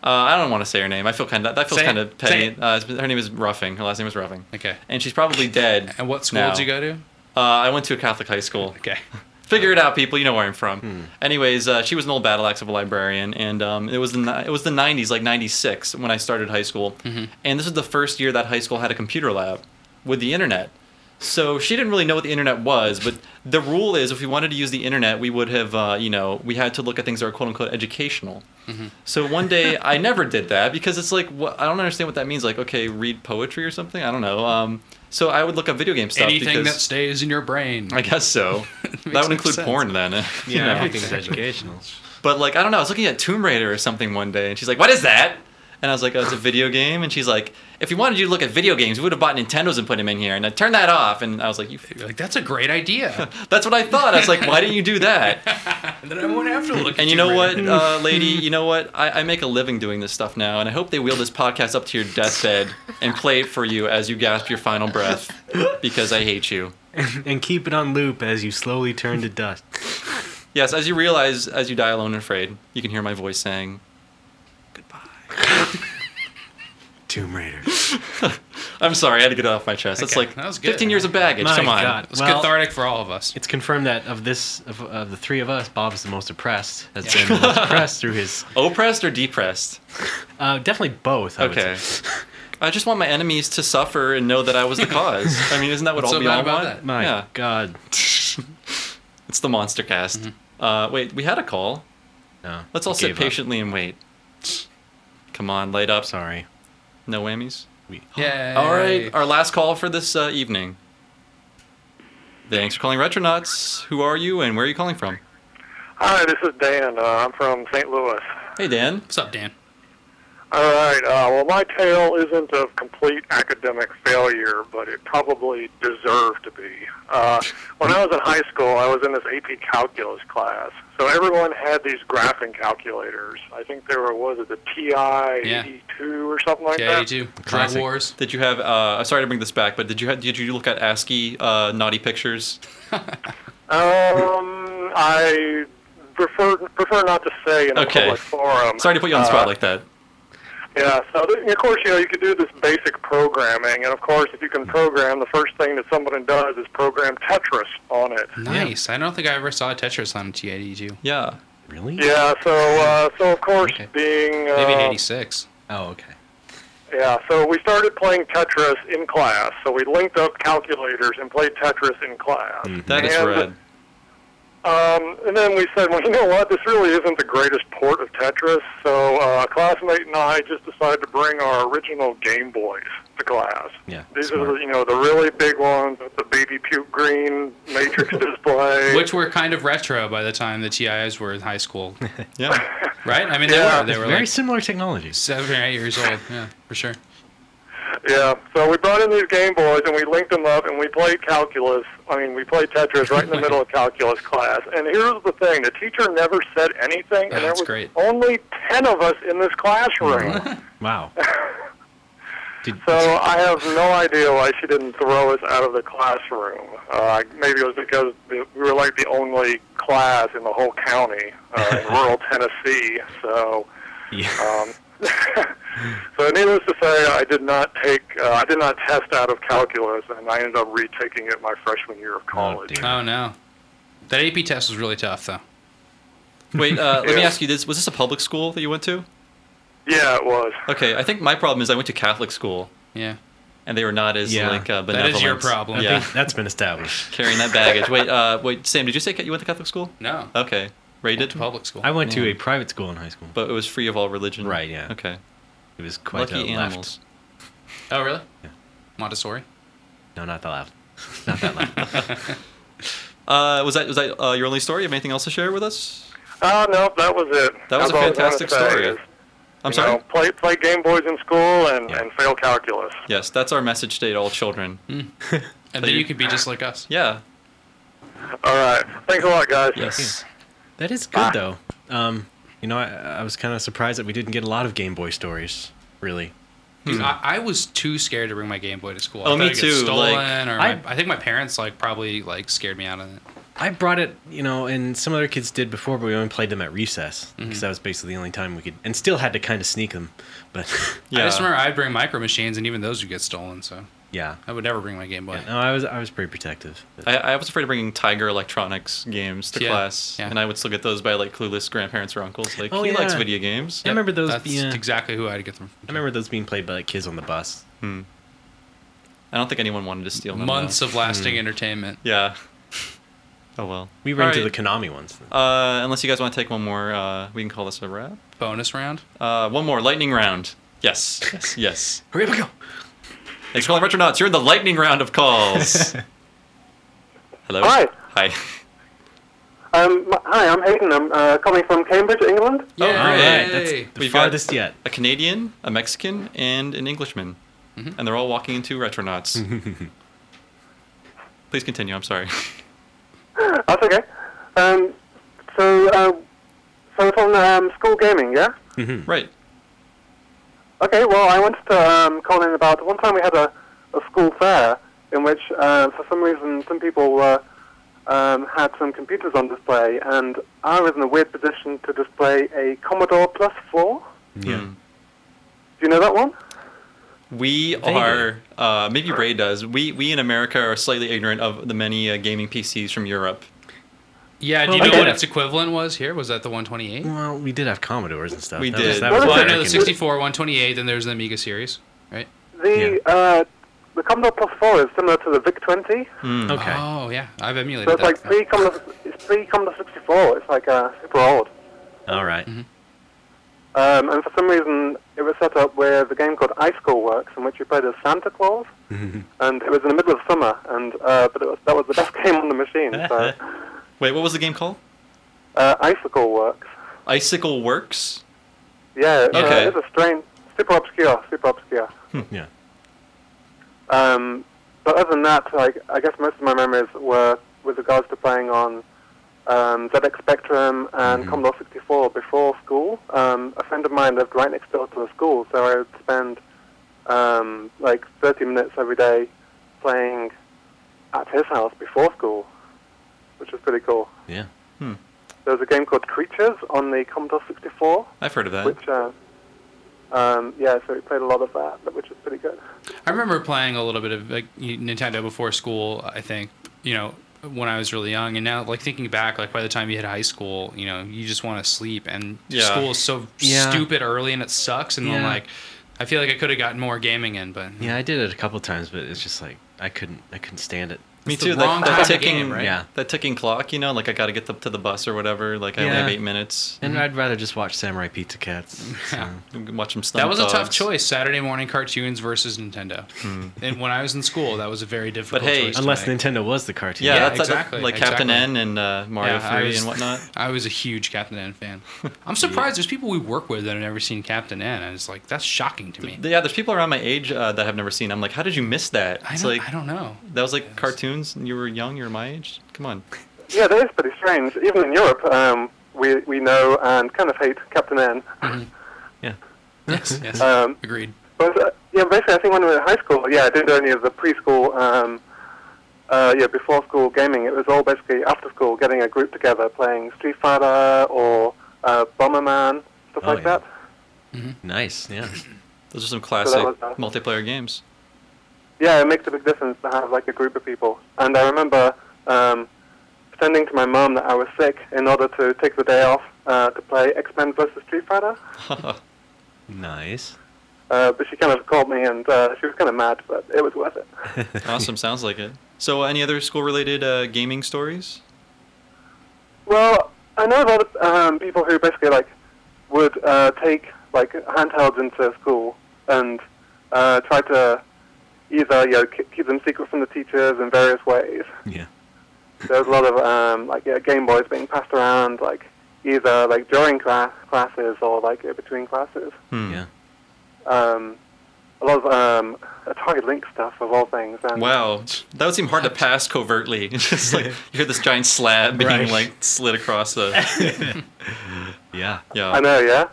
[SPEAKER 1] Uh, I don't want to say her name. I feel kind of that feels
[SPEAKER 3] Say it.
[SPEAKER 1] kind of
[SPEAKER 3] Say
[SPEAKER 1] petty.
[SPEAKER 3] it.
[SPEAKER 1] Uh, her name is Ruffing. Her last name is Ruffing,
[SPEAKER 3] Okay.
[SPEAKER 1] and she's probably dead.
[SPEAKER 3] And what school
[SPEAKER 1] now.
[SPEAKER 3] did you go to?
[SPEAKER 1] Uh, I went to a Catholic high school.
[SPEAKER 3] Okay.
[SPEAKER 1] Figure it out, people. You know where I'm from. Anyways, uh, she was an old battle axe of a librarian, and um, it was the ni- it was the 90s, like 96, when I started high school.
[SPEAKER 3] Mm-hmm.
[SPEAKER 1] And this was the first year that high school had a computer lab with the internet. So she didn't really know what the internet was, but the rule is if we wanted to use the internet, we would have, uh, you know, we had to look at things that are quote unquote educational.
[SPEAKER 3] Mm-hmm.
[SPEAKER 1] So one day I never did that because it's like what, I don't understand what that means. Like, okay, read poetry or something. I don't know. Um, so I would look up video game stuff.
[SPEAKER 3] Anything that
[SPEAKER 1] because,
[SPEAKER 3] stays in your brain.
[SPEAKER 1] I guess so. that
[SPEAKER 3] makes
[SPEAKER 1] would
[SPEAKER 3] no
[SPEAKER 1] include
[SPEAKER 3] sense.
[SPEAKER 1] porn then. you
[SPEAKER 2] Yeah,
[SPEAKER 1] know.
[SPEAKER 2] everything's educational.
[SPEAKER 1] But like, I don't know. I was looking at Tomb Raider or something one day, and she's like, "What is that?" And I was like, "Oh, it's a video game." And she's like, "If you wanted you to look at video games, we would have bought Nintendos and put them in here." And I turned that off, and I was like, "You." f-
[SPEAKER 3] You're like that's a great idea.
[SPEAKER 1] That's what I thought. I was like, "Why didn't you do that?"
[SPEAKER 3] and then I won't have to look.
[SPEAKER 1] And
[SPEAKER 3] at
[SPEAKER 1] you know what,
[SPEAKER 3] right now.
[SPEAKER 1] uh, lady? You know what? I, I make a living doing this stuff now, and I hope they wheel this podcast up to your deathbed and play it for you as you gasp your final breath, because I hate you.
[SPEAKER 2] and keep it on loop as you slowly turn to dust.
[SPEAKER 1] Yes, as you realize, as you die alone and afraid, you can hear my voice saying,
[SPEAKER 2] Tomb Raider.
[SPEAKER 1] I'm sorry, I had to get it off my chest. That's
[SPEAKER 3] Okay,
[SPEAKER 1] like
[SPEAKER 3] that was good.
[SPEAKER 1] 15 years of baggage.
[SPEAKER 2] My
[SPEAKER 1] Come on.
[SPEAKER 2] God.
[SPEAKER 3] It's
[SPEAKER 2] Well-
[SPEAKER 3] cathartic for all of us.
[SPEAKER 2] It's confirmed that of this of, of the three of us, Bob's the most oppressed. Has been the most oppressed through his
[SPEAKER 1] Oppressed or depressed?
[SPEAKER 2] uh, definitely both. I would
[SPEAKER 1] Okay.
[SPEAKER 2] say.
[SPEAKER 1] I just want my enemies to suffer and know that I was the cause. I mean, isn't that what
[SPEAKER 3] What's
[SPEAKER 1] all
[SPEAKER 3] so
[SPEAKER 1] we
[SPEAKER 3] bad
[SPEAKER 1] all
[SPEAKER 3] about
[SPEAKER 1] want?
[SPEAKER 3] that?
[SPEAKER 2] My
[SPEAKER 1] Yeah.
[SPEAKER 2] God. Mm-hmm.
[SPEAKER 1] It's the monster cast. Uh, wait, we had a call.
[SPEAKER 2] No.
[SPEAKER 1] Let's all
[SPEAKER 2] we
[SPEAKER 1] sit
[SPEAKER 2] gave up.
[SPEAKER 1] patiently and wait. Come on, light up.
[SPEAKER 2] Sorry.
[SPEAKER 1] No whammies.
[SPEAKER 2] We,
[SPEAKER 3] Yeah.
[SPEAKER 1] All right, our last call for this uh, evening. Thanks for calling Retronauts. Who are you and where are you calling from?
[SPEAKER 12] Hi, this is Dan. Uh, I'm from St. Louis.
[SPEAKER 1] Hey, Dan.
[SPEAKER 3] What's up, Dan?
[SPEAKER 12] All right. Uh, well, my tale isn't of complete academic failure, but it probably deserved to be. Uh, when I was in high school, I was in this AP calculus class. So everyone had these graphing calculators. I think there were, was it the TI
[SPEAKER 1] Yeah.
[SPEAKER 12] 82 or something like that?
[SPEAKER 3] E
[SPEAKER 1] Classic. Did you have? Uh, sorry to bring this back, but did you have, did you look at ASCII uh, naughty pictures?
[SPEAKER 12] Um, I prefer prefer not to say in a
[SPEAKER 1] Okay.
[SPEAKER 12] public forum.
[SPEAKER 1] Sorry to put you on the
[SPEAKER 12] Uh,
[SPEAKER 1] spot like that.
[SPEAKER 12] Yeah, so th- of course, you know, you could do this basic programming, and of course, if you can program, the first thing that someone does is program Tetris on it.
[SPEAKER 3] Nice. I don't think I ever saw a Tetris on a T82.
[SPEAKER 1] Yeah.
[SPEAKER 2] Really?
[SPEAKER 12] Yeah, so uh, so of course, being uh,
[SPEAKER 3] Maybe an 86.
[SPEAKER 2] Oh, okay.
[SPEAKER 12] yeah, so we started playing Tetris in class. So we linked up calculators and played Tetris in class.
[SPEAKER 9] Mm-hmm.
[SPEAKER 1] That is
[SPEAKER 12] And-
[SPEAKER 1] red.
[SPEAKER 12] Um, and then we said, well, you know what? This really isn't the greatest port of Tetris. So uh, a classmate and I just decided to bring our original Game Boys to class.
[SPEAKER 2] Yeah.
[SPEAKER 12] These are, the, you know, the really big ones with the baby puke green matrix display.
[SPEAKER 3] Which were kind of retro by the time the TIs were in high school.
[SPEAKER 1] yeah.
[SPEAKER 3] Right? I mean,
[SPEAKER 12] Yeah.
[SPEAKER 3] they were. They were
[SPEAKER 2] Very
[SPEAKER 3] like
[SPEAKER 2] similar technology.
[SPEAKER 3] seven or eight years old. Yeah, for sure.
[SPEAKER 12] Yeah. So we brought in these Game Boys and we linked them up and we played calculus. I mean, we played Tetris right in the middle of calculus class. And here's the thing: the teacher never said anything, and there
[SPEAKER 2] That's
[SPEAKER 12] was
[SPEAKER 2] great.
[SPEAKER 12] only ten of us in this classroom.
[SPEAKER 2] Wow.
[SPEAKER 12] So I have no idea why she didn't throw us out of the classroom. Uh, maybe it was because we were like the only class in the whole county uh, in rural Tennessee. So, um, so needless to say, I did not take, uh, I did not test out of calculus, and I ended up retaking it my freshman year of college.
[SPEAKER 3] Oh, no. That AP test was really tough, though.
[SPEAKER 1] Wait, uh, let me
[SPEAKER 3] Yeah.
[SPEAKER 1] ask you this: Was this a public school that you went to?
[SPEAKER 12] Yeah, it was.
[SPEAKER 1] Okay, I think my problem is I went to Catholic school.
[SPEAKER 3] Yeah.
[SPEAKER 1] And they were not as like uh, benevolent.
[SPEAKER 2] I
[SPEAKER 1] Yeah.
[SPEAKER 2] think that's been established.
[SPEAKER 1] Carrying that baggage. Wait, uh, wait, Sam, did you say you went to Catholic school?
[SPEAKER 3] No.
[SPEAKER 1] Okay. Ray did
[SPEAKER 3] public school.
[SPEAKER 2] I went to a private school in high school.
[SPEAKER 1] But it was free of all religion. Right. Yeah. Okay.
[SPEAKER 2] It was quite
[SPEAKER 1] Lucky
[SPEAKER 2] a left.
[SPEAKER 1] animals.
[SPEAKER 3] Oh, really? Montessori?
[SPEAKER 2] No, not that loud. Not that loud.
[SPEAKER 1] Uh, was that was that uh, your only story? You have anything else to share with us?
[SPEAKER 12] Oh no, that was it.
[SPEAKER 1] That was
[SPEAKER 12] That's
[SPEAKER 1] a
[SPEAKER 12] all I wanna
[SPEAKER 1] fantastic
[SPEAKER 12] say
[SPEAKER 1] story.
[SPEAKER 12] is,
[SPEAKER 1] I'm
[SPEAKER 12] you
[SPEAKER 1] sorry.
[SPEAKER 12] know, play play Game Boys in school and, and fail calculus.
[SPEAKER 1] Yes, that's our message to all children.
[SPEAKER 3] Hmm. And then you could be just like us.
[SPEAKER 1] Yeah.
[SPEAKER 12] All right. Thanks a lot, guys.
[SPEAKER 1] Yes.
[SPEAKER 2] That is good though. Um, you know, I, I was kind of surprised that we didn't get a lot of Game Boy stories. Really.
[SPEAKER 1] Hmm.
[SPEAKER 3] Dude, I, I was too scared to bring my Game Boy to school. I
[SPEAKER 2] Oh,
[SPEAKER 3] thought
[SPEAKER 2] me
[SPEAKER 3] it'd get
[SPEAKER 2] too,
[SPEAKER 3] Stolen,
[SPEAKER 2] like,
[SPEAKER 3] or
[SPEAKER 2] I-
[SPEAKER 3] my- I think my parents like probably like scared me out of it.
[SPEAKER 2] I brought it, you know, and some other kids did before, but we only played them at recess
[SPEAKER 3] Mm-hmm.
[SPEAKER 2] because that was basically the only time we could, and still had to kind of sneak them. But
[SPEAKER 3] I just remember I'd bring micro machines, and even those would get stolen. So
[SPEAKER 2] yeah.
[SPEAKER 3] I would never bring my Game Boy.
[SPEAKER 2] Yeah, No, I was I was pretty protective.
[SPEAKER 1] I, I was afraid of bringing Tiger Electronics games to
[SPEAKER 3] Yeah,
[SPEAKER 1] class, and I would still get those by like clueless grandparents or uncles. Like
[SPEAKER 2] Oh,
[SPEAKER 1] he likes
[SPEAKER 2] yeah.
[SPEAKER 1] video games.
[SPEAKER 2] I remember those
[SPEAKER 1] That's
[SPEAKER 2] being
[SPEAKER 3] exactly who I had to get them.
[SPEAKER 2] I remember those being played by like, kids on the bus.
[SPEAKER 1] Hmm. I don't think anyone wanted to steal them.
[SPEAKER 3] Months
[SPEAKER 1] though.
[SPEAKER 3] of lasting entertainment.
[SPEAKER 1] Yeah. Oh well.
[SPEAKER 2] Hmm. We were into
[SPEAKER 1] Alright.
[SPEAKER 2] the Konami ones.
[SPEAKER 1] Uh, unless you guys want to take one more, uh, we can call this a wrap.
[SPEAKER 3] Bonus round.
[SPEAKER 1] Uh, one more lightning round. Yes. Yes. yes.
[SPEAKER 2] Hurry up and go.
[SPEAKER 1] Thanks for calling Retronauts. You're in the lightning round of calls. Hello.
[SPEAKER 7] Hi.
[SPEAKER 1] Hi.
[SPEAKER 7] Um, m- hi, I'm Hayden. I'm uh, coming from Cambridge, England.
[SPEAKER 1] Oh, great.
[SPEAKER 2] Yay. That's the
[SPEAKER 1] We've
[SPEAKER 2] farthest
[SPEAKER 1] got
[SPEAKER 2] yet.
[SPEAKER 1] A Canadian, a Mexican, and an Englishman.
[SPEAKER 3] Mm-hmm.
[SPEAKER 1] And they're all walking into Retronauts. Please continue. I'm sorry.
[SPEAKER 7] That's okay. Um, so, uh, so from um, school gaming, yeah.
[SPEAKER 2] Mm-hmm.
[SPEAKER 1] Right.
[SPEAKER 7] Okay. Well, I wanted to um, call in about one time we had a, a school fair in which, uh, for some reason, some people were um, had some computers on display, and I was in a weird position to display a Commodore Plus Four.
[SPEAKER 2] Yeah.
[SPEAKER 7] Do you know that one?
[SPEAKER 1] We are uh, maybe Ray does. We we in America are slightly ignorant of the many uh, gaming PCs from Europe.
[SPEAKER 3] Yeah. Do you
[SPEAKER 1] Well,
[SPEAKER 3] know
[SPEAKER 1] okay.
[SPEAKER 3] what its equivalent was here? Was that the 128?
[SPEAKER 2] Well, we did have Commodores and stuff.
[SPEAKER 1] We
[SPEAKER 2] that Was,
[SPEAKER 1] did.
[SPEAKER 2] that was
[SPEAKER 3] Well, I know the
[SPEAKER 2] American.
[SPEAKER 3] 64, 128, then there's the Amiga series, right?
[SPEAKER 7] The uh, the Commodore Plus Four is similar to the VIC Twenty.
[SPEAKER 1] Hmm.
[SPEAKER 2] Okay.
[SPEAKER 3] Oh yeah, I've
[SPEAKER 7] So
[SPEAKER 3] emulated
[SPEAKER 7] it's
[SPEAKER 3] that.
[SPEAKER 7] like pre
[SPEAKER 3] Mm-hmm.
[SPEAKER 7] Commodore, it's pre Commodore 64. It's like uh, super old.
[SPEAKER 2] All right.
[SPEAKER 7] Um, and for some reason, it was set up with a game called Ice School Works, in which you played as Santa Claus. and it was in the middle of summer, and uh, but it was, that was the best game on the machine. So,
[SPEAKER 1] Wait, what was the game called?
[SPEAKER 7] uh, Icicle Works.
[SPEAKER 1] Icicle Works.
[SPEAKER 7] Yeah, it's,
[SPEAKER 1] Okay.
[SPEAKER 7] uh, it's a strange, super obscure, super obscure.
[SPEAKER 1] Hmm.
[SPEAKER 2] yeah.
[SPEAKER 7] Um, but other than that, like I guess most of my memories were with regards to playing on um, ZX Spectrum and Commodore 64 before school. Um, a friend of mine lived right next door to the school, so I would spend um, like 30 minutes every day playing at his house before school, which was pretty cool.
[SPEAKER 2] Yeah.
[SPEAKER 1] Hmm.
[SPEAKER 7] There was a game called Creatures on the Commodore 64,
[SPEAKER 1] I've heard of that.
[SPEAKER 7] which uh, um, yeah, so we played a lot of that, but- which was pretty good.
[SPEAKER 3] I remember playing a little bit of like, Nintendo before school. I think you know when I was really young, and now like thinking back, like by the time you hit high school, you know you just want to sleep, and
[SPEAKER 1] Yeah.
[SPEAKER 3] school is so
[SPEAKER 2] Yeah.
[SPEAKER 3] stupid early, and it sucks. And then
[SPEAKER 2] Yeah.
[SPEAKER 3] like I feel like I could have gotten more gaming in, but
[SPEAKER 2] Yeah, I did it a couple times, but it's just like I couldn't. I couldn't stand it.
[SPEAKER 1] Me
[SPEAKER 3] It's
[SPEAKER 1] too.
[SPEAKER 3] the
[SPEAKER 1] That,
[SPEAKER 3] wrong
[SPEAKER 1] that
[SPEAKER 3] kind of
[SPEAKER 1] ticking,
[SPEAKER 3] game, right?
[SPEAKER 1] yeah, that ticking clock. You know, like I got to get the, to the bus or whatever. Like I only
[SPEAKER 2] Yeah.
[SPEAKER 1] have eight minutes.
[SPEAKER 2] And I'd rather just watch Samurai Pizza Cats.
[SPEAKER 3] Mm-hmm. Yeah.
[SPEAKER 1] I'd watch them. Stump
[SPEAKER 3] that was a tough
[SPEAKER 1] dogs.
[SPEAKER 3] choice. Saturday morning cartoons versus Nintendo.
[SPEAKER 1] Hmm.
[SPEAKER 3] And when I was in school, that was a very difficult. choice to
[SPEAKER 2] unless
[SPEAKER 3] make.
[SPEAKER 2] Nintendo was the cartoon.
[SPEAKER 1] Yeah, that's exactly. Like Captain N and uh, Mario
[SPEAKER 3] Yeah, I
[SPEAKER 1] Three
[SPEAKER 3] was-
[SPEAKER 1] and whatnot.
[SPEAKER 3] I was a huge Captain N fan. I'm surprised there's people we work with that have never seen Captain N. And it's like, that's shocking to me.
[SPEAKER 1] Yeah, there's people around my age uh, that have never seen. I'm like, how did you miss that?
[SPEAKER 3] I
[SPEAKER 1] It's
[SPEAKER 3] don't-
[SPEAKER 1] like
[SPEAKER 3] I don't know.
[SPEAKER 1] That was like cartoons. And you were young. You were my age. Come on.
[SPEAKER 7] Yeah, that is pretty strange. Even in Europe, um, we we know and kind of hate Captain N.
[SPEAKER 1] Mm-hmm.
[SPEAKER 3] Yes, yes.
[SPEAKER 7] Um,
[SPEAKER 3] Agreed.
[SPEAKER 7] But uh, yeah, basically, I think when we were in high school, yeah, I didn't do any of the preschool, um, uh, yeah, before school gaming. It was all basically after school, getting a group together, playing Street Fighter or uh, Bomberman, stuff
[SPEAKER 2] Oh,
[SPEAKER 7] like
[SPEAKER 2] yeah.
[SPEAKER 7] that.
[SPEAKER 3] Mm-hmm.
[SPEAKER 2] Nice. Yeah.
[SPEAKER 1] Those are some classic
[SPEAKER 7] was nice.
[SPEAKER 1] multiplayer games.
[SPEAKER 7] Yeah, it makes a big difference to have like a group of people. And I remember um, pretending to my mom that I was sick in order to take the day off uh, to play X Men versus Street Fighter.
[SPEAKER 2] nice.
[SPEAKER 7] Uh, but she kind of called me, and uh, she was kind of mad, but it was worth it.
[SPEAKER 1] awesome. Sounds like it. So, uh, any other school-related uh, gaming stories?
[SPEAKER 7] Well, I know about um, people who basically like would uh, take like handhelds into school and uh, try to either you know k- keep them secret from the teachers in various ways.
[SPEAKER 2] Yeah.
[SPEAKER 7] There was a lot of um, like yeah, Game Boys being passed around, like either like during class classes or like uh, between classes.
[SPEAKER 3] Hmm.
[SPEAKER 2] Yeah.
[SPEAKER 7] Um, a lot of um, Atari Link stuff of all things. And
[SPEAKER 1] Wow, that would seem hard to pass covertly. Just like you hear this giant slab being
[SPEAKER 2] Right.
[SPEAKER 1] like slid across the.
[SPEAKER 2] yeah.
[SPEAKER 1] Yeah.
[SPEAKER 7] I know, yeah.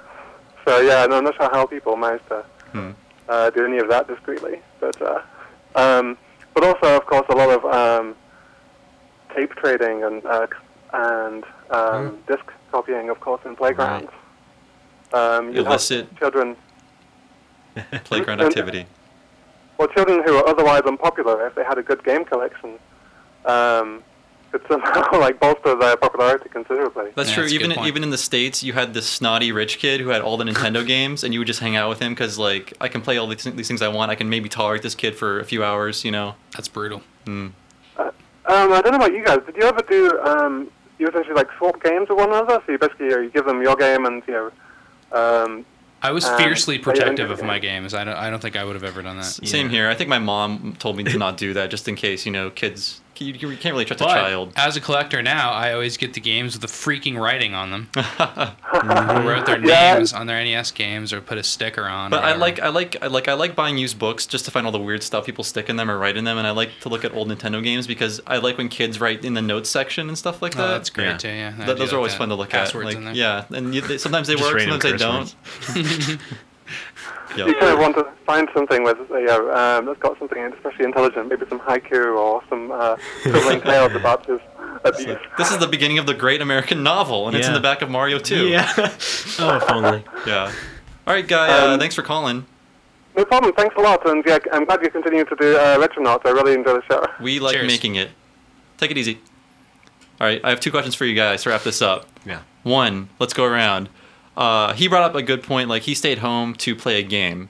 [SPEAKER 7] So yeah, no, I'm not sure how people managed to
[SPEAKER 1] Hmm.
[SPEAKER 7] uh, do any of that discreetly, but uh, um, but also of course a lot of um, tape trading and uh, c- and um, disc copying, of course, in playgrounds. Um, you
[SPEAKER 1] Illicit.
[SPEAKER 7] have children
[SPEAKER 1] Playground activity.
[SPEAKER 7] or children who are otherwise unpopular, if they had a good game collection, um, could somehow like bolster their popularity considerably.
[SPEAKER 1] That's true. even even in the states, you had this snotty rich kid who had all the Nintendo games, and you would just hang out with him because like I can play all these, these things I want. I can maybe tolerate this kid for a few hours. You know.
[SPEAKER 3] That's brutal.
[SPEAKER 1] Mm.
[SPEAKER 7] Um, I don't know about you guys. Did you ever do um, you essentially like swap games with one another? So you basically you, know, you give them your game and you know. Um,
[SPEAKER 3] I was
[SPEAKER 7] um,
[SPEAKER 3] fiercely
[SPEAKER 7] play your own
[SPEAKER 3] protective of
[SPEAKER 7] game.
[SPEAKER 3] my games. I don't, I don't think I would have ever done that.
[SPEAKER 1] Same here. I think my mom told me to not do that just in case you know kids. You, you can't really trust
[SPEAKER 3] But
[SPEAKER 1] a child.
[SPEAKER 3] as a collector now, I always get the games with the freaking writing on them. I wrote their
[SPEAKER 1] Yeah.
[SPEAKER 3] names on their NES games or put a sticker on. or
[SPEAKER 1] But I
[SPEAKER 3] whatever.
[SPEAKER 1] like I like I like I like buying used books just to find all the weird stuff people stick in them or write in them, and I like to look at old Nintendo games because I like when kids write in the notes section and stuff like
[SPEAKER 3] Oh,
[SPEAKER 1] that.
[SPEAKER 3] that's great Yeah. too, yeah. I
[SPEAKER 1] Th-
[SPEAKER 3] do
[SPEAKER 1] those
[SPEAKER 3] like
[SPEAKER 1] are always
[SPEAKER 3] that.
[SPEAKER 1] fun to look at.
[SPEAKER 3] Passwords
[SPEAKER 1] Like,
[SPEAKER 3] in there.
[SPEAKER 1] Yeah, and you, they, sometimes they
[SPEAKER 2] Just
[SPEAKER 1] work,
[SPEAKER 2] random
[SPEAKER 1] sometimes they don't.
[SPEAKER 2] curse
[SPEAKER 7] You kind of want to find something with you know, um, that's got something especially intelligent, maybe some haiku or some uh, troubling tales about his abuse.
[SPEAKER 1] This is the beginning of the great American novel, and it's in
[SPEAKER 2] Yeah.
[SPEAKER 1] the back of Mario Two.
[SPEAKER 2] Yeah. oh, if only.
[SPEAKER 1] yeah. All right, guy. uh,
[SPEAKER 7] Um,
[SPEAKER 1] thanks for calling.
[SPEAKER 7] No problem. Thanks a lot, and yeah, I'm glad you continue to do uh, Retronauts. I really enjoy the show.
[SPEAKER 1] We like making it. Take it easy. All right, I have two questions for you guys to wrap this up.
[SPEAKER 2] Yeah.
[SPEAKER 1] One, let's go around. Uh, he brought up a good point. Like he stayed home to play a game.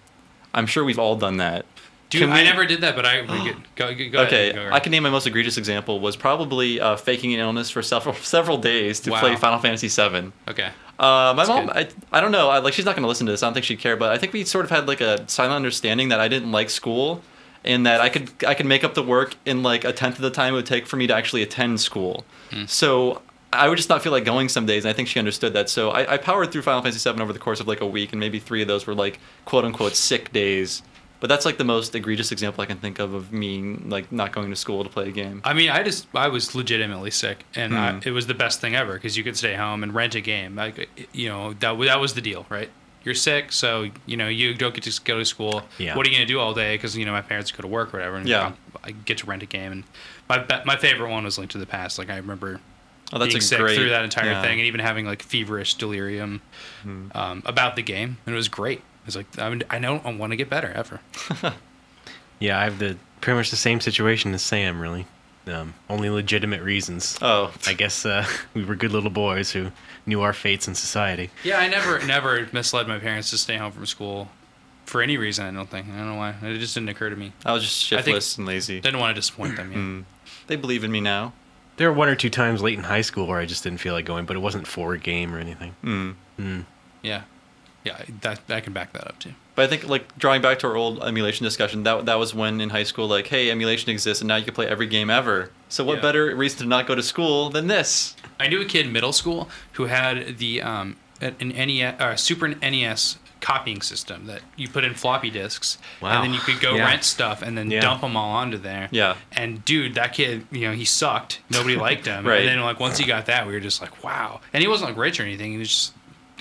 [SPEAKER 1] I'm sure we've all done that.
[SPEAKER 3] Do
[SPEAKER 1] Can
[SPEAKER 3] I
[SPEAKER 1] we-
[SPEAKER 3] never did that, but I we could- go, go, go
[SPEAKER 1] okay,
[SPEAKER 3] ahead. Go
[SPEAKER 1] I can name my most egregious example was probably uh, faking an illness for several several days to
[SPEAKER 3] Wow.
[SPEAKER 1] play Final Fantasy VII.
[SPEAKER 3] Okay.
[SPEAKER 1] Uh, my
[SPEAKER 3] That's
[SPEAKER 1] mom,
[SPEAKER 3] good.
[SPEAKER 1] I, I don't know, I, like she's not going to listen to this. I don't think she'd care, but I think we sort of had like a silent understanding that I didn't like school, and that I could I could make up the work in like a tenth of the time it would take for me to actually attend school. So I would just not feel like going some days, and I think she understood that. So I, I powered through Final Fantasy VII over the course of like a week, and maybe three of those were like quote unquote sick days. But that's like the most egregious example I can think of of me like not going to school to play a game.
[SPEAKER 3] I mean, I just I was legitimately sick, and I,
[SPEAKER 1] Mhm.
[SPEAKER 3] it was the best thing ever because you could stay home and rent a game. Like you know that w- that was the deal, right? You're sick, so you know you don't get to s- go to school.
[SPEAKER 2] Yeah.
[SPEAKER 3] What are you gonna do all day? Because you know my parents go to work or whatever. And
[SPEAKER 1] Yeah.
[SPEAKER 3] I'm- I get to rent a game, and my be- my favorite one was Link to the Past. Like I remember.
[SPEAKER 1] Oh, that's
[SPEAKER 3] being
[SPEAKER 1] a
[SPEAKER 3] sick
[SPEAKER 1] great-
[SPEAKER 3] through that entire
[SPEAKER 1] yeah. Hmm.
[SPEAKER 3] thing, and even having like feverish delirium um, about the game, and it was great. It was like I, mean, I don't want to get better ever.
[SPEAKER 2] Yeah, I have the pretty much the same situation as Sam, really. Um, only legitimate reasons.
[SPEAKER 1] Oh,
[SPEAKER 2] I guess uh, we were good little boys who knew our fates in society.
[SPEAKER 3] Yeah, I never never misled my parents to stay home from school for any reason. I don't think I don't know why. It just didn't occur to me.
[SPEAKER 1] I was just
[SPEAKER 3] I think-
[SPEAKER 1] shiftless and lazy.
[SPEAKER 3] Didn't want to disappoint them. Yeah.
[SPEAKER 1] They believe in me now.
[SPEAKER 2] There were one or two times late in high school where I just didn't feel like going, but it wasn't for a game or anything.
[SPEAKER 1] Mm.
[SPEAKER 2] Mm.
[SPEAKER 3] Yeah,
[SPEAKER 1] Mm-hmm.
[SPEAKER 3] yeah, that I can back that up too.
[SPEAKER 1] But I think like drawing back to our old emulation discussion, that that was when in high school, like, hey, emulation exists, and now you can play every game ever. So what
[SPEAKER 3] Yeah.
[SPEAKER 1] better reason to not go to school than this?
[SPEAKER 3] I knew a kid in middle school who had the um, an an NES or a uh, Super NES copying system that you put in floppy disks,
[SPEAKER 1] Wow.
[SPEAKER 3] and then you could go
[SPEAKER 1] Yeah.
[SPEAKER 3] rent stuff and then
[SPEAKER 1] Yeah.
[SPEAKER 3] dump them all onto there.
[SPEAKER 1] Yeah.
[SPEAKER 3] And dude, that kid, you know, he sucked. Nobody liked him.
[SPEAKER 1] Right.
[SPEAKER 3] And then like once he got that, we were just like, wow. And he wasn't like rich or anything. He was just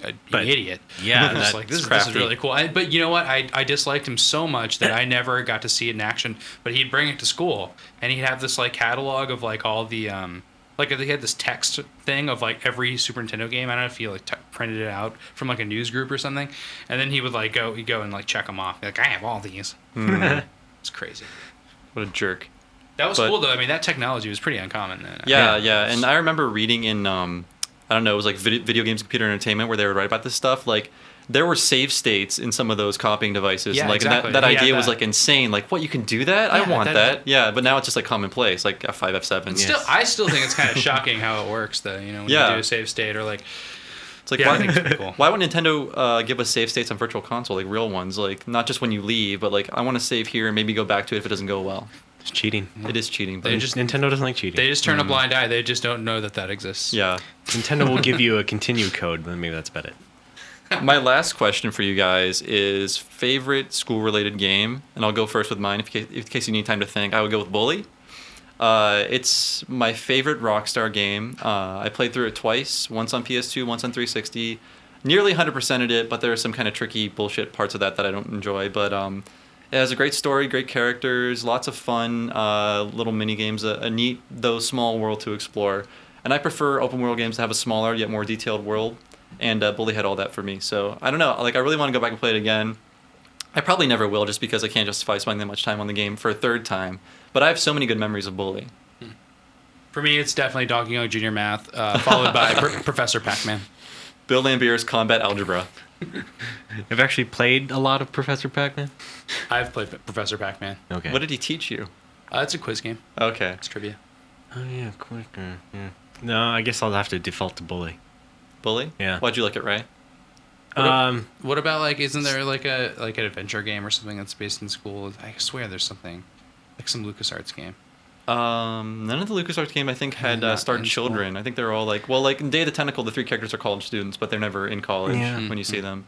[SPEAKER 3] a- an
[SPEAKER 2] But-
[SPEAKER 3] idiot.
[SPEAKER 2] yeah,
[SPEAKER 3] I was
[SPEAKER 2] that-
[SPEAKER 3] like this, is-
[SPEAKER 2] it's
[SPEAKER 3] this is
[SPEAKER 2] crafty.
[SPEAKER 3] really cool. I, but you know what? I, I disliked him so much that I never got to see it in action. But he'd bring it to school, and he'd have this like catalog of like all the um like they had this text thing of like every Super Nintendo game. I don't know if he like t- printed it out from like a news group or something, and then he would like go he'd go and like check them off. Like I have all these.
[SPEAKER 1] Hmm.
[SPEAKER 3] it's crazy.
[SPEAKER 1] What a jerk.
[SPEAKER 3] That was
[SPEAKER 1] But-
[SPEAKER 3] cool though. I mean, that technology was pretty uncommon then.
[SPEAKER 1] Yeah, yeah. And I remember reading in, um, I don't know, it was like video, video games, computer entertainment, where they would write about this stuff. Like, there were save states in some of those copying devices.
[SPEAKER 3] Yeah,
[SPEAKER 1] like and
[SPEAKER 3] exactly.
[SPEAKER 1] that, that
[SPEAKER 3] He had
[SPEAKER 1] idea was
[SPEAKER 3] that.
[SPEAKER 1] like insane. Like, what you can do that? I
[SPEAKER 3] Yeah,
[SPEAKER 1] want
[SPEAKER 3] that-
[SPEAKER 1] that, Yeah, but now it's just like commonplace, like F five, F seven.
[SPEAKER 3] But Still, I still think it's kind of shocking how it works though. You know, when
[SPEAKER 1] Yeah.
[SPEAKER 3] you do a save state or like.
[SPEAKER 1] It's like
[SPEAKER 3] Yeah, I
[SPEAKER 1] why,
[SPEAKER 3] think it's pretty cool.
[SPEAKER 1] why would Nintendo uh, give us save states on Virtual Console, like real ones, like not just when you leave, but like I want to save here and maybe go back to it if it doesn't go well.
[SPEAKER 2] It's cheating.
[SPEAKER 1] It is cheating, but
[SPEAKER 3] They just-
[SPEAKER 2] Nintendo doesn't like cheating.
[SPEAKER 3] They just turn a
[SPEAKER 2] Mm.
[SPEAKER 3] blind eye. They just don't know that that exists.
[SPEAKER 1] yeah.
[SPEAKER 2] Nintendo will give you a continue code, then maybe that's about it.
[SPEAKER 1] My last question for you guys is favorite school-related game, and I'll go first with mine. If, ca- if in case you need time to think, I would go with Bully. Uh, it's my favorite Rockstar game. Uh, I played through it twice, once on PS2, once on 360. Nearly 100%ed it, but there are some kind of tricky bullshit parts of that that I don't enjoy. But um, it has a great story, great characters, lots of fun uh, little mini games, a, a neat though small world to explore. And I prefer open world games to have a smaller yet more detailed world. And uh, Bully had all that for me. So I don't know. Like I really want to go back and play it again. I probably never will just because I can't justify spending that much time on the game for a third time. But I have so many good memories of Bully.
[SPEAKER 3] Hmm. For me, it's definitely Donkey Kong Junior Math, uh, followed by Pro- Professor Pac-Man.
[SPEAKER 1] Bill Lambier's Combat Algebra.
[SPEAKER 2] I've actually played a lot of Professor Pac-Man.
[SPEAKER 3] I've played P- Professor Pac-Man.
[SPEAKER 2] Okay.
[SPEAKER 1] What did he teach you?
[SPEAKER 3] Uh, it's a quiz game.
[SPEAKER 1] Okay. It's
[SPEAKER 3] trivia.
[SPEAKER 2] Oh yeah, quicker. Yeah. Mm-hmm. No, I guess I'll have to default to Bully.
[SPEAKER 1] Bully?
[SPEAKER 2] Yeah.
[SPEAKER 1] Why'd you like it, Ray?
[SPEAKER 3] What a-
[SPEAKER 2] Um,
[SPEAKER 3] What about like? Isn't there like a like an adventure game or something that's based in school? I swear there's something, like some LucasArts game.
[SPEAKER 1] Um, none of the LucasArts game I think had uh, starred children. I think they're all like, well, like in Day of the Tentacle, the three characters are college students, but they're never in college
[SPEAKER 2] Yeah.
[SPEAKER 3] Hmm.
[SPEAKER 1] when you see them.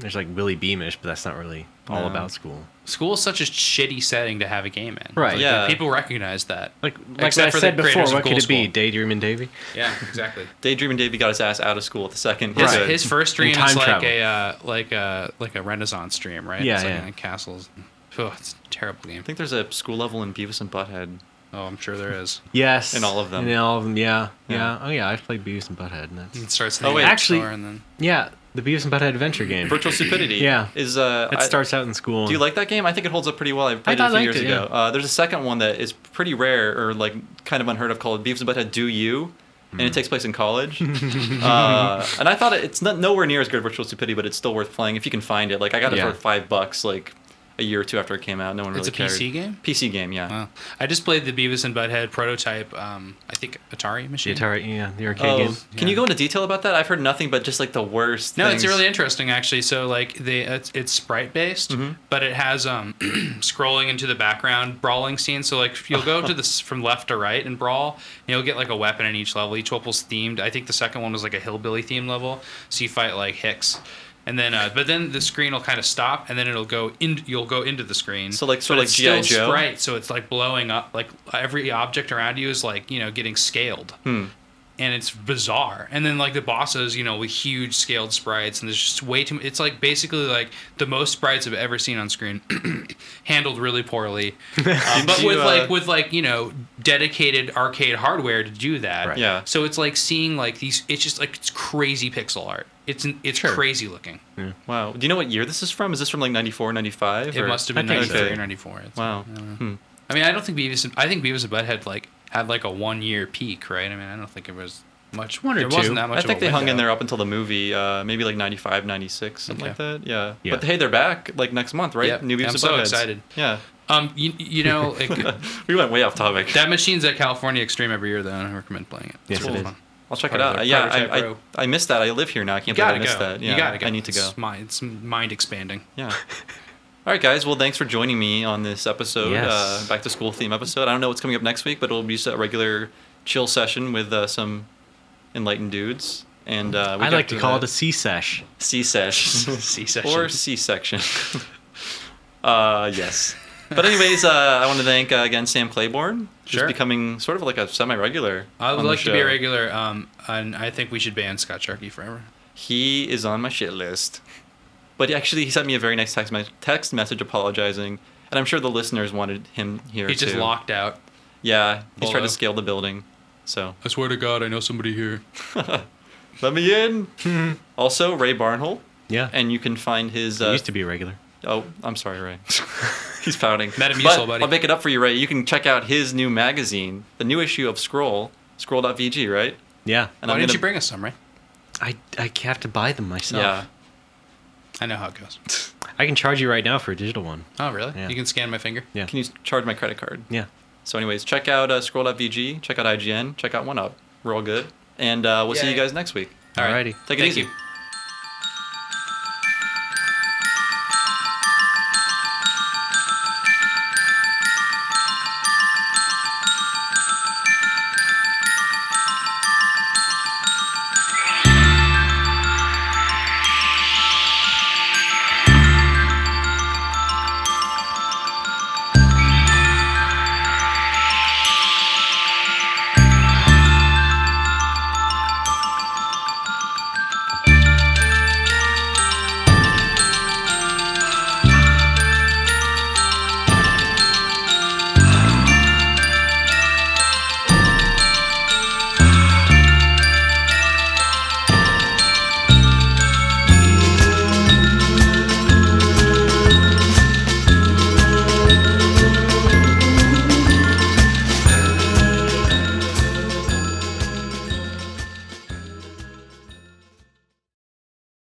[SPEAKER 2] there's like Willie Beamish, but that's not really all
[SPEAKER 1] No.
[SPEAKER 2] about school.
[SPEAKER 3] School is such a shitty setting to have a game in.
[SPEAKER 2] Right.
[SPEAKER 3] Like,
[SPEAKER 2] Yeah.
[SPEAKER 3] People recognize that.
[SPEAKER 2] Like, Like
[SPEAKER 3] Except
[SPEAKER 2] I
[SPEAKER 3] for the
[SPEAKER 2] said before,
[SPEAKER 3] creators of
[SPEAKER 2] what could
[SPEAKER 3] Gold
[SPEAKER 2] it be?
[SPEAKER 3] School.
[SPEAKER 2] Daydream and Davy.
[SPEAKER 3] Yeah. Exactly.
[SPEAKER 1] Daydreaming Davey got his ass out of school at the second.
[SPEAKER 3] His,
[SPEAKER 1] Right.
[SPEAKER 3] his first dream
[SPEAKER 1] And time
[SPEAKER 3] is like
[SPEAKER 1] travel.
[SPEAKER 3] a uh, like a like a Renaissance dream, right?
[SPEAKER 1] Yeah,
[SPEAKER 3] it's like
[SPEAKER 1] yeah.
[SPEAKER 3] in castles. Oh, it's a terrible game.
[SPEAKER 1] I think there's a school level in Beavis and Butthead.
[SPEAKER 3] Oh, I'm sure there is.
[SPEAKER 2] Yes.
[SPEAKER 1] In all of them.
[SPEAKER 2] In all of them. Yeah. Yeah.
[SPEAKER 1] Yeah.
[SPEAKER 2] Oh yeah, I've played Beavis and Butthead. And that's...
[SPEAKER 3] It starts in
[SPEAKER 2] Oh
[SPEAKER 3] the
[SPEAKER 2] wait,
[SPEAKER 3] App
[SPEAKER 2] actually,
[SPEAKER 3] Store and then-
[SPEAKER 2] yeah, the Beavis and Butthead adventure game.
[SPEAKER 1] Virtual Stupidity.
[SPEAKER 2] yeah.
[SPEAKER 1] Is uh.
[SPEAKER 2] It
[SPEAKER 1] I-
[SPEAKER 2] starts out in school.
[SPEAKER 1] Do you like that game? I think it holds up pretty well. I
[SPEAKER 2] I
[SPEAKER 1] played it a few
[SPEAKER 2] liked
[SPEAKER 1] years
[SPEAKER 2] it,
[SPEAKER 1] ago. Uh, there's a second one that is pretty rare or like kind of unheard of called Beavis and Butthead Do You, and
[SPEAKER 2] Hmm.
[SPEAKER 1] it takes place in college. uh, and I thought it, it's not nowhere near as good as Virtual Stupidity, but it's still worth playing if you can find it. Like I got it
[SPEAKER 2] Yeah.
[SPEAKER 1] for five bucks. Like a year or two after it came out. No one really
[SPEAKER 3] It's a
[SPEAKER 1] cared.
[SPEAKER 3] PC game?
[SPEAKER 1] PC game, yeah.
[SPEAKER 3] Wow. I just played the Beavis and Butthead prototype. Um, I think Atari machine.
[SPEAKER 2] Atari, yeah, the
[SPEAKER 1] Oh, Can you go into detail about that? I've heard nothing but just like the worst.
[SPEAKER 3] No,
[SPEAKER 1] things.
[SPEAKER 3] it's really interesting actually. So like they it's, it's sprite based,
[SPEAKER 1] Mm-hmm.
[SPEAKER 3] but it has um scrolling into the background brawling scene. So like you'll go to this from left to right and brawl, and you'll get like a weapon in each level. Each level's themed. I think the second one was like a hillbilly themed level. So you fight like Hicks. And then, uh, but then the screen will kind of stop, and then it'll go in. You'll go into the screen. So
[SPEAKER 1] like, sort of like G.I. Joe?
[SPEAKER 3] Sprite, so it's like blowing up. Like every object around you is like you know getting scaled
[SPEAKER 1] Hmm.
[SPEAKER 3] and it's bizarre. And then like the bosses, you know, with huge scaled sprites, and there's just way too. It's like basically like the most sprites I've ever seen on screen, handled really poorly. Uh, but
[SPEAKER 1] you,
[SPEAKER 3] with
[SPEAKER 1] uh,
[SPEAKER 3] like with like you know dedicated arcade hardware to do that.
[SPEAKER 1] Right. Yeah.
[SPEAKER 3] So it's like seeing like these. It's just like it's crazy pixel art. It's an- it's crazy looking.
[SPEAKER 1] Wow. Do you know what year this is from? Is this from like 94, 95?
[SPEAKER 3] It
[SPEAKER 1] or-
[SPEAKER 3] must have been
[SPEAKER 1] I think
[SPEAKER 3] 93
[SPEAKER 1] so.
[SPEAKER 3] or 94. It's-
[SPEAKER 1] Wow.
[SPEAKER 3] I don't know.
[SPEAKER 1] Hmm.
[SPEAKER 3] I mean, I don't think Beavis. And, I think Beavis and Butthead like had like a one year peak, right? I mean, I don't think it was much.
[SPEAKER 1] One or
[SPEAKER 3] there
[SPEAKER 1] two.
[SPEAKER 3] wasn't that much.
[SPEAKER 1] I think
[SPEAKER 3] of a
[SPEAKER 1] they hung in
[SPEAKER 3] window.
[SPEAKER 1] there up until the movie, uh, maybe like 95, 96, something like
[SPEAKER 3] Okay.
[SPEAKER 1] that. Yeah.
[SPEAKER 3] Yeah.
[SPEAKER 1] But hey, they're back like next month, right?
[SPEAKER 3] Yep.
[SPEAKER 1] New Beavis
[SPEAKER 3] I'm
[SPEAKER 1] and
[SPEAKER 3] so
[SPEAKER 1] Buttheads.
[SPEAKER 3] excited.
[SPEAKER 1] Yeah.
[SPEAKER 3] Um, you, you know, like,
[SPEAKER 1] we went way off topic.
[SPEAKER 3] That machine's at California Extreme every year, though. and I recommend playing it.
[SPEAKER 1] Yes,
[SPEAKER 3] It's
[SPEAKER 1] it
[SPEAKER 3] really
[SPEAKER 1] is.
[SPEAKER 3] fun.
[SPEAKER 1] I'll check
[SPEAKER 3] Part
[SPEAKER 1] it
[SPEAKER 3] of
[SPEAKER 1] out.
[SPEAKER 3] the
[SPEAKER 1] Yeah,
[SPEAKER 3] Prototype
[SPEAKER 1] I, I,
[SPEAKER 3] Pro.
[SPEAKER 1] I missed that. I live here now. I
[SPEAKER 3] You
[SPEAKER 1] can't believe I
[SPEAKER 3] gotta
[SPEAKER 1] missed
[SPEAKER 3] go.
[SPEAKER 1] that. Yeah,
[SPEAKER 3] you gotta go.
[SPEAKER 1] I need to go.
[SPEAKER 3] It's mind, it's mind expanding.
[SPEAKER 1] Yeah. All right, guys. Well, thanks for joining me on this episode,
[SPEAKER 3] Yes.
[SPEAKER 1] uh, back to school theme episode. I don't know what's coming up next week, but it'll be just a regular chill session with uh, some enlightened dudes. And uh, we
[SPEAKER 2] I
[SPEAKER 1] got
[SPEAKER 2] like to
[SPEAKER 1] the-
[SPEAKER 2] call it a C sesh.
[SPEAKER 1] C section. C
[SPEAKER 3] section.
[SPEAKER 1] Or C section. uh, yes. But anyways, uh, I want to thank uh, again Sam Claiborne, who's
[SPEAKER 3] Sure.
[SPEAKER 1] becoming sort of like a semi-regular.
[SPEAKER 3] I
[SPEAKER 1] on
[SPEAKER 3] would
[SPEAKER 1] the
[SPEAKER 3] like to be
[SPEAKER 1] show.
[SPEAKER 3] a regular, um, and I think we should ban Scott Sharkey forever.
[SPEAKER 1] He is on my shit list. But actually, he sent me a very nice text, me- text message apologizing, and I'm sure the listeners wanted him here.
[SPEAKER 3] He just
[SPEAKER 1] too.
[SPEAKER 3] locked out.
[SPEAKER 1] Yeah, he's trying
[SPEAKER 3] Bolo.
[SPEAKER 1] to scale the building. So
[SPEAKER 3] I swear to God, I know somebody here.
[SPEAKER 1] let me in. also, Ray Barnhole.
[SPEAKER 2] Yeah.
[SPEAKER 1] and you can find his.
[SPEAKER 2] He
[SPEAKER 1] Uh,
[SPEAKER 2] used to be a regular.
[SPEAKER 1] Oh, I'm sorry, Ray. He's pouting.
[SPEAKER 3] Metamucil,
[SPEAKER 1] But
[SPEAKER 3] buddy.
[SPEAKER 1] I'll make it up for you, Ray. You can check out his new magazine, the new issue of Scroll, Scroll.vg, right?
[SPEAKER 2] Yeah.
[SPEAKER 1] And
[SPEAKER 3] Why
[SPEAKER 1] I'm
[SPEAKER 3] didn't
[SPEAKER 1] gonna-
[SPEAKER 3] you bring us some, right?
[SPEAKER 2] I, I have to buy them myself.
[SPEAKER 1] Yeah.
[SPEAKER 3] I know how it goes.
[SPEAKER 2] I can charge you right now for a digital one.
[SPEAKER 3] Oh, really?
[SPEAKER 2] Yeah.
[SPEAKER 3] You can scan my finger.
[SPEAKER 2] Yeah.
[SPEAKER 1] Can you charge my credit card?
[SPEAKER 2] Yeah.
[SPEAKER 1] So, anyways, check out uh, Scroll.vg, check out IGN, check out One Up. We're all good, and uh, we'll see you
[SPEAKER 3] Yay.
[SPEAKER 1] guys next week.
[SPEAKER 3] All right.
[SPEAKER 1] Take it
[SPEAKER 3] Thank
[SPEAKER 1] easy.
[SPEAKER 3] you.